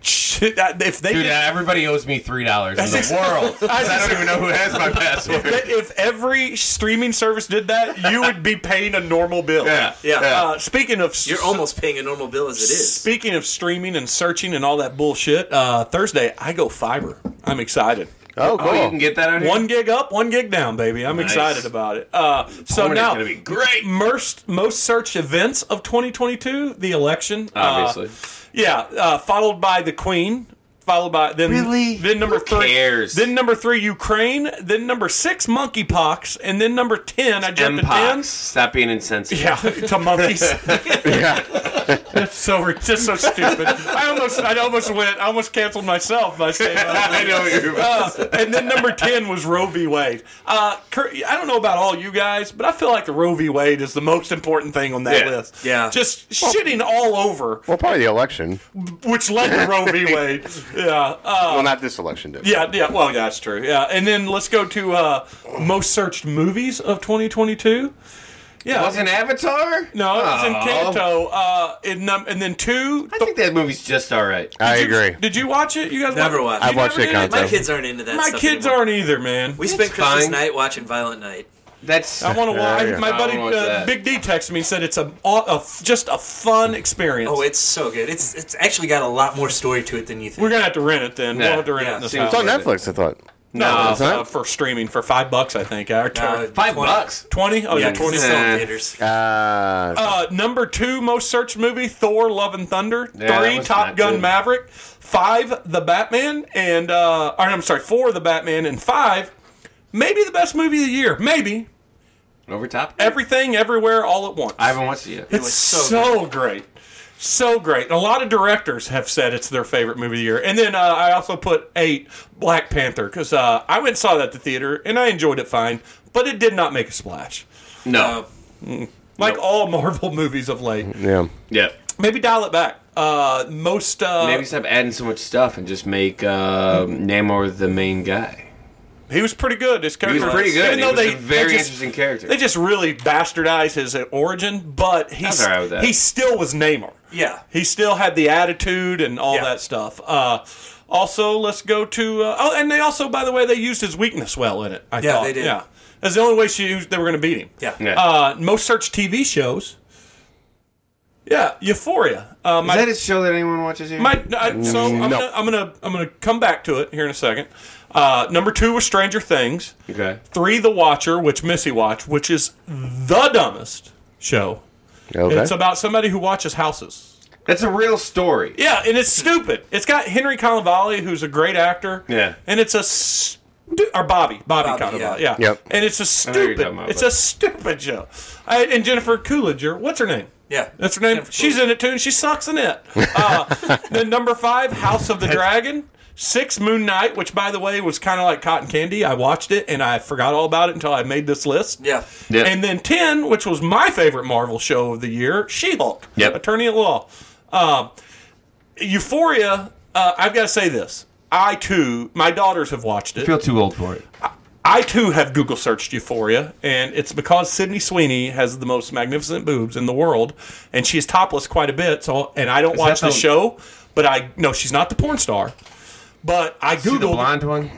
[SPEAKER 1] if they
[SPEAKER 2] Dude, uh,
[SPEAKER 1] did-
[SPEAKER 2] everybody owes me three dollars in
[SPEAKER 1] That's
[SPEAKER 2] the world. 'cause I don't even know who has my password.
[SPEAKER 1] that if every streaming service did that, you would be paying a normal bill.
[SPEAKER 2] Yeah,
[SPEAKER 3] Yeah.
[SPEAKER 1] Uh, speaking of
[SPEAKER 3] You're almost paying a normal bill as it is.
[SPEAKER 1] Speaking of streaming and searching and all that bullshit, uh, Thursday I go fiber. I'm excited.
[SPEAKER 5] Oh, cool.
[SPEAKER 2] Oh, you can get that out here.
[SPEAKER 1] One gig up, one gig down, baby. I'm excited about it. Uh, so
[SPEAKER 2] Porn is
[SPEAKER 1] now,
[SPEAKER 2] gonna be great.
[SPEAKER 1] uh, Most most searched events of 2022: the election, uh,
[SPEAKER 2] obviously.
[SPEAKER 1] yeah, uh, followed by the Queen. Followed by then
[SPEAKER 2] Really?
[SPEAKER 1] then number
[SPEAKER 2] Who
[SPEAKER 1] three
[SPEAKER 2] cares?
[SPEAKER 1] then number three Ukraine then number six monkeypox and then number ten I jumped
[SPEAKER 2] Mpox.
[SPEAKER 1] to
[SPEAKER 2] Stop being insensitive.
[SPEAKER 1] ten yeah to monkeys
[SPEAKER 5] Yeah.
[SPEAKER 1] so ri- just so stupid. I almost I almost went I almost canceled myself by saying that.
[SPEAKER 2] I know what you're about.
[SPEAKER 1] Uh, and then number ten was Roe v. Wade. Uh, Cur- I don't know about all you guys, but I feel like the Roe v. Wade is the most important thing on that
[SPEAKER 2] Yeah.
[SPEAKER 1] list.
[SPEAKER 3] Yeah.
[SPEAKER 1] just shitting all over,
[SPEAKER 5] Well, probably the election.
[SPEAKER 1] which led to Roe v. Wade. Yeah, uh,
[SPEAKER 5] well, not this election, did.
[SPEAKER 1] yeah, yeah. Well, yeah, that's true. Yeah, and then let's go to uh, most searched movies of 2022. Yeah,
[SPEAKER 2] Wasn't Avatar?
[SPEAKER 1] no, it was in
[SPEAKER 2] Aw.
[SPEAKER 1] Canto. Uh, in num- and then two.
[SPEAKER 2] I think that movie's just all right.
[SPEAKER 5] I
[SPEAKER 1] Did you-
[SPEAKER 5] agree.
[SPEAKER 1] Did you watch it? You guys
[SPEAKER 3] Never
[SPEAKER 1] watch-
[SPEAKER 3] watched
[SPEAKER 1] you
[SPEAKER 5] I
[SPEAKER 3] it.
[SPEAKER 5] watched
[SPEAKER 1] never
[SPEAKER 5] it,
[SPEAKER 1] did
[SPEAKER 5] Conte.
[SPEAKER 3] My kids aren't into that
[SPEAKER 1] My
[SPEAKER 3] stuff
[SPEAKER 1] kids
[SPEAKER 3] anymore.
[SPEAKER 1] aren't either, man.
[SPEAKER 3] We spent
[SPEAKER 2] It's
[SPEAKER 3] Christmas
[SPEAKER 2] fine.
[SPEAKER 3] night watching Violent Night.
[SPEAKER 2] That's
[SPEAKER 1] I want to watch.
[SPEAKER 5] yeah.
[SPEAKER 1] My
[SPEAKER 2] I
[SPEAKER 1] buddy
[SPEAKER 2] wanna watch
[SPEAKER 1] uh,
[SPEAKER 2] that.
[SPEAKER 1] Big D texted me and said it's a, aw- a f- just a fun experience.
[SPEAKER 3] Oh, it's so good. It's it's actually got a lot more story to it than you think.
[SPEAKER 1] We're gonna have to rent it then. We'll
[SPEAKER 2] Yeah.
[SPEAKER 1] have to rent it
[SPEAKER 3] Yeah.
[SPEAKER 1] in this
[SPEAKER 2] See,
[SPEAKER 1] house.
[SPEAKER 5] It's on
[SPEAKER 2] Yeah.
[SPEAKER 5] Netflix, I thought.
[SPEAKER 1] No,
[SPEAKER 5] it's
[SPEAKER 1] uh,
[SPEAKER 5] not?
[SPEAKER 1] for streaming for five bucks, I think. Our
[SPEAKER 3] Uh,
[SPEAKER 2] five
[SPEAKER 3] 20.
[SPEAKER 2] bucks.
[SPEAKER 1] twenty. Oh,
[SPEAKER 3] Yeah,
[SPEAKER 1] yeah,
[SPEAKER 3] 'cause
[SPEAKER 1] twenty.
[SPEAKER 3] it's still in
[SPEAKER 2] Nah.
[SPEAKER 3] theaters.
[SPEAKER 5] Uh,
[SPEAKER 1] Uh, number two most searched movie: Thor: Love and Thunder.
[SPEAKER 2] Yeah, that
[SPEAKER 1] Three:
[SPEAKER 2] was
[SPEAKER 1] Top
[SPEAKER 2] not
[SPEAKER 1] Gun:
[SPEAKER 2] good.
[SPEAKER 1] Maverick. Five: The Batman, and uh, or, I'm sorry, four: The Batman, and five, maybe the best movie of the year. Maybe
[SPEAKER 2] over top.
[SPEAKER 1] everything, everywhere, all at once.
[SPEAKER 2] I haven't watched it yet.
[SPEAKER 1] It's
[SPEAKER 3] was
[SPEAKER 1] so,
[SPEAKER 3] so
[SPEAKER 1] great. So great. A lot of directors have said it's their favorite movie of the year. And then uh, I also put eight Black Panther because uh, I went and saw that at the theater and I enjoyed it fine, but it did not make a splash.
[SPEAKER 2] No.
[SPEAKER 3] Oh,
[SPEAKER 1] Like all Marvel movies of late.
[SPEAKER 5] yeah.
[SPEAKER 2] Yeah.
[SPEAKER 1] Maybe dial it back. Uh, most uh,
[SPEAKER 2] Maybe stop adding so much stuff and just make uh, Namor the main guy.
[SPEAKER 1] he was pretty good. His
[SPEAKER 2] He
[SPEAKER 1] character
[SPEAKER 2] was pretty good.
[SPEAKER 1] Even though
[SPEAKER 2] he
[SPEAKER 1] they
[SPEAKER 2] was a very
[SPEAKER 1] they just,
[SPEAKER 2] interesting character.
[SPEAKER 1] they just really bastardized his origin, but
[SPEAKER 2] I was
[SPEAKER 1] he's
[SPEAKER 2] all right with that.
[SPEAKER 1] he still was Namor.
[SPEAKER 3] Yeah.
[SPEAKER 1] He still had the attitude and all
[SPEAKER 3] Yeah.
[SPEAKER 1] that stuff. Uh, also, let's go to. Uh, oh, and they also, by the way, they used his weakness well in it. I
[SPEAKER 3] Yeah,
[SPEAKER 1] thought.
[SPEAKER 3] they did.
[SPEAKER 1] Yeah, that's the only way she used, they were going to beat him.
[SPEAKER 3] Yeah.
[SPEAKER 2] Yeah.
[SPEAKER 1] Uh, most searched TV shows. Yeah, Euphoria. Uh, my,
[SPEAKER 2] Is that a show that anyone watches here?
[SPEAKER 1] my, I, so I'm,
[SPEAKER 5] No.
[SPEAKER 1] gonna, I'm gonna I'm gonna come back to it here in a second. Uh, number two was Stranger Things.
[SPEAKER 2] okay.
[SPEAKER 1] Three, The Watcher, which Missy watched, which is the dumbest show.
[SPEAKER 5] Okay.
[SPEAKER 1] It's about somebody who watches houses.
[SPEAKER 2] That's a real story.
[SPEAKER 1] Yeah, and it's stupid. It's got Henry Cannavale, who's a great actor.
[SPEAKER 2] Yeah.
[SPEAKER 1] and it's a stu- or Bobby Bobby,
[SPEAKER 3] Bobby,
[SPEAKER 1] Cannavale. Yeah.
[SPEAKER 3] yeah.
[SPEAKER 5] Yep.
[SPEAKER 1] and it's a
[SPEAKER 2] know who you're
[SPEAKER 1] stupid.
[SPEAKER 2] talking about,
[SPEAKER 1] it's
[SPEAKER 2] but-
[SPEAKER 1] a stupid show. I, and Jennifer Coolidge, or what's her name?
[SPEAKER 3] Yeah.
[SPEAKER 1] That's her name.
[SPEAKER 3] Jennifer
[SPEAKER 1] She's in it too, and she sucks in it. Uh, then number five, House of the Dragon. Six, Moon Knight, which by the way was kind of like cotton candy. I watched it and I forgot all about it until I made this list.
[SPEAKER 3] Yeah.
[SPEAKER 2] Yep.
[SPEAKER 1] And then 10, which was my favorite Marvel show of the year, She Hulk,
[SPEAKER 2] Yep.
[SPEAKER 1] Attorney at Law. Um, Euphoria, uh, I've got to say this. I too, my daughters have watched it.
[SPEAKER 2] I feel too old for it.
[SPEAKER 1] I too have Google searched Euphoria, and it's because Sydney Sweeney has the most magnificent boobs in the world, and she's topless quite a bit. So, and I don't watch
[SPEAKER 2] that
[SPEAKER 1] the
[SPEAKER 2] the-
[SPEAKER 1] show, but I no, she's not the porn star. But I
[SPEAKER 2] See the
[SPEAKER 1] Googled.
[SPEAKER 2] blonde one?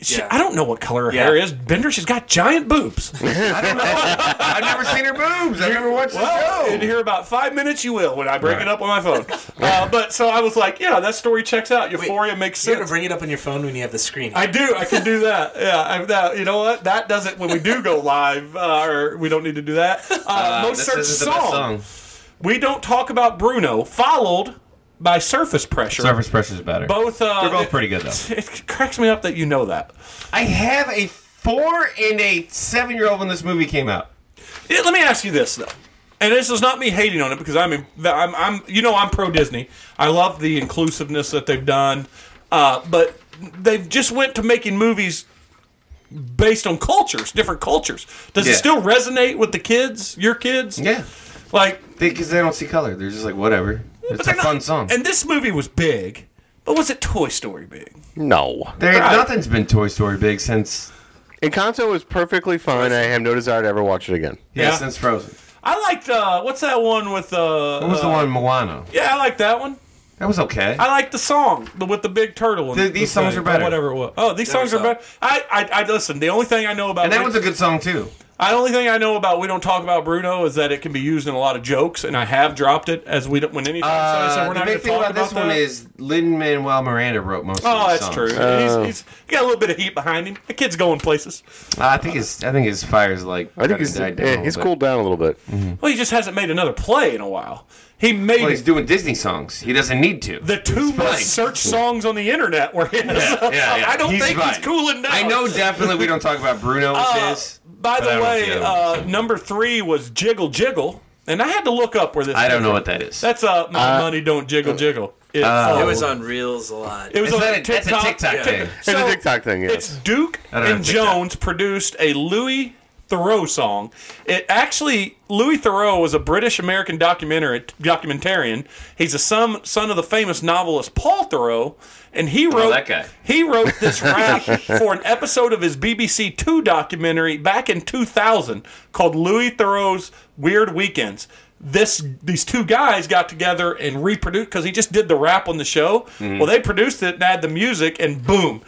[SPEAKER 1] she-
[SPEAKER 3] Yeah.
[SPEAKER 1] I don't know what color her
[SPEAKER 3] Yeah.
[SPEAKER 1] hair is. Bender, she's got giant boobs.
[SPEAKER 2] I've never seen her boobs. I've never watched
[SPEAKER 1] Well,
[SPEAKER 2] the
[SPEAKER 1] in
[SPEAKER 2] show.
[SPEAKER 1] here about five minutes, you will when I break it up on my phone. uh, but so I was like, yeah, that story checks out. Euphoria makes
[SPEAKER 3] You're gonna
[SPEAKER 1] sense.
[SPEAKER 3] bring it up on your phone when you have the screen.
[SPEAKER 1] I do. I can do that. Yeah. I, that, you know what? That doesn't. When we do go live, uh, or we don't need to do that. Uh, most
[SPEAKER 2] This
[SPEAKER 1] searched
[SPEAKER 2] is the
[SPEAKER 1] song.
[SPEAKER 2] best song.
[SPEAKER 1] We don't talk about Bruno, followed by Surface Pressure.
[SPEAKER 2] Surface Pressure's better.
[SPEAKER 1] Both. Uh,
[SPEAKER 2] They're both pretty good though.
[SPEAKER 1] It, it cracks me up that you know that.
[SPEAKER 2] I have a four and a seven year old when this movie came out.
[SPEAKER 1] Yeah, let me ask you this though, and this is not me hating on it because I'm, I'm, I'm you know, I'm pro Disney. I love the inclusiveness that they've done, uh, but they've just went to making movies based on cultures, different cultures. Does it
[SPEAKER 2] Yeah.
[SPEAKER 1] still resonate with the kids, your kids?
[SPEAKER 2] Yeah,
[SPEAKER 1] like
[SPEAKER 2] because they, don't see color. They're just like whatever. It's a
[SPEAKER 1] they're not-
[SPEAKER 2] fun song.
[SPEAKER 1] And this movie was big, but was it Toy Story big?
[SPEAKER 5] no.
[SPEAKER 2] There,
[SPEAKER 1] Right.
[SPEAKER 2] nothing's been Toy Story big since
[SPEAKER 5] Encanto was perfectly fine. I have no desire to ever watch it again.
[SPEAKER 2] yeah,
[SPEAKER 1] Yeah.
[SPEAKER 2] since Frozen.
[SPEAKER 1] I liked uh, what's that one with uh,
[SPEAKER 2] What was the
[SPEAKER 1] uh,
[SPEAKER 2] one Moana?
[SPEAKER 1] Yeah, I like that one.
[SPEAKER 2] That was okay.
[SPEAKER 1] I like the song the, with the big turtle. And
[SPEAKER 2] Th- these
[SPEAKER 1] the
[SPEAKER 2] songs
[SPEAKER 1] thing,
[SPEAKER 2] are better.
[SPEAKER 1] or Whatever it was. Oh, these songs are
[SPEAKER 3] so.
[SPEAKER 1] better. I, I, I listen. The only thing I know about
[SPEAKER 2] and that
[SPEAKER 1] We-
[SPEAKER 2] one's a good song too.
[SPEAKER 1] I only thing I know about we don't talk about Bruno is that it can be used in a lot of jokes, and I have dropped it as we don't when anytime.
[SPEAKER 2] Uh,
[SPEAKER 1] somebody said we're
[SPEAKER 2] the
[SPEAKER 1] not
[SPEAKER 2] big
[SPEAKER 1] going to
[SPEAKER 2] thing
[SPEAKER 1] talk
[SPEAKER 2] about,
[SPEAKER 1] about
[SPEAKER 2] this
[SPEAKER 1] that.
[SPEAKER 2] one is Lin Manuel Miranda wrote most.
[SPEAKER 1] Oh,
[SPEAKER 2] of the
[SPEAKER 1] that's
[SPEAKER 2] songs.
[SPEAKER 1] true. he's, he's he got a little bit of heat behind him. The kid's going places.
[SPEAKER 2] Uh, I think his I think his fire's like
[SPEAKER 5] I Mm-hmm. think he's,
[SPEAKER 2] died down.
[SPEAKER 5] yeah,
[SPEAKER 2] a
[SPEAKER 5] he's
[SPEAKER 2] little
[SPEAKER 5] cooled down a little bit.
[SPEAKER 1] Well, he just hasn't made another play in a while. He made
[SPEAKER 2] bit. Well, he's doing Disney songs. He doesn't need to.
[SPEAKER 1] the two
[SPEAKER 2] fine.
[SPEAKER 1] most searched songs on the internet were his. I don't think he's
[SPEAKER 2] fine.
[SPEAKER 1] cooling down.
[SPEAKER 2] I know definitely we don't talk about Bruno with
[SPEAKER 1] Uh,
[SPEAKER 2] his.
[SPEAKER 1] by
[SPEAKER 2] but I
[SPEAKER 1] the
[SPEAKER 2] don't know
[SPEAKER 1] way,
[SPEAKER 2] the other
[SPEAKER 1] uh,
[SPEAKER 2] ones.
[SPEAKER 1] number three was Jiggle Jiggle, and I had to look up where this.
[SPEAKER 2] I
[SPEAKER 1] came
[SPEAKER 2] don't know
[SPEAKER 1] from.
[SPEAKER 2] what that is. uh,
[SPEAKER 1] That's uh, my money don't jiggle jiggle. It,
[SPEAKER 3] it
[SPEAKER 1] follows-
[SPEAKER 3] was on Reels a lot.
[SPEAKER 1] It was
[SPEAKER 2] Is
[SPEAKER 1] on
[SPEAKER 2] that a-
[SPEAKER 1] TikTok.
[SPEAKER 2] that's a TikTok thing.
[SPEAKER 5] It's
[SPEAKER 1] So,
[SPEAKER 5] a TikTok thing,
[SPEAKER 1] It's
[SPEAKER 5] yes.
[SPEAKER 1] Duke
[SPEAKER 2] I don't have
[SPEAKER 1] and
[SPEAKER 2] TikTok.
[SPEAKER 1] Jones produced a Louis Thoreau song. It actually Louis Thoreau was a British American documentary documentarian. He's a son son of the famous novelist Paul Thoreau, and he wrote
[SPEAKER 2] Oh, that guy.
[SPEAKER 1] he wrote this rap for an episode of his BBC Two documentary back in 2000 called Louis Thoreau's Weird Weekends. This these two guys got together and reproduced because he just did the rap on the show.
[SPEAKER 2] Mm-hmm.
[SPEAKER 1] Well, they produced it and had the music, and boom,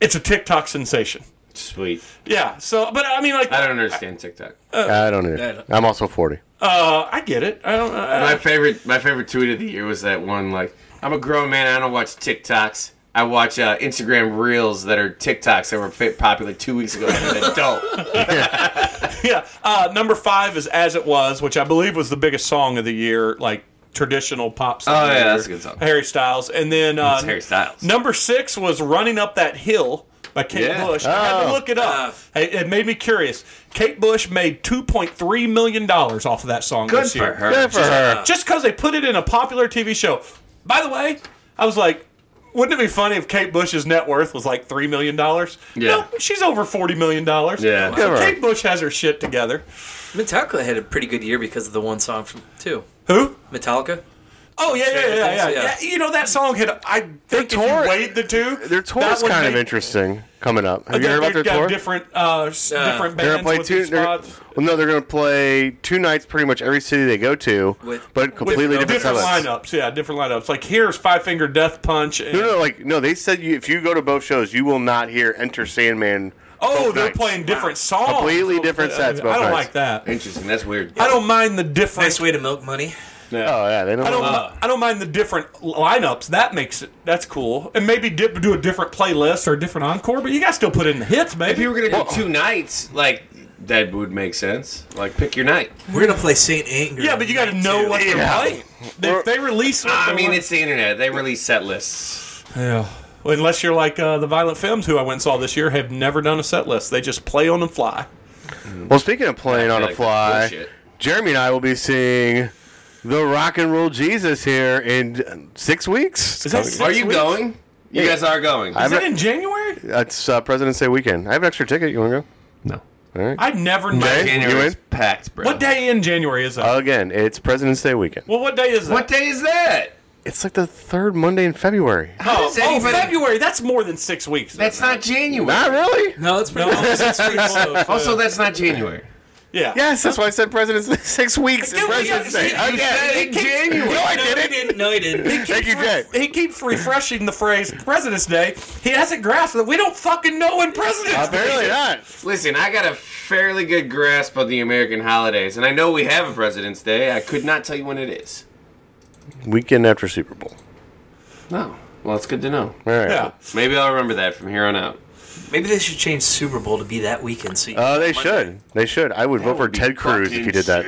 [SPEAKER 1] it's a TikTok sensation.
[SPEAKER 2] Sweet.
[SPEAKER 1] Yeah. So, but I mean, like,
[SPEAKER 2] I
[SPEAKER 1] I,
[SPEAKER 2] don't understand TikTok.
[SPEAKER 5] I don't either. I'm also 40.
[SPEAKER 1] uh, I get it. I don't. uh, I,
[SPEAKER 2] my favorite my favorite tweet of the year was that one like I'm a grown man. I don't watch TikToks. I watch uh, Instagram reels that are TikToks that were fit popular two weeks ago. I'm an adult.
[SPEAKER 1] yeah. Uh, number five is "As It Was," which I believe was the biggest song of the year, like traditional pop song.
[SPEAKER 2] Oh,
[SPEAKER 1] of the
[SPEAKER 2] yeah,
[SPEAKER 1] year.
[SPEAKER 2] that's a good song.
[SPEAKER 1] Harry Styles, and then uh,
[SPEAKER 2] It's Harry Styles.
[SPEAKER 1] number six was "Running Up That Hill." By Kate
[SPEAKER 2] Yeah. Uh.
[SPEAKER 1] Bush. I had to
[SPEAKER 5] Oh.
[SPEAKER 1] look it up. It, it made me curious. Kate Bush made $2.3 million off of that song
[SPEAKER 2] Good
[SPEAKER 1] this
[SPEAKER 2] for
[SPEAKER 1] year.
[SPEAKER 2] her.
[SPEAKER 5] Good for her.
[SPEAKER 1] just because they put it in a popular TV show. By the way, I was like, wouldn't it be funny if Kate Bush's net worth was like three million dollars?
[SPEAKER 2] Yeah.
[SPEAKER 1] no, she's over forty million dollars.
[SPEAKER 2] Yeah.
[SPEAKER 1] So
[SPEAKER 5] Give her.
[SPEAKER 1] Kate Bush has her shit together.
[SPEAKER 3] Metallica had a pretty good year because of the one song from two.
[SPEAKER 1] Who?
[SPEAKER 3] Metallica.
[SPEAKER 1] Oh yeah, yeah, yeah, yeah,
[SPEAKER 3] Yeah.
[SPEAKER 1] yeah. You know that song had. I think if
[SPEAKER 5] tour-
[SPEAKER 1] you weighed the two,
[SPEAKER 5] Their tour
[SPEAKER 1] that
[SPEAKER 5] is
[SPEAKER 1] would
[SPEAKER 5] kind of
[SPEAKER 1] make-
[SPEAKER 5] interesting coming up. Have you
[SPEAKER 1] They've
[SPEAKER 5] heard about their
[SPEAKER 1] got
[SPEAKER 5] tour?
[SPEAKER 1] Different, uh, s- different
[SPEAKER 5] They're
[SPEAKER 1] bands
[SPEAKER 5] gonna play
[SPEAKER 1] with
[SPEAKER 5] two.
[SPEAKER 1] two,
[SPEAKER 5] They're,
[SPEAKER 1] spots.
[SPEAKER 5] well, no, they're gonna play two nights, pretty much every city they go to,
[SPEAKER 3] With-
[SPEAKER 5] but completely
[SPEAKER 1] With
[SPEAKER 5] different, lineups.
[SPEAKER 1] lineups. Yeah, different lineups. Like here's Five Finger Death Punch. And,
[SPEAKER 5] No, no, like no. They said you, if you go to both shows, you will not hear Enter Sandman.
[SPEAKER 1] oh,
[SPEAKER 5] both
[SPEAKER 1] they're
[SPEAKER 5] nights.
[SPEAKER 1] playing different songs.
[SPEAKER 5] Completely different sets
[SPEAKER 1] I
[SPEAKER 5] both
[SPEAKER 1] don't
[SPEAKER 5] nights.
[SPEAKER 1] like that.
[SPEAKER 7] Interesting. That's weird.
[SPEAKER 1] I don't mind the different.
[SPEAKER 3] Nice way to milk money.
[SPEAKER 5] Oh yeah, they don't.
[SPEAKER 1] I don't.
[SPEAKER 2] uh,
[SPEAKER 5] like-
[SPEAKER 1] I don't mind the different lineups. That makes it. That's cool. And maybe dip, do a different playlist or a different encore. But you guys still put in the hits,
[SPEAKER 2] If
[SPEAKER 1] maybe.
[SPEAKER 2] you were gonna do two nights, like that would make sense. Like pick your night.
[SPEAKER 3] We're gonna play Saint Anger.
[SPEAKER 1] Yeah, but you got to know what they're
[SPEAKER 5] Yeah.
[SPEAKER 1] playing. If they release, what
[SPEAKER 2] I
[SPEAKER 1] they
[SPEAKER 2] mean,
[SPEAKER 1] want-
[SPEAKER 2] it's the internet. They release set lists.
[SPEAKER 1] Yeah. Unless you're like uh, the Violent Femmes, who I went and saw this year, have never done a set list. They just play on the fly.
[SPEAKER 5] Well, speaking of playing on
[SPEAKER 2] feel
[SPEAKER 5] a
[SPEAKER 2] like that's
[SPEAKER 5] fly,
[SPEAKER 2] bullshit.
[SPEAKER 5] Jeremy and I will be seeing the Rock and Roll Jesus here in six weeks.
[SPEAKER 1] Is that six
[SPEAKER 2] Are you
[SPEAKER 1] weeks?
[SPEAKER 2] going? You guys are going.
[SPEAKER 5] I
[SPEAKER 1] Is that
[SPEAKER 5] haven't-
[SPEAKER 1] in January?
[SPEAKER 5] That's uh, President's Day weekend. I have an extra ticket. You want to
[SPEAKER 1] I never knew.
[SPEAKER 5] Jay? You in?
[SPEAKER 2] January's packed, bro.
[SPEAKER 1] What day in January is that?
[SPEAKER 5] go? Again, it's President's Day weekend.
[SPEAKER 1] well, what day is that?
[SPEAKER 2] Uh, What day is that?
[SPEAKER 5] It's like the third Monday in February.
[SPEAKER 2] How
[SPEAKER 1] Oh,
[SPEAKER 2] does
[SPEAKER 1] oh,
[SPEAKER 2] anybody-
[SPEAKER 1] February. That's more than six weeks.
[SPEAKER 2] That's not January.
[SPEAKER 1] Ah,
[SPEAKER 5] Not really.
[SPEAKER 3] No, it's pretty
[SPEAKER 1] No,
[SPEAKER 3] much
[SPEAKER 1] six weeks.
[SPEAKER 2] also, that's not January.
[SPEAKER 1] yeah.
[SPEAKER 5] Yes, that's why I said President's Day. Six weeks is
[SPEAKER 1] Dude, we
[SPEAKER 5] President's
[SPEAKER 1] got-
[SPEAKER 5] Day.
[SPEAKER 1] you
[SPEAKER 5] Again.
[SPEAKER 2] said in January.
[SPEAKER 5] No, I
[SPEAKER 3] No, he
[SPEAKER 5] didn't.
[SPEAKER 3] didn't. No, he didn't.
[SPEAKER 5] Thank you, Jay.
[SPEAKER 1] He keeps refreshing the phrase President's Day. He hasn't grasped that we don't fucking know when President's Day
[SPEAKER 5] Apparently
[SPEAKER 1] is.
[SPEAKER 5] not.
[SPEAKER 2] Listen, I got a fairly good grasp of the American holidays, and I know we have a President's Day. I could not tell you when it is.
[SPEAKER 5] Weekend after Super Bowl.
[SPEAKER 2] No. Well, it's good to know.
[SPEAKER 5] All right.
[SPEAKER 1] Yeah.
[SPEAKER 2] Maybe I'll remember that from here on out.
[SPEAKER 3] Maybe they should change Super Bowl to be that weekend. So you
[SPEAKER 5] Uh, they should. They should. I would vote for Ted Cruz if he did that.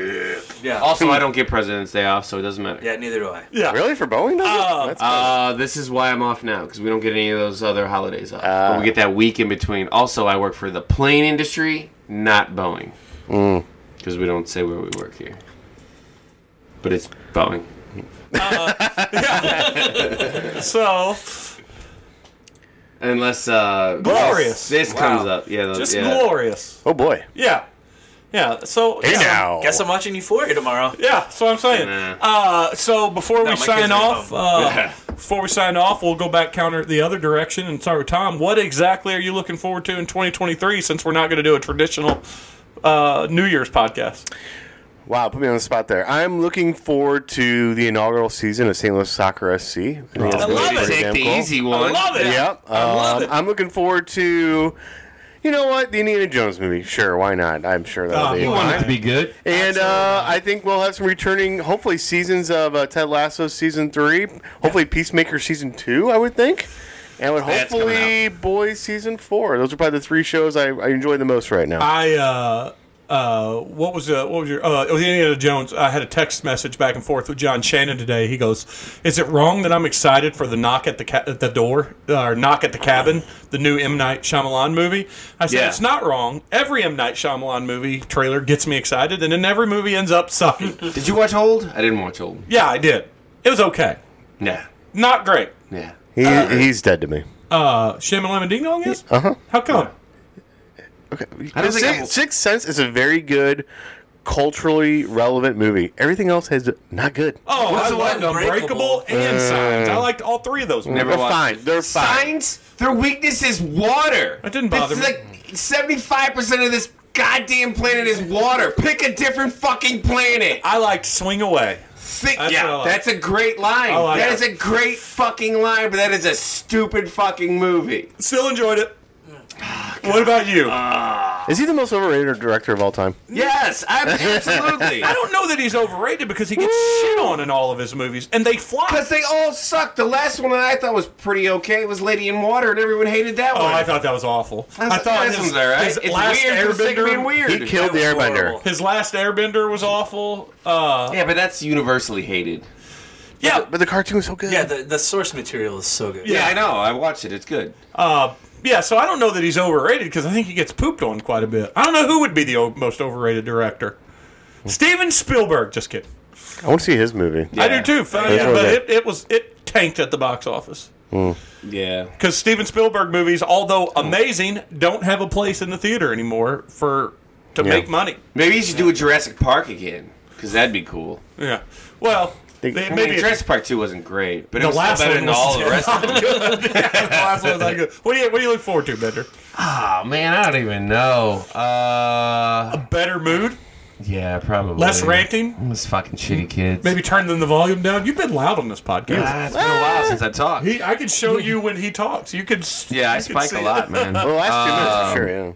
[SPEAKER 3] yeah,
[SPEAKER 2] Also, I don't get President's Day off, so it doesn't matter.
[SPEAKER 3] yeah, neither do I.
[SPEAKER 1] Yeah.
[SPEAKER 5] Really? For Boeing? does it?
[SPEAKER 1] Uh,
[SPEAKER 5] That's
[SPEAKER 2] Uh, this is why I'm off now because we don't get any of those other holidays off. but we get that week in between. Also, I work for the plane industry, not Boeing, because we don't say where we work here. But it's Boeing.
[SPEAKER 1] So
[SPEAKER 2] Unless uh,
[SPEAKER 1] Glorious.
[SPEAKER 2] This this comes up, yeah.
[SPEAKER 1] just
[SPEAKER 2] yeah.
[SPEAKER 1] glorious.
[SPEAKER 5] oh boy.
[SPEAKER 1] Yeah. Yeah. So
[SPEAKER 5] Hey
[SPEAKER 1] yeah.
[SPEAKER 5] now.
[SPEAKER 3] Guess I'm watching Euphoria tomorrow.
[SPEAKER 1] Yeah, so I'm saying.
[SPEAKER 2] Nah.
[SPEAKER 1] Uh, so before
[SPEAKER 3] No,
[SPEAKER 1] we
[SPEAKER 3] my kids
[SPEAKER 1] sign
[SPEAKER 3] are
[SPEAKER 1] off,
[SPEAKER 3] home.
[SPEAKER 1] uh, before we sign off, we'll go back counter the other direction and start with Tom. What exactly are you looking forward to in 2023? Since we're not going to do a traditional uh, New Year's podcast.
[SPEAKER 5] Wow, put me on the spot there. I'm looking forward to the inaugural season of St. Louis Soccer SC. I think it's gonna be
[SPEAKER 1] love it.
[SPEAKER 5] pretty
[SPEAKER 2] Take
[SPEAKER 5] damn
[SPEAKER 2] the
[SPEAKER 5] cool.
[SPEAKER 2] easy one.
[SPEAKER 1] Love it.
[SPEAKER 5] Yep. I
[SPEAKER 1] love it.
[SPEAKER 5] I'm looking forward to. You know what? The Indiana Jones movie. Sure, why not? I'm sure that'll
[SPEAKER 1] Oh,
[SPEAKER 5] be
[SPEAKER 1] you
[SPEAKER 5] fine.
[SPEAKER 1] want it to
[SPEAKER 8] be good.
[SPEAKER 5] And uh, I think we'll have some returning, hopefully, seasons of uh, Ted Lasso season three. Hopefully, Peacemaker season two. I would think, and would
[SPEAKER 2] That's coming
[SPEAKER 5] hopefully Boys season four. Those are probably the three shows I, I enjoy the most right now.
[SPEAKER 1] I uh, uh, what was uh, what was your uh, it was Indiana Jones? I had a text message back and forth with John Shannon today. He goes, "Is it wrong that I'm excited for the knock at the ca- at the door uh, or knock at the cabin, the new M Night Shyamalan movie?" I said,
[SPEAKER 2] Yeah.
[SPEAKER 1] "It's not wrong. Every M Night Shyamalan movie trailer gets me excited, and then every movie ends up sucking."
[SPEAKER 2] Did you watch Old? I didn't watch Old.
[SPEAKER 1] yeah, I did. It was okay,
[SPEAKER 2] Yeah,
[SPEAKER 1] not great.
[SPEAKER 2] yeah.
[SPEAKER 5] he, he's dead to me.
[SPEAKER 1] Uh, Shaman Lemon Ding Dong is. Uh huh. How come?
[SPEAKER 2] I don't think
[SPEAKER 5] Six,
[SPEAKER 2] I've-
[SPEAKER 5] Sixth Sense is a very good, culturally relevant movie. Everything else has not good.
[SPEAKER 1] Oh, I
[SPEAKER 3] the
[SPEAKER 1] loved
[SPEAKER 3] one?
[SPEAKER 1] Unbreakable and Signs. I liked all three of those. movies.
[SPEAKER 2] Never
[SPEAKER 5] They're
[SPEAKER 2] watched
[SPEAKER 5] fine. They're fine.
[SPEAKER 2] Signs. Their weakness is water.
[SPEAKER 1] That didn't bother
[SPEAKER 2] It's
[SPEAKER 1] me.
[SPEAKER 2] like seventy-five percent of this goddamn planet is water. Pick a different fucking planet.
[SPEAKER 1] I liked Swing Away.
[SPEAKER 2] Sick.
[SPEAKER 1] That's what I
[SPEAKER 2] yeah,
[SPEAKER 1] like.
[SPEAKER 2] that's a great line. That
[SPEAKER 1] I
[SPEAKER 2] is
[SPEAKER 1] like it.
[SPEAKER 2] a great fucking line, but that is a stupid fucking movie.
[SPEAKER 1] Still enjoyed it.
[SPEAKER 2] Ah,
[SPEAKER 1] what about you?
[SPEAKER 5] Is he the most overrated director of all time?
[SPEAKER 2] Yes, I, absolutely.
[SPEAKER 1] I don't know that he's overrated because he gets shit on in all of his movies, and they flop.
[SPEAKER 2] Because they all suck. The last one that I thought was pretty okay was Lady in Water, and everyone hated that
[SPEAKER 1] Oh,
[SPEAKER 2] one.
[SPEAKER 1] I thought that was awful. I thought
[SPEAKER 2] this
[SPEAKER 1] his,
[SPEAKER 2] one's all right.
[SPEAKER 1] his
[SPEAKER 2] it's
[SPEAKER 1] last
[SPEAKER 2] weird for the sake of being
[SPEAKER 1] Airbender.
[SPEAKER 2] weird.
[SPEAKER 5] He killed the
[SPEAKER 3] That was
[SPEAKER 5] Airbender.
[SPEAKER 3] horrible.
[SPEAKER 1] His last Airbender was awful. Uh,
[SPEAKER 2] Yeah, but that's universally hated.
[SPEAKER 1] yeah,
[SPEAKER 5] But the cartoon was so good.
[SPEAKER 3] Yeah, the, the source material is so good.
[SPEAKER 2] Yeah, I know. I watched it. It's good.
[SPEAKER 1] uh, yeah. So I don't know that he's overrated because I think he gets pooped on quite a bit. I don't know who would be the o- most overrated director. Steven Spielberg. Just kidding.
[SPEAKER 5] I want to see his movie.
[SPEAKER 1] I do
[SPEAKER 2] Yeah.
[SPEAKER 1] too. Fine,
[SPEAKER 5] Yeah.
[SPEAKER 1] but it, it was it tanked at the box office.
[SPEAKER 2] Yeah.
[SPEAKER 1] because Steven Spielberg movies, although
[SPEAKER 2] Oh.
[SPEAKER 1] amazing, don't have a place in the theater anymore for to make money.
[SPEAKER 2] Maybe you should do a Jurassic Park again, because that'd be cool.
[SPEAKER 1] Yeah. Well,
[SPEAKER 5] They-
[SPEAKER 1] They-
[SPEAKER 2] I mean,
[SPEAKER 1] maybe
[SPEAKER 2] Jurassic Park Two wasn't great, but it
[SPEAKER 1] The
[SPEAKER 2] was
[SPEAKER 1] last
[SPEAKER 2] still better
[SPEAKER 1] one
[SPEAKER 2] than all the
[SPEAKER 1] was-
[SPEAKER 2] rest of them.
[SPEAKER 1] the last one was not good. What do you what do you look forward to, Bender?
[SPEAKER 2] Oh man, I don't even know. Uh,
[SPEAKER 1] Better mood,
[SPEAKER 2] yeah, probably
[SPEAKER 1] less ranting.
[SPEAKER 2] Those fucking shitty kids.
[SPEAKER 1] Maybe turn the volume down. You've been loud on this podcast.
[SPEAKER 2] Ah, it's been a while since I talked.
[SPEAKER 1] He, I can show you when he talks. You could. s-
[SPEAKER 2] Yeah, I
[SPEAKER 1] you could
[SPEAKER 2] spike a
[SPEAKER 1] see
[SPEAKER 2] lot,
[SPEAKER 1] it.
[SPEAKER 2] man.
[SPEAKER 5] Well, the last two minutes, for
[SPEAKER 2] Um,
[SPEAKER 5] sure.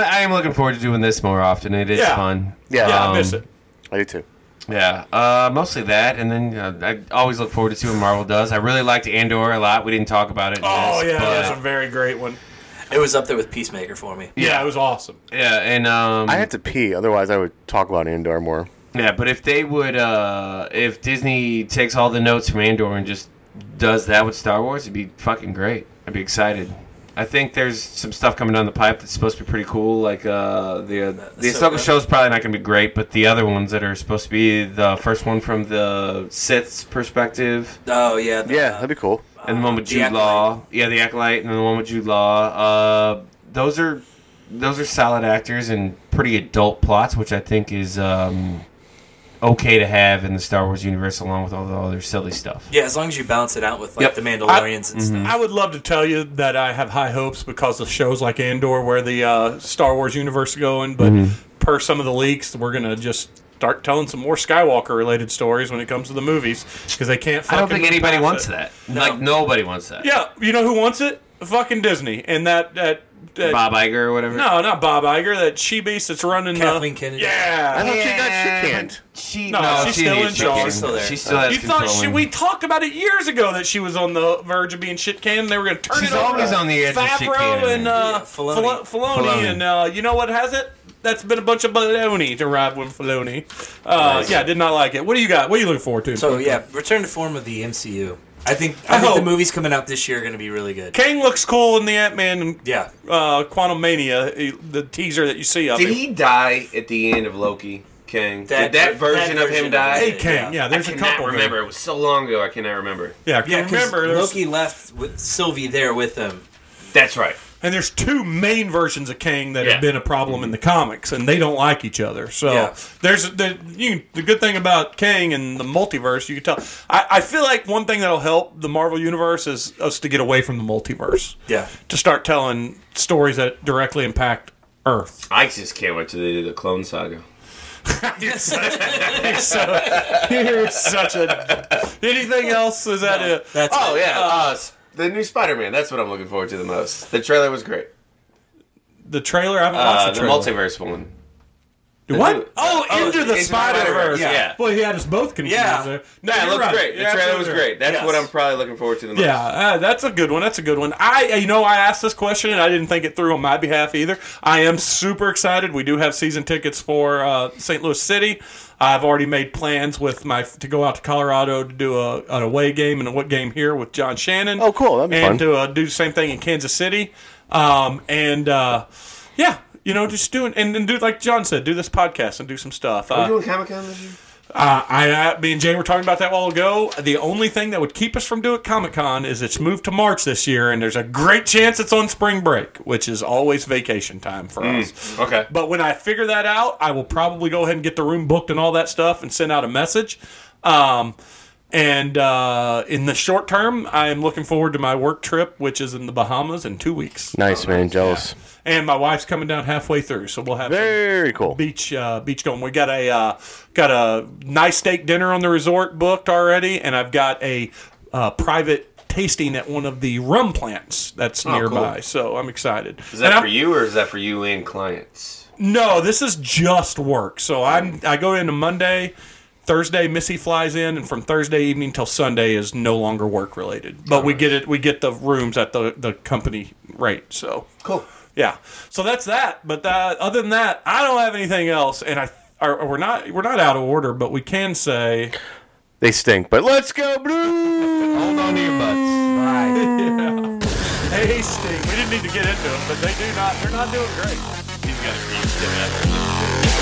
[SPEAKER 5] Yeah,
[SPEAKER 2] I, I am looking forward to doing this more often. It is
[SPEAKER 1] Yeah.
[SPEAKER 2] fun.
[SPEAKER 5] yeah,
[SPEAKER 1] Yeah,
[SPEAKER 2] Um,
[SPEAKER 1] I miss it.
[SPEAKER 5] I do too.
[SPEAKER 2] Yeah, uh, mostly that, and then uh, I always look forward to see what Marvel does. I really liked Andor a lot. We didn't talk about it. in
[SPEAKER 1] Oh
[SPEAKER 2] this,
[SPEAKER 1] yeah,
[SPEAKER 2] but-
[SPEAKER 1] that's a very great one.
[SPEAKER 3] It was up there with Peacemaker for me.
[SPEAKER 1] Yeah, it was awesome.
[SPEAKER 2] yeah, and um,
[SPEAKER 5] I had to pee, otherwise I would talk about Andor more.
[SPEAKER 2] yeah, but if they would, uh, if Disney takes all the notes from Andor and just does that with Star Wars, it'd be fucking great. I'd be excited. I think there's some stuff coming down the pipe that's supposed to be pretty cool. Like uh, the uh, the
[SPEAKER 3] Ahsoka.
[SPEAKER 2] Ahsoka show's probably not gonna be great, but the other ones that are supposed to be the first one from the Sith's perspective.
[SPEAKER 3] Oh yeah. the-
[SPEAKER 5] Yeah, that'd be cool.
[SPEAKER 2] and the one with
[SPEAKER 3] The
[SPEAKER 2] Jude
[SPEAKER 3] Acolyte.
[SPEAKER 2] Law. Yeah, the acolyte, and then the one with Jude Law. Uh, those are those are solid actors and pretty adult plots, which I think is um, okay to have in the Star Wars universe, along with all the other silly stuff.
[SPEAKER 3] Yeah, as long as you balance it out with like
[SPEAKER 1] Yep.
[SPEAKER 3] the Mandalorians and stuff.
[SPEAKER 1] I would love to tell you that I have high hopes because of shows like Andor, where the uh, Star Wars universe is going. But per some of the leaks, we're gonna just start telling some more Skywalker related stories when it comes to the movies because they can't.
[SPEAKER 2] I
[SPEAKER 1] Fucking
[SPEAKER 2] don't think
[SPEAKER 1] move
[SPEAKER 2] anybody
[SPEAKER 1] past
[SPEAKER 2] wants
[SPEAKER 1] it.
[SPEAKER 2] that. Like nobody wants that.
[SPEAKER 1] Yeah, you know who wants it? Fucking Disney and that that. that
[SPEAKER 2] Bob Iger or whatever.
[SPEAKER 1] No, not Bob Iger. That she beast that's running. the-
[SPEAKER 3] Kathleen Kennedy.
[SPEAKER 1] Yeah.
[SPEAKER 5] I thought she got
[SPEAKER 2] Yeah,
[SPEAKER 5] shit canned.
[SPEAKER 2] She,
[SPEAKER 1] No,
[SPEAKER 2] no,
[SPEAKER 1] she's
[SPEAKER 2] she
[SPEAKER 1] still
[SPEAKER 2] is.
[SPEAKER 1] in
[SPEAKER 2] She
[SPEAKER 1] charge.
[SPEAKER 2] can-
[SPEAKER 3] She's still there.
[SPEAKER 2] She still has
[SPEAKER 1] You thought
[SPEAKER 2] control
[SPEAKER 1] she,
[SPEAKER 2] and-
[SPEAKER 1] we talked about it years ago that she was on the verge of being shit canned. and They were going to turn
[SPEAKER 2] She's
[SPEAKER 1] it over
[SPEAKER 2] always
[SPEAKER 1] to
[SPEAKER 2] on the edge of shit
[SPEAKER 1] Favreau
[SPEAKER 2] canning.
[SPEAKER 1] and uh,
[SPEAKER 3] Yeah,
[SPEAKER 1] Filoni.
[SPEAKER 3] Filoni.
[SPEAKER 1] Filoni,
[SPEAKER 2] Filoni.
[SPEAKER 1] and uh, you know what has it? That's been a bunch of baloney to ride with Filoni. Uh, Yeah, I did not like it. What do you got? What are you looking forward to?
[SPEAKER 3] So yeah, return to form of the MCU. I think I,
[SPEAKER 1] I
[SPEAKER 3] think
[SPEAKER 1] hope.
[SPEAKER 3] the movies coming out this year are going to be really good.
[SPEAKER 1] Kang looks cool in the Ant Man
[SPEAKER 3] Yeah.
[SPEAKER 1] uh, Quantum Mania, the teaser that you see of
[SPEAKER 2] Did
[SPEAKER 1] him.
[SPEAKER 2] he die at the end of Loki? King.
[SPEAKER 3] That-
[SPEAKER 2] Did that
[SPEAKER 3] that
[SPEAKER 2] version of
[SPEAKER 3] version
[SPEAKER 2] him
[SPEAKER 3] of
[SPEAKER 2] die?
[SPEAKER 3] it.
[SPEAKER 1] Hey, Kang. Yeah,
[SPEAKER 3] Yeah.
[SPEAKER 1] there's
[SPEAKER 2] I
[SPEAKER 1] a
[SPEAKER 2] cannot
[SPEAKER 1] couple. there.
[SPEAKER 2] remember. It was so long ago. I cannot remember.
[SPEAKER 1] Yeah, I can
[SPEAKER 3] Yeah, because
[SPEAKER 1] remember. There's,
[SPEAKER 3] Loki left with Sylvie there with him.
[SPEAKER 2] That's right.
[SPEAKER 1] And there's two main versions of Kang that
[SPEAKER 2] Yeah.
[SPEAKER 1] have been a problem in the comics, and they don't like each other. So
[SPEAKER 3] Yeah.
[SPEAKER 1] there's the you the good thing about Kang and the multiverse. You can tell. I, I feel like one thing that'll help the Marvel universe is us to get away from the multiverse.
[SPEAKER 3] Yeah.
[SPEAKER 1] To start telling stories that directly impact Earth.
[SPEAKER 2] I just can't wait till they do the Clone Saga.
[SPEAKER 1] so you're such a. Anything else? Is that it?
[SPEAKER 3] That's
[SPEAKER 2] Oh yeah, uh, s- the new Spider-Man. That's what I'm looking forward to the most. The trailer was great.
[SPEAKER 1] the trailer. I haven't
[SPEAKER 2] Uh,
[SPEAKER 1] watched
[SPEAKER 2] the
[SPEAKER 1] the trailer.
[SPEAKER 2] multiverse one.
[SPEAKER 1] what? Oh, into the
[SPEAKER 2] Into the
[SPEAKER 1] Spider Verse.
[SPEAKER 2] Spider-Verse, yeah.
[SPEAKER 1] Well, he had us both confused.
[SPEAKER 3] Yeah.
[SPEAKER 1] There. No,
[SPEAKER 2] Yeah, it
[SPEAKER 1] you're
[SPEAKER 2] looked
[SPEAKER 1] right.
[SPEAKER 2] great. The
[SPEAKER 1] You're
[SPEAKER 2] trailer
[SPEAKER 1] absolutely
[SPEAKER 2] was
[SPEAKER 1] right.
[SPEAKER 2] great. That's
[SPEAKER 3] Yes.
[SPEAKER 2] what I'm probably looking forward to the most.
[SPEAKER 1] Yeah, uh, that's a good one. That's a good one. I, you know, I asked this question and I didn't think it through on my behalf either. I am super excited. We do have season tickets for uh, St. Louis City. I've already made plans with my to go out to Colorado to do a an away game and a what game here with John Shannon.
[SPEAKER 5] Oh, cool. That'd be
[SPEAKER 1] and
[SPEAKER 5] fun.
[SPEAKER 1] to uh, do the same thing in Kansas City. Um, and uh, yeah, you know, just doing and, and do like John said, do this podcast and do some stuff. Uh,
[SPEAKER 2] doing Comic Con this year.
[SPEAKER 1] uh, I, I, me and Jay were talking about that a while ago. The only thing that would keep us from doing Comic Con is it's moved to March this year, and there's a great chance it's on spring break, which is always vacation time for us.
[SPEAKER 2] Okay.
[SPEAKER 1] But when I figure that out, I will probably go ahead and get the room booked and all that stuff and send out a message. Um, and uh, in the short term, I am looking forward to my work trip, which is in the Bahamas in two weeks.
[SPEAKER 5] Nice man, jealous.
[SPEAKER 1] And my wife's coming down halfway through, so we'll have some-
[SPEAKER 5] Very cool.
[SPEAKER 1] beach uh, beach going. We got a uh, got a nice steak dinner on the resort booked already, and I've got a uh, private tasting at one of the rum plants that's nearby. So I'm excited.
[SPEAKER 2] Oh, Is that
[SPEAKER 1] And I'm-
[SPEAKER 2] for you or is that for you and clients?
[SPEAKER 1] No, this is just work. So I'm I go into Monday. Thursday, Missy flies in, and from Thursday evening till Sunday is no longer work related. But we get it, we get the rooms at the, the company rate. So
[SPEAKER 2] Cool.
[SPEAKER 1] yeah. So that's that. But uh, other than that, I don't have anything else. And I or, or we're not we're not out of order, but we can say
[SPEAKER 5] They stink, but let's go blue. Hold on to your butts.
[SPEAKER 1] hey, Sting. We didn't need to get into it, but they do not. They're not doing great.
[SPEAKER 2] He's got a